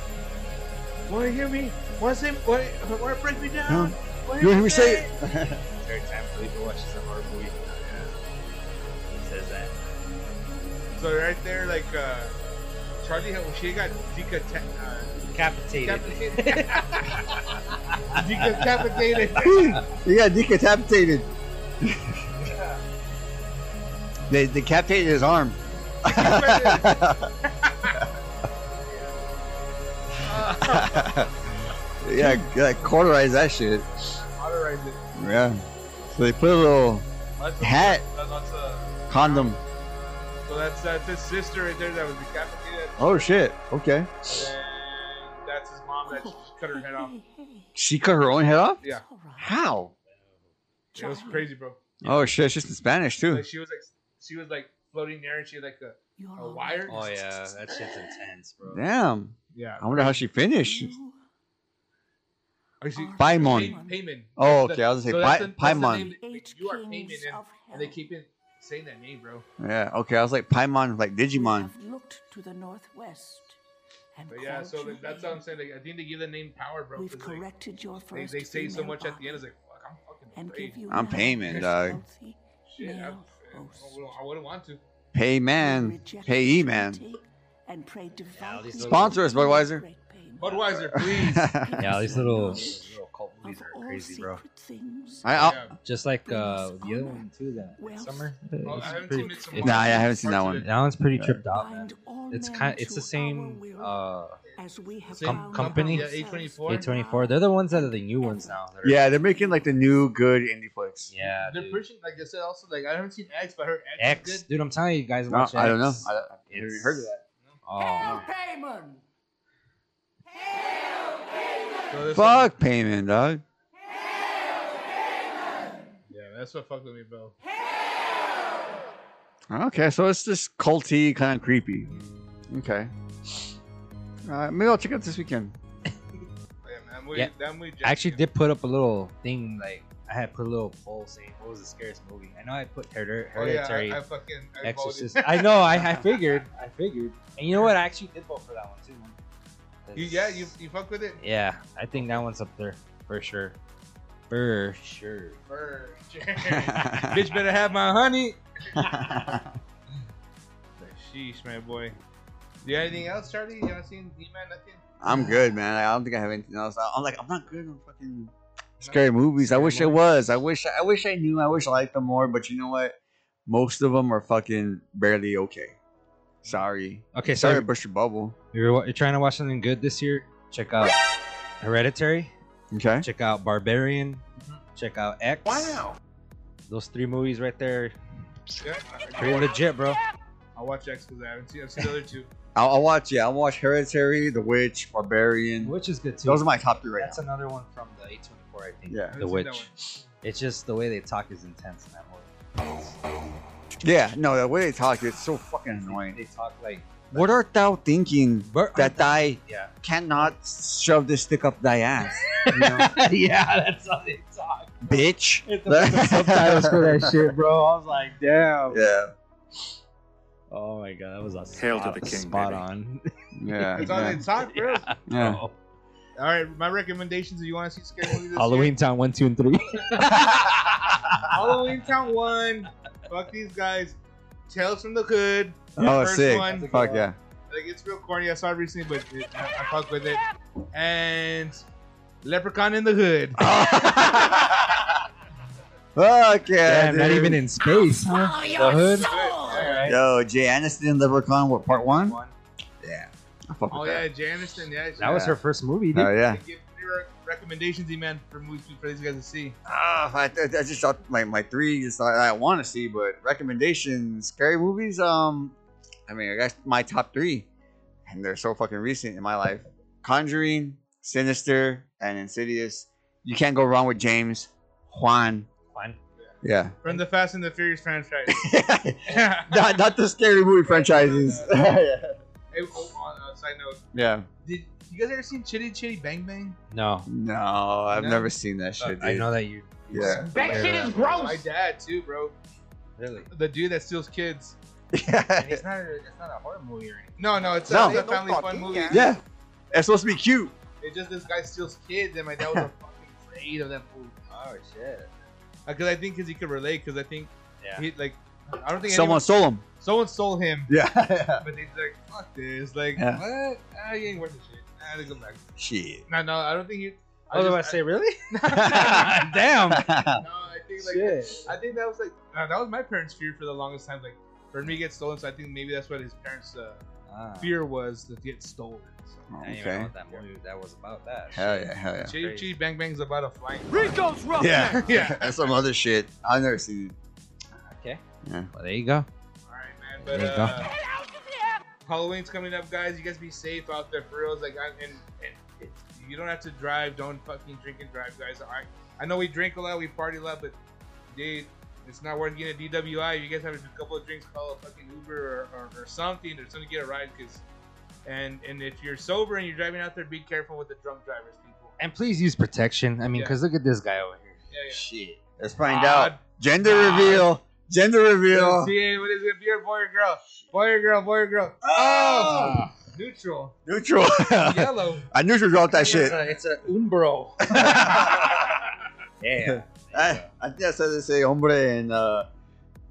Speaker 2: Want to hear me? Want to say? Want to break me
Speaker 1: Huh?
Speaker 2: down? Wanna
Speaker 1: You hear me say
Speaker 2: it?
Speaker 1: it?
Speaker 3: Every time Felipe watches a horror movie, he says that.
Speaker 2: So right there, like uh, Charlie, Hill, she got decata- uh,
Speaker 3: Capitated.
Speaker 2: decapitated. decapitated.
Speaker 1: you got decapitated. they decapitated his arm. yeah, like cauterize that shit.
Speaker 2: Autorize it.
Speaker 1: Yeah. So they put a little
Speaker 2: That's a-
Speaker 1: hat
Speaker 2: That's a,
Speaker 1: condom.
Speaker 2: so So that's that's his sister right there that was decapitated.
Speaker 1: Oh shit. Okay.
Speaker 2: And that's his mom that cut her head off.
Speaker 1: She cut her own head off.
Speaker 2: Yeah.
Speaker 1: How?
Speaker 2: It was crazy, bro.
Speaker 1: Oh shit! It's just in Spanish too.
Speaker 2: Like she was like she was like floating there and she had like a, a wire.
Speaker 3: Oh yeah, that shit's intense, bro.
Speaker 1: Damn.
Speaker 2: Yeah.
Speaker 1: I wonder how she finished.
Speaker 2: Oh, she-
Speaker 1: Paimon.
Speaker 2: Payman.
Speaker 1: Oh,
Speaker 2: That's
Speaker 1: okay. I was gonna say
Speaker 2: so
Speaker 1: Pai-
Speaker 2: that's the- that's the
Speaker 1: Paimon.
Speaker 2: name that- like, You are Payman, and, and they keep in saying that name, bro.
Speaker 1: Yeah. Okay. I was like Paimon, like Digimon.
Speaker 14: looked to the northwest. And
Speaker 2: But yeah,
Speaker 14: called
Speaker 2: so
Speaker 14: you
Speaker 2: like, that's what I'm saying. Like, I think they give the name power, bro.
Speaker 14: We've
Speaker 2: 'cause, like,
Speaker 14: corrected your
Speaker 2: they,
Speaker 14: first.
Speaker 2: they say so
Speaker 14: female
Speaker 2: much at
Speaker 14: op-
Speaker 2: the end. It's like, fuck, I'm fucking
Speaker 14: and give you
Speaker 1: I'm
Speaker 14: now
Speaker 1: Payman,
Speaker 14: this
Speaker 1: dog.
Speaker 14: healthy
Speaker 2: shit. I, I,
Speaker 14: male
Speaker 2: wouldn't- I wouldn't want to.
Speaker 1: Pay man. Payee man.
Speaker 14: And pray devoutly.
Speaker 1: Sponsor us, Budweiser.
Speaker 2: Budweiser, please.
Speaker 3: yeah, these little, these little cult movies are crazy, bro.
Speaker 1: I- I'll-
Speaker 3: just like uh, the other one too, that summer.
Speaker 2: Well, Oh, I haven't seen Midsommar.
Speaker 1: Nah, yeah, I haven't seen that one.
Speaker 3: That one's pretty
Speaker 1: Yeah.
Speaker 3: tripped out, man. It's kind, it's the same uh, com- company.
Speaker 2: Yeah, A24.
Speaker 3: A24. They're the ones that are the new ones now. They're-
Speaker 1: Yeah, they're making like the new good indie flicks.
Speaker 3: Yeah,
Speaker 2: They're
Speaker 3: dude.
Speaker 2: pushing, like I said, also like I haven't seen X, but her X,
Speaker 3: X,
Speaker 2: is good.
Speaker 3: dude. I'm telling you guys,
Speaker 1: No,
Speaker 3: watch
Speaker 1: I don't know.
Speaker 3: X.
Speaker 1: I don't- I haven't even heard of that.
Speaker 3: Oh,
Speaker 14: Payman.
Speaker 2: So this one-
Speaker 1: Fuck payment, dog.
Speaker 2: yeah, that's what fucked with me, bro.
Speaker 1: Okay, so it's just culty, kind of creepy. Okay. Uh, maybe I'll check it out this weekend.
Speaker 2: Oh, Yeah, man, we,
Speaker 3: Yeah.
Speaker 2: That movie
Speaker 3: I actually did put up a little thing like I had put a little poll saying what was the scariest movie. I know I put Hereder-
Speaker 2: Oh yeah,
Speaker 3: Hereditary,
Speaker 2: I, I fucking I
Speaker 3: Exorcist.
Speaker 2: voted.
Speaker 3: I know. I, I figured. I figured. And you know what? I actually did vote for that one too. Man. 'Cause-
Speaker 2: You, yeah, you you fuck with it.
Speaker 3: Yeah, I think that one's up there for sure. For sure.
Speaker 2: Burn. Bitch better have my honey. Sheesh, my boy. You got anything else, Charlie? You haven't seen D Man? Nothing.
Speaker 1: I'm good, man. I don't think I have anything else. I- I'm like, I'm not good on fucking scary movies. I wish I was. I wish. I wish I knew. I wish I liked them more. But you know what? Most of them are fucking barely okay. Sorry.
Speaker 3: Okay,
Speaker 1: Sorry
Speaker 3: so
Speaker 1: to burst your bubble.
Speaker 3: you're, wa- you're trying to watch something good this year? Check out Hereditary.
Speaker 1: Okay.
Speaker 3: Check out Barbarian. Check out X.
Speaker 2: Wow.
Speaker 3: Those three movies right there,
Speaker 2: Yeah.
Speaker 3: pretty legit, bro.
Speaker 2: I'll watch X because I haven't seen. I've seen the other two.
Speaker 1: I'll, I'll watch. Yeah, I'll watch Hereditary, The Witch, Barbarian.
Speaker 3: Which is good too.
Speaker 1: Those are my top three right
Speaker 3: That's another one from the A24, I think.
Speaker 1: Yeah.
Speaker 3: The
Speaker 2: I've seen that
Speaker 3: Witch. It's just the way they talk is intense in that movie.
Speaker 1: Yeah, no, the way they talk, it's so fucking annoying.
Speaker 3: They talk like
Speaker 1: What art thou thinking that thy
Speaker 3: Yeah.
Speaker 1: cannot shove this stick up thy ass? You know?
Speaker 3: yeah, that's how they talk.
Speaker 1: Bitch.
Speaker 3: Hit the fucking subtitles for that shit, bro. I was like, damn.
Speaker 1: Yeah.
Speaker 3: Oh my god, that was a
Speaker 9: Hail to
Speaker 3: spot,
Speaker 9: the king,
Speaker 3: spot
Speaker 9: baby.
Speaker 3: on.
Speaker 1: Yeah.
Speaker 2: That's all they talk, bro.
Speaker 1: Yeah.
Speaker 3: Oh.
Speaker 2: All right, my recommendations. If you want to see scary movies this
Speaker 3: Halloween Town one, two, and three.
Speaker 2: year, Halloween Town One. Fuck these guys. Tales from the Hood. the
Speaker 1: Oh,
Speaker 2: first
Speaker 1: sick.
Speaker 2: one.
Speaker 1: Fuck yeah.
Speaker 2: Like it's real corny. I saw it recently, but it, I, I fuck with it. And Leprechaun in the Hood.
Speaker 1: Fuck yeah.
Speaker 3: Damn, not
Speaker 1: dude.
Speaker 3: even in space. huh? The hood.
Speaker 1: Yo, Jay Aniston in Leprechaun, what, part one?
Speaker 3: One.
Speaker 1: Yeah. I fuck
Speaker 2: Oh
Speaker 1: with
Speaker 2: yeah, Janiston. Yeah,
Speaker 3: That was her first movie,
Speaker 1: that.
Speaker 3: dude.
Speaker 1: Oh, yeah.
Speaker 2: Give three re- recommendations, man, for movies for these guys to see.
Speaker 1: Ah, I, I I just thought my, my three just thought I want to see, but recommendations, scary movies. Um, I mean, I guess my top three, and they're so fucking recent in my life: Conjuring, Sinister, and Insidious. You can't go wrong with James Juan.
Speaker 3: Juan.
Speaker 1: Yeah,
Speaker 2: From the Fast and the Furious franchise. oh,
Speaker 1: not not the scary movie franchises.
Speaker 2: Hey, oh, on a side note,
Speaker 1: yeah.
Speaker 2: did you guys ever seen Chitty Chitty Bang Bang?
Speaker 3: No,
Speaker 1: No, I've
Speaker 2: No.
Speaker 1: never seen that shit. Dude.
Speaker 3: Uh, I know that you.
Speaker 1: Yeah.
Speaker 4: That shit is gross.
Speaker 2: My dad too, bro.
Speaker 3: Really?
Speaker 2: The dude that steals kids.
Speaker 3: And it's not. A, it's not a horror movie or anything.
Speaker 2: No, no, it's, uh,
Speaker 1: No.
Speaker 2: it's a family fun movie.
Speaker 1: yeah. It's supposed to be cute.
Speaker 2: It's just this guy steals kids, and my dad was a fucking afraid of that fool.
Speaker 3: Oh shit.
Speaker 2: Because Uh, I think because he could relate. Because I think
Speaker 3: Yeah.
Speaker 2: he like I don't think
Speaker 1: Someone
Speaker 2: anyone,
Speaker 1: stole him.
Speaker 2: someone stole him.
Speaker 1: Yeah.
Speaker 2: But he's like, fuck this. Like,
Speaker 1: Yeah.
Speaker 2: what? Ah, you ain't worth the shit. I had to go back.
Speaker 1: shit.
Speaker 2: No, no, I don't think he. I
Speaker 3: Oh, do I
Speaker 2: just-
Speaker 3: say really? Damn.
Speaker 2: I- No, I think like
Speaker 3: Shit.
Speaker 2: I think that was like uh, that was my parents' fear for the longest time. Like, heard me get stolen, so I think maybe that's what his parents' uh,
Speaker 3: Ah.
Speaker 2: fear was to get stolen. So.
Speaker 3: I didn't even know
Speaker 1: Okay.
Speaker 3: what that movie that was about that.
Speaker 1: Hell yeah, hell yeah.
Speaker 2: Chitty
Speaker 3: Crazy.
Speaker 2: Chitty Bang Bang's about a flying.
Speaker 8: Rico's rough.
Speaker 1: Yeah,
Speaker 2: Yeah.
Speaker 1: That's some other shit. I've never seen it.
Speaker 3: Okay.
Speaker 1: Yeah.
Speaker 3: Well, there you go.
Speaker 2: All right, man. But
Speaker 3: There you go.
Speaker 2: uh, Halloween's coming up, guys. You guys be safe out there, for real. It's Like, I, and, and it, you don't have to drive. Don't fucking drink and drive, guys. I I know we drink a lot, we party a lot, but dude, it's not worth getting a DWI. You guys have a couple of drinks, call a fucking Uber or, or, or something, or something to get a ride. Cause, and and if you're sober and you're driving out there, be careful with the drunk drivers, people.
Speaker 3: And please use protection. I mean,
Speaker 2: Yeah.
Speaker 3: because look at this guy over here.
Speaker 2: Yeah, yeah.
Speaker 1: Shit. Let's find
Speaker 3: Uh,
Speaker 2: God.
Speaker 1: out. Gender reveal. Gender reveal.
Speaker 2: See, what is it? Be a boy or girl? Boy or girl? Boy or girl?
Speaker 1: Oh!
Speaker 2: Neutral.
Speaker 1: Neutral.
Speaker 2: Yellow.
Speaker 1: I neutral dropped that shit.
Speaker 3: it's a umbro. yeah.
Speaker 1: I, I think that's how they say hombre in uh,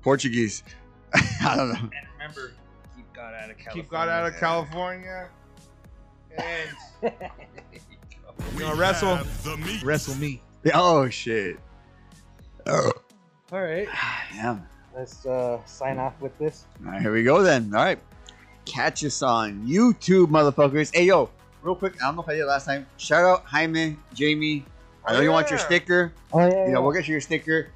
Speaker 1: Portuguese. I don't know.
Speaker 3: And remember, keep God out of California.
Speaker 2: Keep God out of California. And you know, wrestle.
Speaker 3: Wrestle me.
Speaker 1: Yeah, Oh shit. Oh,
Speaker 5: All right.
Speaker 1: damn.
Speaker 5: Let's uh, sign off with this.
Speaker 1: All right, here we go then. All right. Catch us on YouTube, motherfuckers. Hey, yo, real quick. I don't know if I did last time. Shout out Hyman, Jamie. I know you want your
Speaker 2: yeah.
Speaker 1: sticker.
Speaker 5: Oh yeah.
Speaker 1: You know, we'll get you your sticker.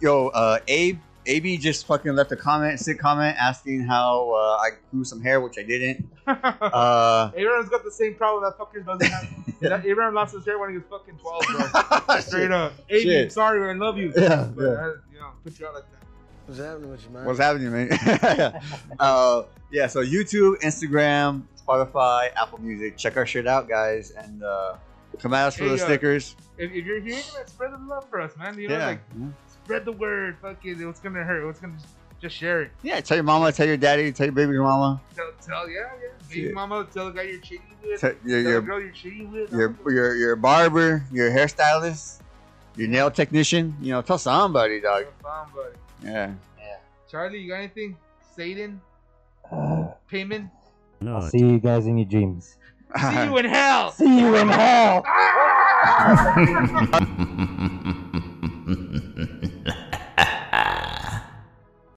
Speaker 1: Yo, uh, Abe. AB just fucking left a comment, sick comment, asking how uh, I grew some hair, which I didn't. Uh,
Speaker 2: Aaron's got the same problem that fucker doesn't have. That Aaron lost his hair when he was fucking 12, bro. Straight up. Aiden,
Speaker 1: Shit.
Speaker 2: sorry, man. Love you.
Speaker 1: Yeah,
Speaker 2: But,
Speaker 1: yeah.
Speaker 2: uh, you know, put you out like that.
Speaker 8: What's happening with you, man?
Speaker 1: What's happening, man? uh, yeah, so YouTube, Instagram, Spotify, Apple Music. Check our shit out, guys, and uh, come at us for
Speaker 2: Hey,
Speaker 1: the
Speaker 2: uh,
Speaker 1: stickers.
Speaker 2: If, if you're here, man, spread the love for us, man. You know,
Speaker 1: yeah,
Speaker 2: like,
Speaker 1: yeah.
Speaker 2: spread the word. Fuck it. What's going to hurt? What's going to just share it?
Speaker 1: yeah. Tell your mama, tell your daddy, tell your baby mama,
Speaker 2: Tell, tell yeah, yeah. Baby
Speaker 1: Shit.
Speaker 2: mama, tell the guy you're cheating with.
Speaker 1: Tell-
Speaker 2: Tell,
Speaker 1: your-
Speaker 2: the
Speaker 1: your-
Speaker 2: girl you're cheating with.
Speaker 1: your your your barber, your hairstylist, your nail technician. You know, tell somebody, dog.
Speaker 2: Somebody.
Speaker 1: Yeah.
Speaker 2: Charlie, you got anything? Satan? Payment?
Speaker 3: I'll see you guys in your dreams.
Speaker 2: See you in hell!
Speaker 3: See you in hell.
Speaker 9: Hell.